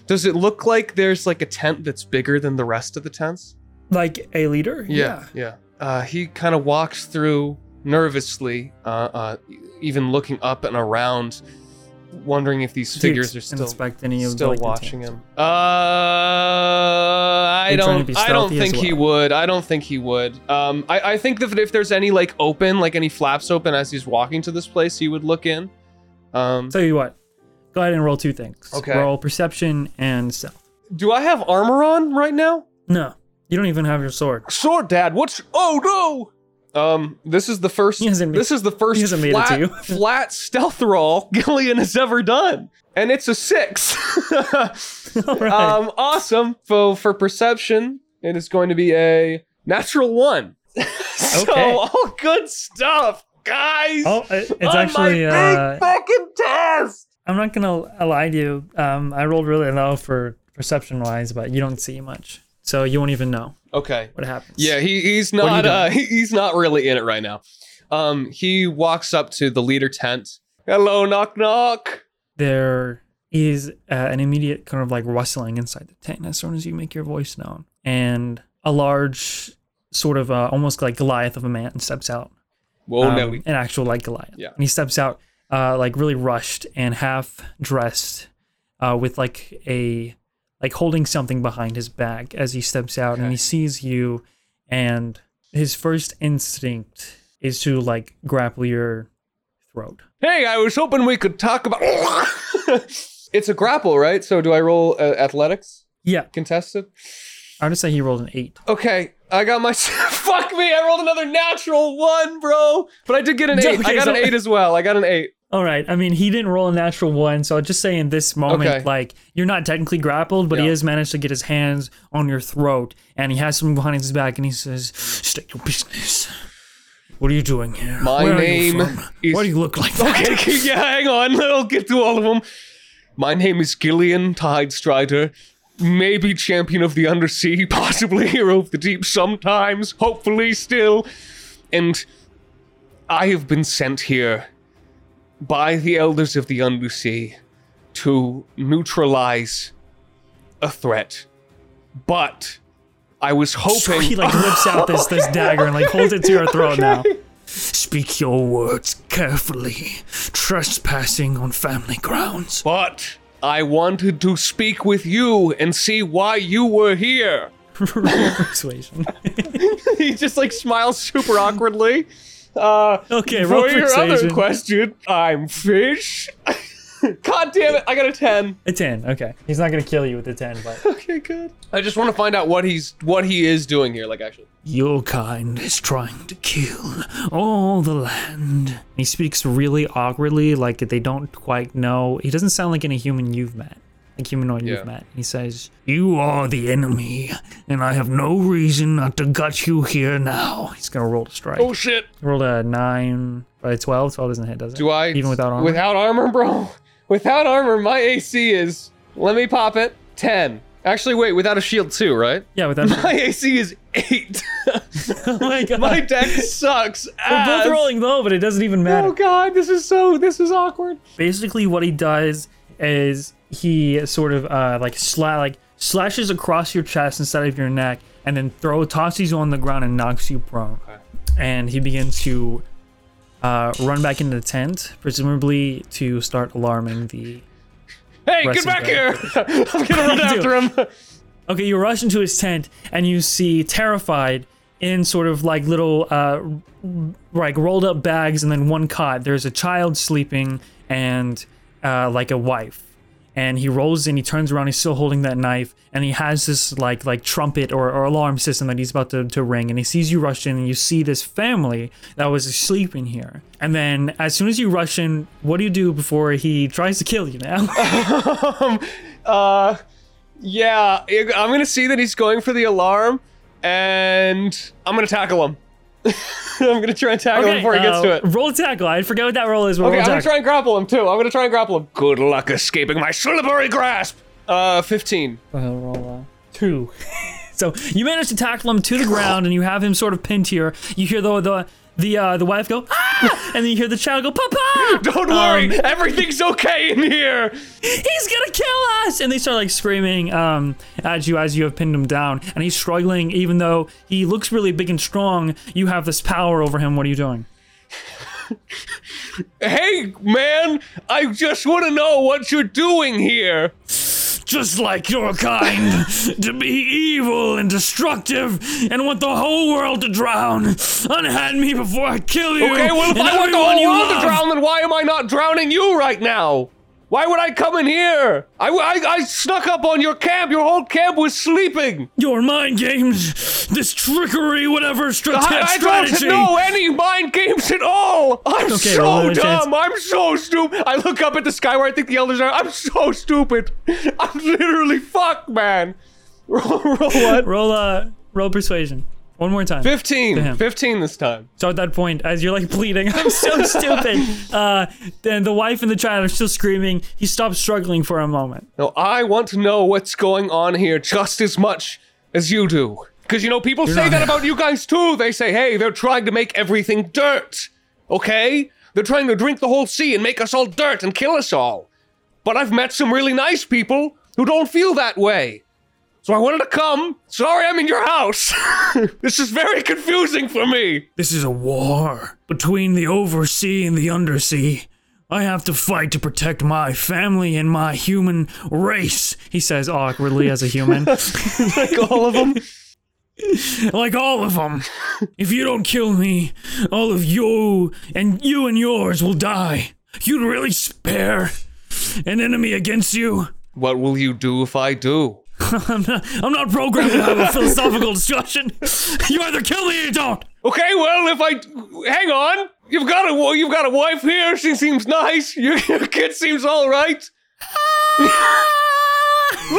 Speaker 2: Does it look like there's like a tent that's bigger than the rest of the tents?
Speaker 1: Like a leader?
Speaker 2: Yeah. Uh, he kind of walks through nervously, uh, uh, even looking up and around, wondering if these figures
Speaker 1: Dude,
Speaker 2: are still
Speaker 1: inspect any of
Speaker 2: still
Speaker 1: like, the
Speaker 2: watching
Speaker 1: teams.
Speaker 2: him. Uh, I
Speaker 1: Are you trying to
Speaker 2: don't.
Speaker 1: be
Speaker 2: I don't
Speaker 1: stealthy as
Speaker 2: think he
Speaker 1: well?
Speaker 2: would. I don't think he would. Um, I, I think that if there's any like open, like any flaps open as he's walking to this place, he would look in. Um,
Speaker 1: Tell you what, go ahead and roll two things.
Speaker 2: Okay.
Speaker 1: Roll perception and stealth.
Speaker 2: do I have armor on right now?
Speaker 1: No, you don't even have your sword.
Speaker 2: Sword, Dad. What's? Oh no. Um, this is the first.
Speaker 1: He hasn't made-
Speaker 2: this is the first
Speaker 1: he hasn't made it
Speaker 2: flat,
Speaker 1: to you.
Speaker 2: flat stealth roll Gillian has ever done, and it's a six.
Speaker 1: All right.
Speaker 2: Um, awesome. So for perception, it is going to be a natural one. so
Speaker 1: Okay.
Speaker 2: all good stuff, guys.
Speaker 1: Oh, it- it's
Speaker 2: on
Speaker 1: actually.
Speaker 2: my
Speaker 1: Uh,
Speaker 2: big fucking test.
Speaker 1: I'm not gonna lie to you. Um, I rolled really low for perception wise, but you don't see much, so you won't even know
Speaker 2: Okay.
Speaker 1: what happens.
Speaker 2: Yeah, he, he's
Speaker 1: are you
Speaker 2: not. Uh, he- he's not really in it right now. Um, he walks up to the leader tent. Hello, knock knock.
Speaker 1: There is uh, an immediate kind of like rustling inside the tent as soon as you make your voice known, and a large sort of uh, almost like Goliath of a man steps out.
Speaker 2: Whoa,
Speaker 1: um,
Speaker 2: Oh, no. we-
Speaker 1: an actual like Goliath.
Speaker 2: Yeah.
Speaker 1: And he steps out, uh, like really rushed and half dressed, uh, with like a like holding something behind his back as he steps out and he sees you, and his first instinct is to like grapple your throat.
Speaker 2: Hey, I was hoping we could talk about. it's a grapple, right? So do I roll uh, athletics
Speaker 1: Yeah,
Speaker 2: contested?
Speaker 1: I would say he rolled an eight.
Speaker 2: Okay, I got my fuck me. I rolled another natural one, bro. But I did get an eight. I
Speaker 1: Okay,
Speaker 2: got an
Speaker 1: so-
Speaker 2: eight as well. I got an eight.
Speaker 1: All right. I mean, he didn't roll a natural one, so I'll just say in this moment,
Speaker 2: Okay.
Speaker 1: like you're not technically grappled, but he
Speaker 2: Yeah.
Speaker 1: has managed to get his hands on your throat, and he has something behind his back, and he says, "State your business. What are you doing here?
Speaker 2: My
Speaker 1: Where are you
Speaker 2: name
Speaker 1: from?
Speaker 2: is-
Speaker 1: Why do you look like that?
Speaker 2: Okay, yeah, hang on. I'll get to all of them. My name is Gillian Tidestrider. Maybe champion of the undersea, possibly hero of the deep sometimes, hopefully still. And I have been sent here by the elders of the undersea to neutralize a threat. But I was hoping.
Speaker 1: He like whips out this this dagger and like holds it to your throat now.
Speaker 9: Speak your words carefully. Trespassing on family grounds.
Speaker 2: But I wanted to speak with you and see why you were here.
Speaker 1: Persuasion.
Speaker 2: he just like smiles super awkwardly. Uh,
Speaker 1: Okay, roll
Speaker 2: for your other
Speaker 1: persuasion.
Speaker 2: question, I'm fish. God damn it! I got a ten.
Speaker 1: A ten. Okay. He's not gonna kill you with a ten, but
Speaker 2: Okay, good. I just want to find out what he's what he is doing here. Like actually,
Speaker 9: Your kind is trying to kill all the land.
Speaker 1: he speaks really awkwardly, like they don't quite know. He doesn't sound like any human you've met, like humanoid
Speaker 2: Yeah.
Speaker 1: you've met. He says,
Speaker 9: You are the enemy, and I have no reason not to gut you here now.
Speaker 1: He's gonna roll to strike.
Speaker 2: oh shit!
Speaker 1: Rolled a nine, right? 12. 12 doesn't hit, does it?
Speaker 2: Do I
Speaker 1: Even without armor?
Speaker 2: Without armor, bro. Without armor, my AC is. Let me pop it. Ten. Actually, wait. Without a shield too, right?
Speaker 1: yeah, without.
Speaker 2: My AC is eight.
Speaker 1: oh my god.
Speaker 2: my deck sucks.
Speaker 1: We're both
Speaker 2: ass.
Speaker 1: rolling low, but it doesn't even matter.
Speaker 2: Oh god, this is so. This is awkward.
Speaker 1: Basically, what he does is he sort of uh, like, sla- like slashes across your chest instead of your neck, and then throw tosses you on the ground and knocks you prone. And he begins to uh, run back into the tent, presumably to start alarming the Rest
Speaker 2: Hey, get
Speaker 1: is
Speaker 2: back here!
Speaker 1: better.
Speaker 2: I'm gonna run after him.
Speaker 1: Okay, you rush into his tent and you see terrified in sort of like little uh like rolled up bags and then one cot. There's a child sleeping and uh like a wife. And he rolls in, he turns around, he's still holding that knife, and he has this like like trumpet or, or alarm system that he's about to, to ring, and he sees you rush in and you see this family that was asleep in here. And then as soon as you rush in, what do you do before he tries to kill you now?
Speaker 2: Uh, yeah, I'm gonna see that he's going for the alarm, and I'm gonna tackle him. I'm gonna try and tackle him before he gets
Speaker 1: uh,
Speaker 2: to it.
Speaker 1: Roll tackle. I forget what that roll is. But
Speaker 2: Okay,
Speaker 1: roll
Speaker 2: I'm gonna
Speaker 1: tackle.
Speaker 2: try and grapple him too. I'm gonna try and grapple him. Good luck escaping my slippery grasp. Uh, 15.
Speaker 1: Uh, roll uh, two. so you manage to tackle him to the ground, and you have him sort of pinned here. You hear the the the uh, the wife go ah, and then you hear the child go papa.
Speaker 2: Don't worry, everything's okay in here.
Speaker 1: He's gonna kill us! And they start like screaming um, at you as you have pinned him down. And he's struggling, even though he looks really big and strong. You have this power over him. What are you doing?
Speaker 2: Hey, man, I just want to know what you're doing here.
Speaker 1: Just like your kind, to be evil and destructive and want the whole world to drown. Unhand me before I kill you.
Speaker 2: Okay, well, if I want the whole world to drown, then why am I not drowning you right now? Why would I come in here? I, I, I snuck up on your camp. Your whole camp was sleeping.
Speaker 1: Your mind games, this trickery, whatever strate-
Speaker 2: I, I don't
Speaker 1: strategy.
Speaker 2: know any mind games at all. I'm
Speaker 1: Okay, roll
Speaker 2: so
Speaker 1: another chance.
Speaker 2: dumb. I'm so stupid. I look up at the sky where I think the elders are. I'm so stupid. I'm literally fucked, man. Roll, roll what?
Speaker 1: Roll uh, roll persuasion. One more time.
Speaker 2: 15.
Speaker 1: Damn.
Speaker 2: 15 this time.
Speaker 1: So at that point, as you're like bleeding, I'm so stupid. Uh, then the wife and the child are still screaming. He stops struggling for a moment.
Speaker 2: No, I want to know what's going on here just as much as you do. Because, you know, people say that about you guys too. They say, hey, they're trying to make everything dirt. Okay? They're trying to drink the whole sea and make us all dirt and kill us all. But I've met some really nice people who don't feel that way. So I wanted to come. Sorry I'm in your house. this is very confusing for me.
Speaker 10: This is a war between the oversea and the undersea. I have to fight to protect my family and my human race,
Speaker 1: He says awkwardly as a human.
Speaker 2: Like all of them.
Speaker 10: like all of them. If you don't kill me, all of you and you and yours will die. You'd really spare an enemy against you?
Speaker 2: What will you do if I do?
Speaker 1: I'm not, I'm not programmed to have a philosophical discussion. You either kill me or you don't.
Speaker 2: Okay, well, if I hang on, you've got a wa- you've got a wife here. She seems nice. Your, your kid seems all right. look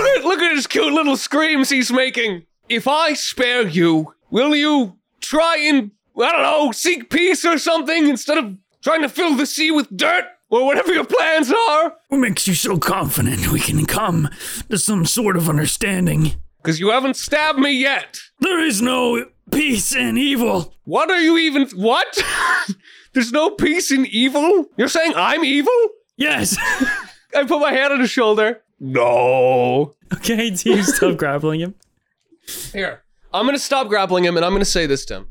Speaker 2: at look at his cute little screams he's making. If I spare you, will you try and I don't know seek peace or something instead of trying to fill the sea with dirt or whatever your plans are?
Speaker 10: What makes you so confident we can come to some sort of understanding?
Speaker 2: Because you haven't stabbed me yet.
Speaker 10: There is no peace in evil.
Speaker 2: What are you even? What? There's no peace in evil. You're saying I'm evil?
Speaker 10: Yes.
Speaker 2: I put my hand on his shoulder. No.
Speaker 1: Okay, do you stop grappling him?
Speaker 2: Here. I'm going to stop grappling him and I'm going to say this to him.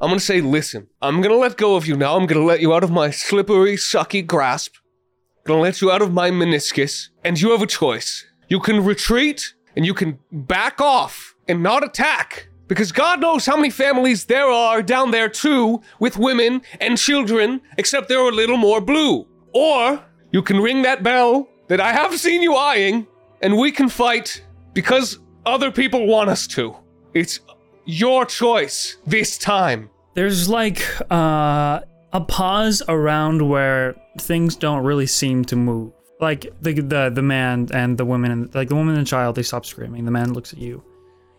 Speaker 2: I'm going to say, listen, I'm going to let go of you now. I'm going to let you out of my slippery, sucky grasp. Going to let you out of my meniscus. And you have a choice. You can retreat and you can back off and not attack. Because God knows how many families there are down there, too, with women and children, except they're a little more blue. Or you can ring that bell that I have seen you eyeing, and we can fight because other people want us to. It's your choice this time.
Speaker 1: There's like uh, a pause around where things don't really seem to move. Like the the the man and the woman and like the woman and child, they stop screaming. The man looks at you,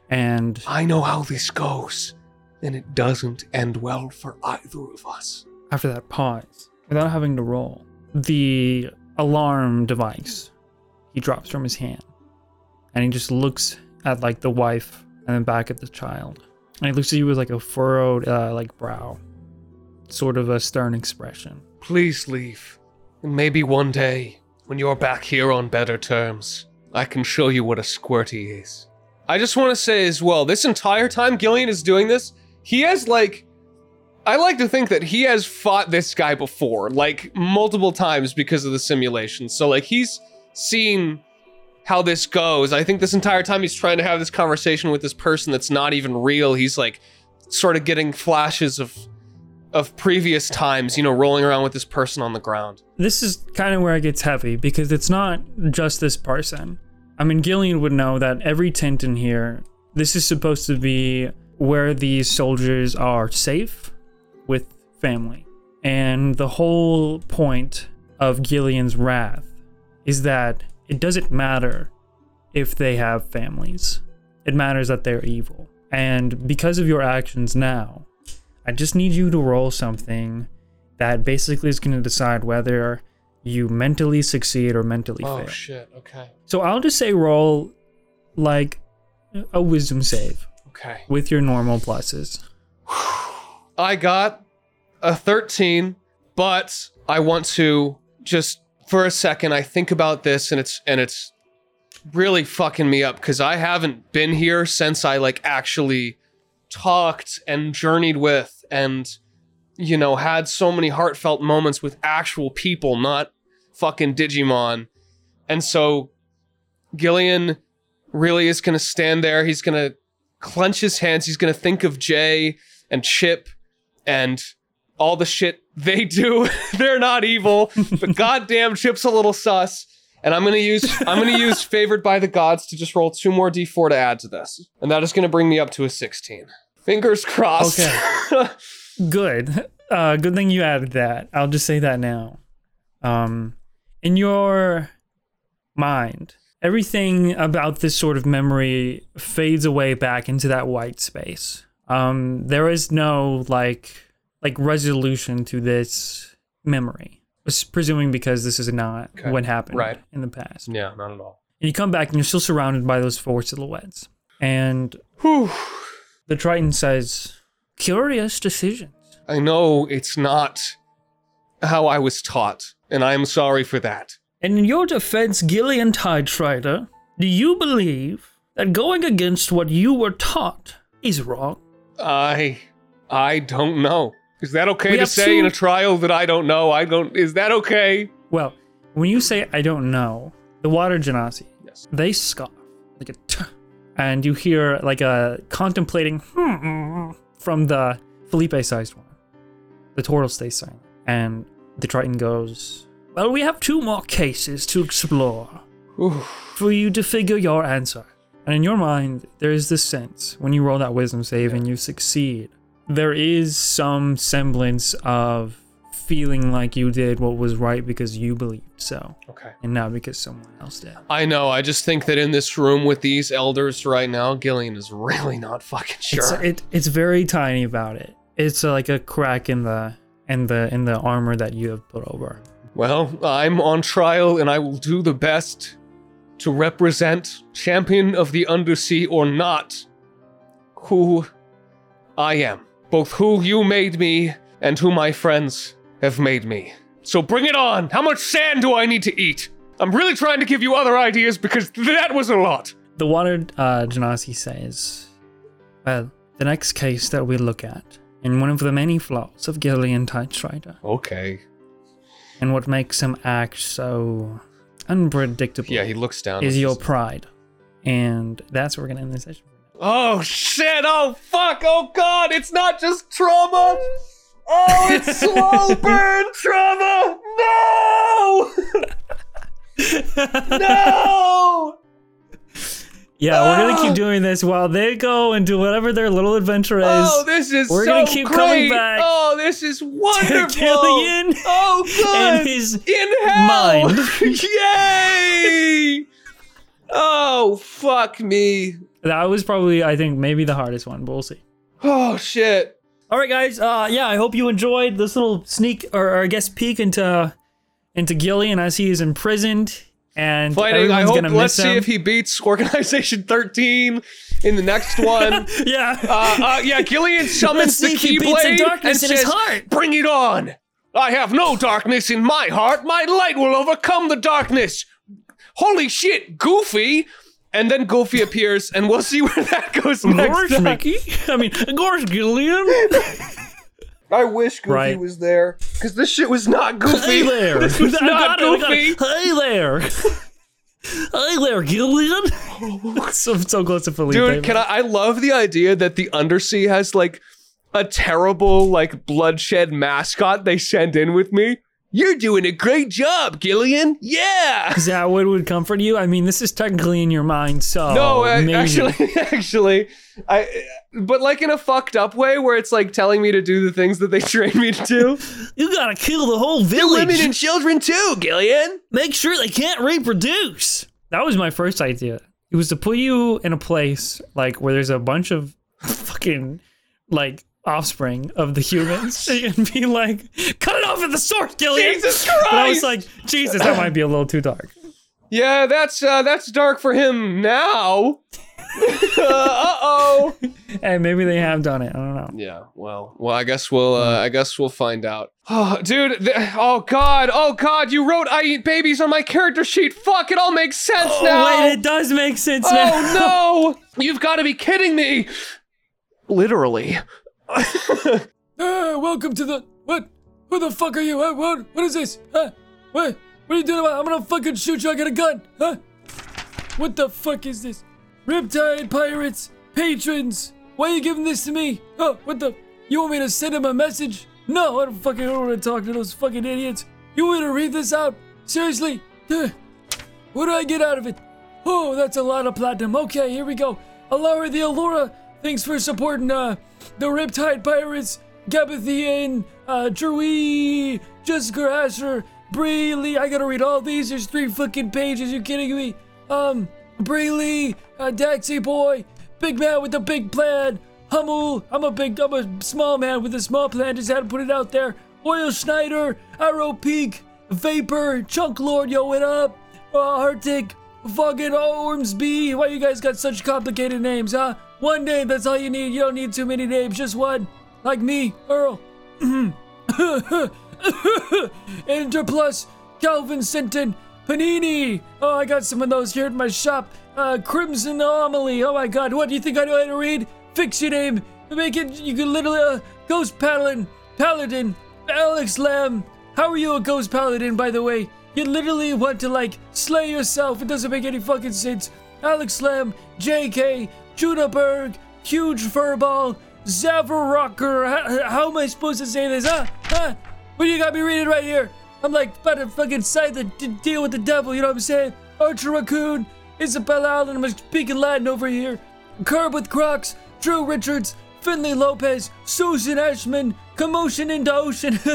Speaker 1: and
Speaker 2: I know how this goes, and it doesn't end well for either of us.
Speaker 1: after that pause, without having to roll, the alarm device he drops from his hand, and he just looks at like the wife and then back at the child, and he looks at you with like a furrowed uh, like brow, sort of a stern expression.
Speaker 2: Please leave, and maybe one day, when you're back here on better terms, I can show you what a squirty is. I just want to say as well, this entire time Gillian is doing this, he has like. I like to think that he has fought this guy before, like multiple times because of the simulation. So, like, he's seen how this goes. I think this entire time he's trying to have this conversation with this person that's not even real. He's like sort of getting flashes of of previous times, you know, rolling around with this person on the ground.
Speaker 1: this is kind of where it gets heavy because it's not just this person. I mean, Gillian would know that every tent in here, this is supposed to be where these soldiers are safe with family. And the whole point of Gillian's wrath is that it doesn't matter if they have families, it matters that they're evil. And because of your actions now, I just need you to roll something that basically is going to decide whether you mentally succeed or mentally fail.
Speaker 2: Oh, shit. Okay.
Speaker 1: so I'll just say roll like a wisdom save
Speaker 2: Okay.
Speaker 1: with your normal pluses.
Speaker 2: I got a 13, but I want to just for a second I think about this and it's and it's really fucking me up cuz I haven't been here since I like actually talked and journeyed with and you know had so many heartfelt moments with actual people not fucking Digimon. And so Gillian really is going to stand there. He's going to clench his hands. He's going to think of Jay and Chip and all the shit they do. They're not evil, but goddamn, Chip's a little sus. And I'm gonna use I'm gonna use favored by the gods to just roll two more d4 to add to this, and that is gonna bring me up to a 16. Fingers crossed. Okay.
Speaker 1: Good. Uh, good thing you added that. I'll just say that now. Um, in your mind, everything about this sort of memory fades away back into that white space. Um, there is no like like resolution to this memory, It's presuming because this is not
Speaker 2: Okay.
Speaker 1: what happened
Speaker 2: Right.
Speaker 1: in the past. And
Speaker 2: yeah, not at all.
Speaker 1: you come back and you're still surrounded by those four silhouettes. And
Speaker 2: Whew.
Speaker 1: the Triton says, "Curious decisions."
Speaker 2: I know it's not how I was taught, and I'm sorry for that.
Speaker 1: And in your defense, Gillian Tidestrider, do you believe that going against what you were taught is wrong?
Speaker 2: I I don't know. Is that okay
Speaker 1: We
Speaker 2: to
Speaker 1: have
Speaker 2: say
Speaker 1: two-
Speaker 2: in a trial that I don't know? I don't is that okay?
Speaker 1: Well, when you say I don't know, the water genasi,
Speaker 2: Yes.
Speaker 1: they scoff like a t, and you hear like a contemplating hmm from the Felipe-sized one. The turtle stays silent, and the Triton goes, "Well, we have two more cases to explore for you to figure your answer." And in your mind, there is this sense when you roll that wisdom save and you succeed, there is some semblance of feeling like you did what was right because you believed so
Speaker 2: Okay.
Speaker 1: and not because someone else did.
Speaker 2: I know, I just think that in this room with these elders right now, Gillian is really not fucking sure.
Speaker 1: It's it, it's very tiny about it. It's uh, like a crack in the in the in the armor that you have put over.
Speaker 2: well, I'm on trial and I will do the best to represent champion of the undersea or not who I am. Both who you made me and who my friends have made me. So bring it on. How much sand do I need to eat? I'm really trying to give you other ideas because that was a lot.
Speaker 1: The water uh, genasi says, "Well, the next case that we look at, and one of the many flaws of Gillian Tidestrider,
Speaker 2: Okay.
Speaker 1: and what makes him act so unpredictable,
Speaker 2: Yeah, he looks down.
Speaker 1: is your pride." And that's where we're gonna end this session.
Speaker 2: Oh shit! Oh fuck! Oh god! It's not just trauma. Oh, it's slow burn trauma. No! no!
Speaker 1: Yeah, we're gonna
Speaker 2: Ah!
Speaker 1: keep doing this while they go and do whatever their little adventure is.
Speaker 2: Oh, this is
Speaker 1: we're
Speaker 2: so
Speaker 1: gonna keep
Speaker 2: great.
Speaker 1: coming back
Speaker 2: Oh, this is wonderful.
Speaker 1: Killian
Speaker 2: Oh good.
Speaker 1: and his
Speaker 2: in hell.
Speaker 1: mind.
Speaker 2: Yay! Oh fuck me.
Speaker 1: That was probably, I think, maybe the hardest one, but we'll see.
Speaker 2: Oh shit.
Speaker 1: All right, guys. Uh, yeah, I hope you enjoyed this little sneak or, or I guess peek into into Gillian as he is imprisoned and
Speaker 2: Fighting. I
Speaker 1: everyone's
Speaker 2: hope.
Speaker 1: gonna
Speaker 2: Let's
Speaker 1: miss
Speaker 2: see
Speaker 1: him.
Speaker 2: if he beats Organization 13 in the next one.
Speaker 1: yeah.
Speaker 2: uh, uh, yeah, Gillian summons
Speaker 1: Let's
Speaker 2: the
Speaker 1: see if he beats the
Speaker 2: Keyblade and
Speaker 1: darkness in his
Speaker 2: says,
Speaker 1: heart.
Speaker 2: "Bring it on! I have no darkness in my heart. My light will overcome the darkness." Holy shit, Goofy! And then Goofy appears, and we'll see where that goes next.
Speaker 1: Gorsh,
Speaker 2: time.
Speaker 1: Mickey. I mean, Gorsh, Gillian.
Speaker 2: I wish Goofy
Speaker 1: Right.
Speaker 2: was there because this shit was not
Speaker 1: Hey
Speaker 2: Goofy.
Speaker 1: there.
Speaker 2: This was
Speaker 1: I
Speaker 2: not
Speaker 1: got it, I got
Speaker 2: Goofy.
Speaker 1: it. Hey there. hey there, Gillian. so, so close to Felipe.
Speaker 2: Dude, can I? I love the idea that the Undersea has like a terrible like bloodshed mascot they send in with me. You're doing a great job, Gillian. Yeah.
Speaker 1: Is that what would comfort you? I mean, this is technically in your mind, so
Speaker 7: Oh,
Speaker 2: No, uh,
Speaker 1: maybe.
Speaker 2: actually, actually, I. But like in a fucked up way, where it's like telling me to do the things that they train me to do.
Speaker 1: you gotta kill the whole village.
Speaker 2: children too, Gillian.
Speaker 1: make sure they can't reproduce. That was my first idea. It was to put you in a place like where there's a bunch of fucking like offspring of the humans and be like, cut it off at the source, Gillian.
Speaker 2: Jesus
Speaker 1: But I was
Speaker 2: Christ!
Speaker 1: like, Jesus, that might be a little too dark.
Speaker 2: yeah, that's uh, that's dark for him now. Uh oh.
Speaker 7: Hey, maybe they have done it. I don't know.
Speaker 2: Yeah. Well. Well, I guess we'll. Uh, I guess we'll find out. Oh, dude. th- oh God. Oh God. You wrote "I eat babies" on my character sheet. Fuck. It all makes sense now.
Speaker 7: Oh, Wait, it does make sense now.
Speaker 2: oh no! You've got to be kidding me. Literally.
Speaker 1: Uh, welcome to the what? Who the fuck are you? Uh, what? What is this? Huh? What? What are you doing? About? I'm gonna fucking shoot you. I got a gun. Huh? What the fuck is this? Riptide pirates, patrons. Why are you giving this to me? Oh, what the? You want me to send him a message? No, I don't fucking I don't want to talk to those fucking idiots. You want me to read this out? Seriously? Huh. What do I get out of it? Oh, that's a lot of platinum. Okay, here we go. Alara the Allura, thanks for supporting uh, the Riptide Pirates, Gabathian, uh, Drewy, Jessica Asher, Bree Lee. I gotta read all these. There's three fucking pages. You kidding me? Um, Bree Lee, uh, Daxi Boy, Big Man with the Big Plan, Hummel. I'm a big, I'm a small man with a small plan. Just had to put it out there. Oil Schneider, Arrow Peak, Vapor, Chunk Lord, yo, what up? Uh, Arctic, fucking Ormsby. Why you guys got such complicated names, huh? One name, that's all you need. You don't need too many names, just one. Like me, Earl. Interplus, Calvin Sinton, Panini. Oh, I got some of those here at my shop. Uh, Crimson Anomaly. Oh my god, what do you think I know how to read? Fix your name. Make it, you can literally, uh, Ghost Paladin, Paladin, Alex Lamb. How are you a Ghost Paladin, by the way? You literally want to, like, slay yourself. It doesn't make any fucking sense. Alex Lamb, JK, Juniperg, Huge Furball, Zaverocker. How, how am I supposed to say this? Huh? Huh? What do you got me reading right here? I'm like about to fucking side the d- deal with the devil, you know what I'm saying? Archer Raccoon, Isabella Allen, I'm speaking Latin over here. Curb with Crocs, Drew Richards, Finley Lopez, Susan Ashman, Commotion into Ocean.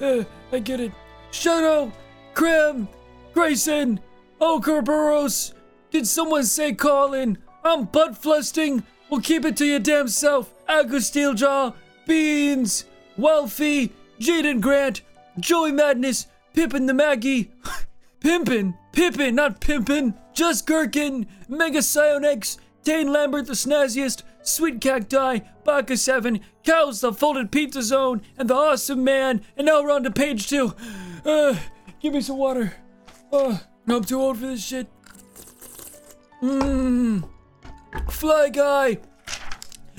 Speaker 1: Uh, I get it. Shadow, Krim, Grayson, Oker Burrows. Did someone say Colin? I'm butt flusting. We'll keep it to your damn self. Agus Steeljaw, Beans, Wealthy, Jaden Grant, Joey Madness, Pippin the Maggie, Pimpin, Pippin, not Pimpin, Just Gherkin, Mega Psionex, Dane Lambert the Snazziest, Sweet Cacti, Baka 7, Cows the Folded Pizza Zone, and the Awesome Man. And now we're on to page two. Uh, give me some water. Uh, I'm too old for this shit. Mmm. Fly Guy,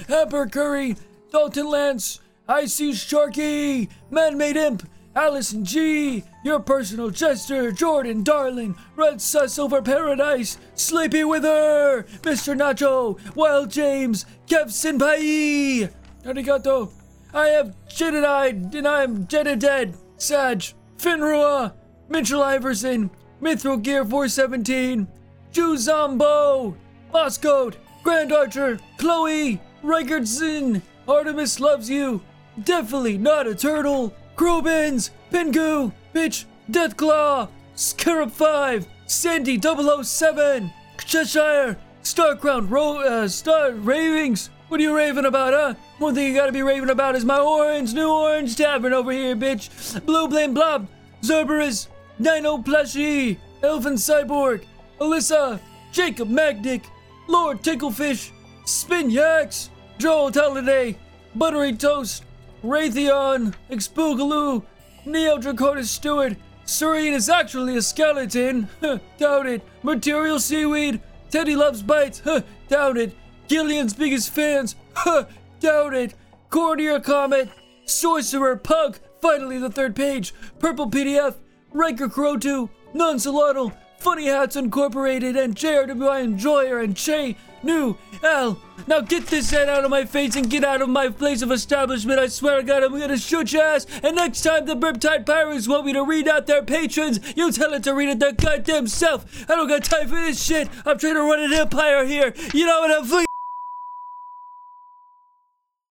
Speaker 1: Pepper Curry, Dalton Lance, Icy Sharky, Man Made Imp, Allison G, Your Personal Jester, Jordan Darling, Red Sus Over Paradise, Sleepy Wither, Mr. Nacho, Wild James, Kev Senpai, Arigato, I have Jededied, and I am Jedided, Saj, Finrua, Mitchell Iverson, Mithril Gear 417, Jew Zombo, Moscode, Grand Archer, Chloe, Reikertson, Artemis loves you. Definitely not a turtle. Krobins, Pingu, Bitch, Deathclaw, Scarab 5, Sandy 007, Cheshire, Starcrown, Ro- uh, Star Ravings. What are you raving about, huh? One thing you gotta be raving about is my orange, new orange tavern over here, bitch. Blue Blame Blob, Cerberus, Dino Plushie, Elfin Cyborg, Alyssa, Jacob Magnick, Lord Ticklefish, Spin Yaks, Joel Halliday, Buttery Toast, Raytheon, Expoogaloo, Neo Draconis Stewart, Serene is actually a skeleton, huh, doubt it, Material Seaweed, Teddy Loves Bites, huh, doubt it, Gillian's Biggest Fans, huh, doubt it, Courtier Comet, Sorcerer Pug, finally the third page, Purple PDF, Riker Crotu, Nonsolotl, Funny Hats Incorporated, and JRWI Enjoyer, and Che New L. Now get this head out of my face and get out of my place of establishment. I swear to God, I'm gonna shoot your ass. And next time the Riptide Pirates want me to read out their patrons, you tell it to read it their goddamn self. I don't got time for this shit. I'm trying to run an empire here. You know what I'm thinking?